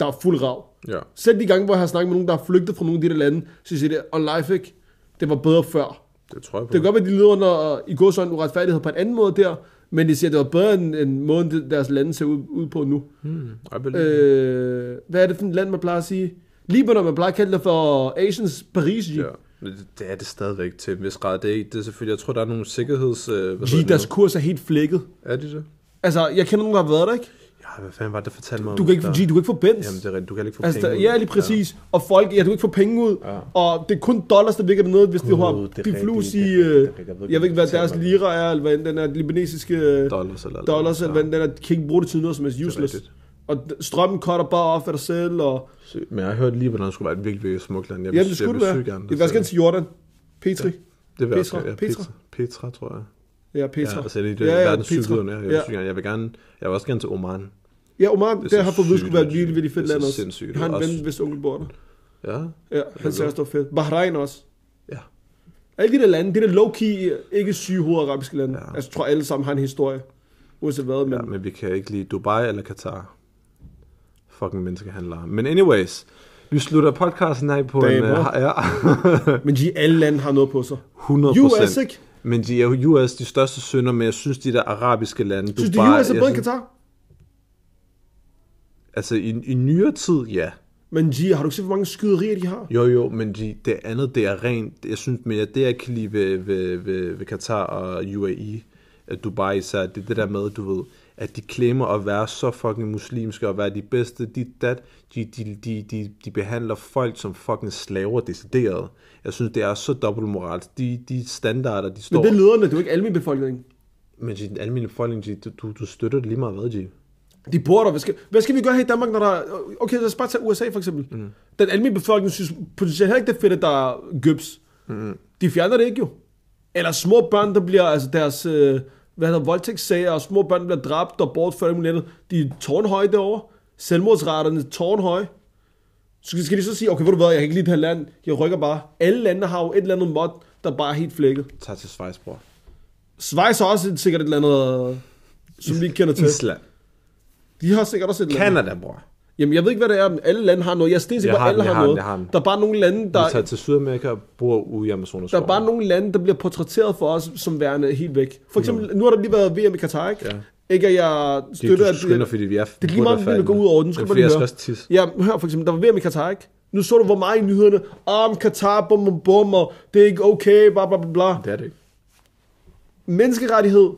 [SPEAKER 1] der er fuld rav.
[SPEAKER 2] Ja.
[SPEAKER 1] Selv de gange, hvor jeg har snakket med nogen, der har flygtet fra nogle af de der lande, så siger de, og life ikke, det var bedre før.
[SPEAKER 2] Det tror jeg på.
[SPEAKER 1] Det kan godt være, at de lider under øh, i går sådan uretfærdighed på en anden måde der, men de siger, at det var bedre end, end måden, det- deres lande ser ud, ud på nu.
[SPEAKER 2] Hmm, I believe. Øh,
[SPEAKER 1] Øh, hvad er det for et land, man plejer at sige? Libanon, man plejer at kalde det for Asians Paris, G.
[SPEAKER 2] ja. Men Det, det er det stadigvæk til en vis grad. Det er, ikke- det er selvfølgelig, jeg tror, der er nogle sikkerheds... Øh, hvad hedder
[SPEAKER 1] G,
[SPEAKER 2] det
[SPEAKER 1] deres
[SPEAKER 2] nu?
[SPEAKER 1] kurs er helt flækket.
[SPEAKER 2] Er de det?
[SPEAKER 1] Altså, jeg kender nogen, der har været der, ikke?
[SPEAKER 2] Ja, hvad fanden var det, der fortalte mig om
[SPEAKER 1] Du kan ikke,
[SPEAKER 2] der?
[SPEAKER 1] G, du kan ikke få Benz.
[SPEAKER 2] Jamen, det er rigtigt. Du kan heller ikke få
[SPEAKER 1] altså,
[SPEAKER 2] penge
[SPEAKER 1] der,
[SPEAKER 2] ud.
[SPEAKER 1] ja, lige præcis. Ja. Og folk, ja, du kan ikke få penge ud. Ja.
[SPEAKER 2] Ja.
[SPEAKER 1] Og det er kun dollars, der virker noget, hvis det
[SPEAKER 2] Gud,
[SPEAKER 1] har
[SPEAKER 2] det er
[SPEAKER 1] de flus
[SPEAKER 2] rigtigt,
[SPEAKER 1] i...
[SPEAKER 2] det er
[SPEAKER 1] Øh,
[SPEAKER 2] rigtigt, det er rigtigt. Jeg ved ikke,
[SPEAKER 1] jeg ved ikke, hvad
[SPEAKER 2] hvad de
[SPEAKER 1] deres
[SPEAKER 2] betaler.
[SPEAKER 1] lira er, eller hvad end den er libanesiske øh,
[SPEAKER 2] Dollars eller...
[SPEAKER 1] dollars, eller hvad end den er. De kan ikke bruge det til noget som helst
[SPEAKER 2] er
[SPEAKER 1] useless.
[SPEAKER 2] rigtigt.
[SPEAKER 1] Og d- strømmen cutter bare off af dig selv, og...
[SPEAKER 2] Så- Men jeg har hørt lige, hvordan det skulle være et virkelig, virkelig smukt land. Jeg
[SPEAKER 1] Ja,
[SPEAKER 2] vil-
[SPEAKER 1] det
[SPEAKER 2] jeg
[SPEAKER 1] skulle
[SPEAKER 2] vil
[SPEAKER 1] det være.
[SPEAKER 2] sygt gerne
[SPEAKER 1] Jeg vil også
[SPEAKER 2] se
[SPEAKER 1] gerne til Jordan. Petri.
[SPEAKER 2] Det vil jeg også
[SPEAKER 1] Petra,
[SPEAKER 2] gerne. Altså, Ja,
[SPEAKER 1] Petra.
[SPEAKER 2] Petra. Petra, tror jeg.
[SPEAKER 1] Ja, Petra.
[SPEAKER 2] Ja, altså, det er det, ja, ja, verdens
[SPEAKER 1] Petra.
[SPEAKER 2] sygdødende. Jeg, vil
[SPEAKER 1] Ja.
[SPEAKER 2] sygt gerne- jeg vil gerne... Jeg vil også gerne til Oman.
[SPEAKER 1] Ja, Oman, det,
[SPEAKER 2] så
[SPEAKER 1] har fået ved
[SPEAKER 2] sygt,
[SPEAKER 1] skulle være
[SPEAKER 2] at
[SPEAKER 1] et
[SPEAKER 2] de-
[SPEAKER 1] virkelig, virkelig fedt
[SPEAKER 2] det er
[SPEAKER 1] land
[SPEAKER 2] så
[SPEAKER 1] også.
[SPEAKER 2] sindssygt.
[SPEAKER 1] Jeg har en
[SPEAKER 2] Også-
[SPEAKER 1] ven, hvis onkel bor der.
[SPEAKER 2] Ja.
[SPEAKER 1] Ja, han ser
[SPEAKER 2] ved.
[SPEAKER 1] også, det var fedt. Bahrain også. Alle de der lande, de der low-key, ikke syge hovedarabiske lande. Ja.
[SPEAKER 2] Ja.
[SPEAKER 1] Altså, jeg tror alle sammen har en historie. Uanset hvad, men...
[SPEAKER 2] ja. Men vi kan ikke lide Dubai eller Katar. Fucking menneskehandlere. Men anyways, vi slutter podcasten her på en...
[SPEAKER 1] Damer.
[SPEAKER 2] øh, Ja,
[SPEAKER 1] Men de alle lande har noget på sig.
[SPEAKER 2] 100
[SPEAKER 1] US, ikke?
[SPEAKER 2] Men de er jo US de største sønder, men jeg synes, de der arabiske lande...
[SPEAKER 1] Synes du,
[SPEAKER 2] Dubai-
[SPEAKER 1] US er
[SPEAKER 2] jeg
[SPEAKER 1] bedre end
[SPEAKER 2] synes-
[SPEAKER 1] Katar?
[SPEAKER 2] Altså, i, i nyere tid, ja.
[SPEAKER 1] Men G, har du ikke set, hvor mange skyderier de har?
[SPEAKER 2] Jo, jo, men de, det andet, det er rent... Jeg synes, men jeg, det jeg kan lide ved, ved, ved, ved Katar og UAE, at Dubai især, det er det der med, du ved, at de klemmer at være så fucking muslimske og være de bedste, de, dat, de, de, de, de, de behandler folk som fucking slaver decideret. Jeg synes, det er så dobbeltmoralsk. De, de standarder, de står...
[SPEAKER 1] Men det er lederne, det er jo ikke almindelig befolkning.
[SPEAKER 2] Men G, den almindelige befolkning, G, du, du, du støtter det lige meget hvad, G?
[SPEAKER 1] De bor der. Hvad skal, hvad skal vi gøre her i Danmark, når der... Okay, lad os bare tage USA for eksempel. Mm. Den almindelige befolkning synes potentielt heller ikke, det er fedt, at der er gøbs. Mm. De fjerner det ikke jo. Eller små børn, der bliver... Altså deres... Øh, hvad hedder voldtægtssager, og små børn der bliver dræbt og bortført og alt muligt andet. De er tårnhøje derovre. Selvmordsraterne er tårnhøje. Så skal de så sige, okay, ved du hvad, jeg kan ikke lide det her land. Jeg rykker bare. Alle lande har jo et eller andet mod, der bare er helt flækket.
[SPEAKER 2] Tag til Schweiz,
[SPEAKER 1] Øh,
[SPEAKER 2] bror.
[SPEAKER 1] Schweiz har også sikkert et eller andet, øh, som vi ikke kender til.
[SPEAKER 2] Island.
[SPEAKER 1] De har sikkert også et eller andet.
[SPEAKER 2] Canada, bror.
[SPEAKER 1] Jamen, jeg ved ikke, hvad det er, men alle lande har noget. Jeg er stensikker,
[SPEAKER 2] Jeg
[SPEAKER 1] på,
[SPEAKER 2] har
[SPEAKER 1] alle
[SPEAKER 2] den,
[SPEAKER 1] har,
[SPEAKER 2] jeg har den,
[SPEAKER 1] noget.
[SPEAKER 2] jeg har den.
[SPEAKER 1] der er bare nogle lande,
[SPEAKER 2] Vi
[SPEAKER 1] der,
[SPEAKER 2] tager til Sydamerika og bor ude i Amazonas.
[SPEAKER 1] der er bare nogle lande, der bliver portrætteret for os som værende helt væk. For eksempel, nu har der lige været VM i Katar, ikke? Ja. Ikke at jeg
[SPEAKER 2] Det,
[SPEAKER 1] støtter,
[SPEAKER 2] du
[SPEAKER 1] at...
[SPEAKER 2] skynder, fordi vi er...
[SPEAKER 1] det er lige meget,
[SPEAKER 2] burde være
[SPEAKER 1] hvad det går
[SPEAKER 2] færdige.
[SPEAKER 1] ud over. Nu skal man
[SPEAKER 2] Men fordi
[SPEAKER 1] lige
[SPEAKER 2] jeg skal
[SPEAKER 1] høre.
[SPEAKER 2] også tisse.
[SPEAKER 1] Ja, hør for eksempel, der var VM i Katar, ikke? Nu så du, hvor meget i nyhederne, om Katar, bum, bum, bum, og det er ikke okay, bla, bla, bla, bla.
[SPEAKER 2] Det er det ikke.
[SPEAKER 1] Menneskerettighed,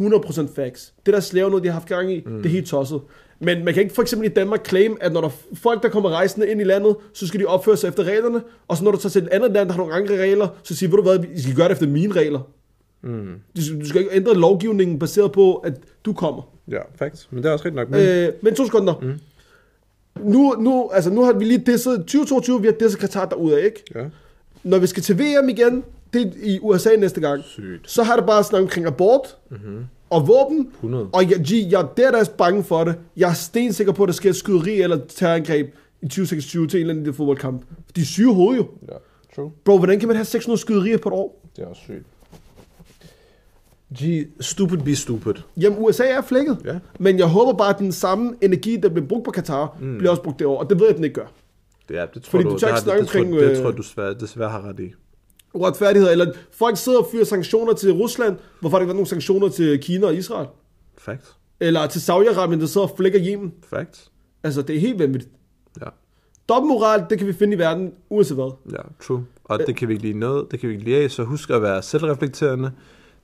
[SPEAKER 1] 100% facts. Det der slaver noget, de har haft gang i, mm. det er helt tosset. Men man kan ikke for eksempel i Danmark claim, at når der er folk, der kommer rejsende ind i landet, så skal de opføre sig efter reglerne, og så når du tager til et andet land, der har nogle andre regler, så siger, ved du hvad, I skal gøre det efter mine regler. Mm. Du, du skal ikke ændre lovgivningen baseret på, at du kommer.
[SPEAKER 2] Ja, faktisk. Men det er også rigtig nok. Men, øh,
[SPEAKER 1] Øh, men to sekunder. Mm. Nu, nu, altså, nu har vi lige disset 2022, vi har disset Katar derude, ikke?
[SPEAKER 2] ja.
[SPEAKER 1] Når vi skal til VM igen, det er i USA næste gang,
[SPEAKER 2] Sygt. Mhm.
[SPEAKER 1] så har det bare snakket omkring abort mm-hmm. og våben.
[SPEAKER 2] 100.
[SPEAKER 1] Og jeg, G, jeg er der, der er bange for det. Jeg er stensikker på, at der sker et skyderi eller terrorangreb i 2026 til en eller anden lille fodboldkamp. De er syge hoved jo.
[SPEAKER 2] Ja, true.
[SPEAKER 1] Bro, hvordan kan man have 600 skyderier på et år?
[SPEAKER 2] Det er også sygt. G, stupid be stupid.
[SPEAKER 1] Jamen, USA er flækket.
[SPEAKER 2] Ja.
[SPEAKER 1] Men jeg håber bare, at den samme energi, der bliver brugt på Katar, mm. bliver også brugt derovre. Og det ved jeg, den ikke gør.
[SPEAKER 2] Det er, det tror
[SPEAKER 1] Fordi
[SPEAKER 2] du,
[SPEAKER 1] du tør
[SPEAKER 2] det,
[SPEAKER 1] ikke
[SPEAKER 2] har-
[SPEAKER 1] snakke
[SPEAKER 2] det, det,
[SPEAKER 1] omkring,
[SPEAKER 2] tror, det
[SPEAKER 1] øh,
[SPEAKER 2] tror jeg, du svær, desværre har ret i.
[SPEAKER 1] Uretfærdighed. Eller folk sidder og fyrer sanktioner til Rusland. Hvorfor har der ikke været nogen sanktioner til Kina og Israel?
[SPEAKER 2] Fact.
[SPEAKER 1] Eller til Saudi-Arabien, der sidder og flækker Yemen.
[SPEAKER 2] Fact.
[SPEAKER 1] Altså, det er helt vanvittigt.
[SPEAKER 2] Ja.
[SPEAKER 1] Dobbeltmoral, det kan vi finde i verden, uanset hvad.
[SPEAKER 2] Ja, true. Og det kan vi ikke lide noget, det kan vi ikke lide af, så husk at være selvreflekterende.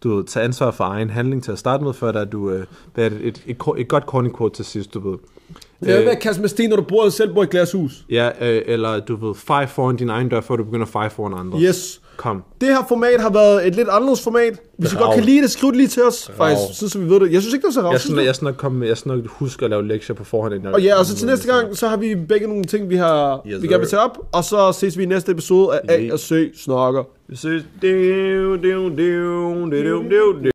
[SPEAKER 2] Du ved, tage ansvar for egen handling til at starte med, før der du... Øh, hvad er det, et, et, et, et godt corny quote til sidst, du ved. Øh.
[SPEAKER 1] Det er jo ved at kaste med sten, når du bor, selv bor i et glashus.
[SPEAKER 2] Ja, øh, eller du ved, feje foran din egen dør, før du begynder at feje foran andre.
[SPEAKER 1] Yes.
[SPEAKER 2] Kom.
[SPEAKER 1] Det her format har været et lidt anderledes format. Hvis I
[SPEAKER 2] Brav.
[SPEAKER 1] godt kan lide det, skriv det lige til os. Faktisk, sådan, så vi ved det. Jeg synes ikke, det er så
[SPEAKER 2] Jeg
[SPEAKER 1] rart. synes
[SPEAKER 2] skal,
[SPEAKER 1] du?
[SPEAKER 2] jeg skal nok komme med, jeg skal nok huske at lave lektier på forhånd. inden jeg-
[SPEAKER 1] Og ja, og så til næste gang, så har vi begge nogle ting, vi, har,
[SPEAKER 2] Yes,
[SPEAKER 1] vi gerne vil
[SPEAKER 2] sir.
[SPEAKER 1] tage op. Og så ses vi i næste episode af A
[SPEAKER 2] Yeah.
[SPEAKER 1] og C Snakker.
[SPEAKER 2] Vi ses. Diu, diu, diu, diu, diu, diu.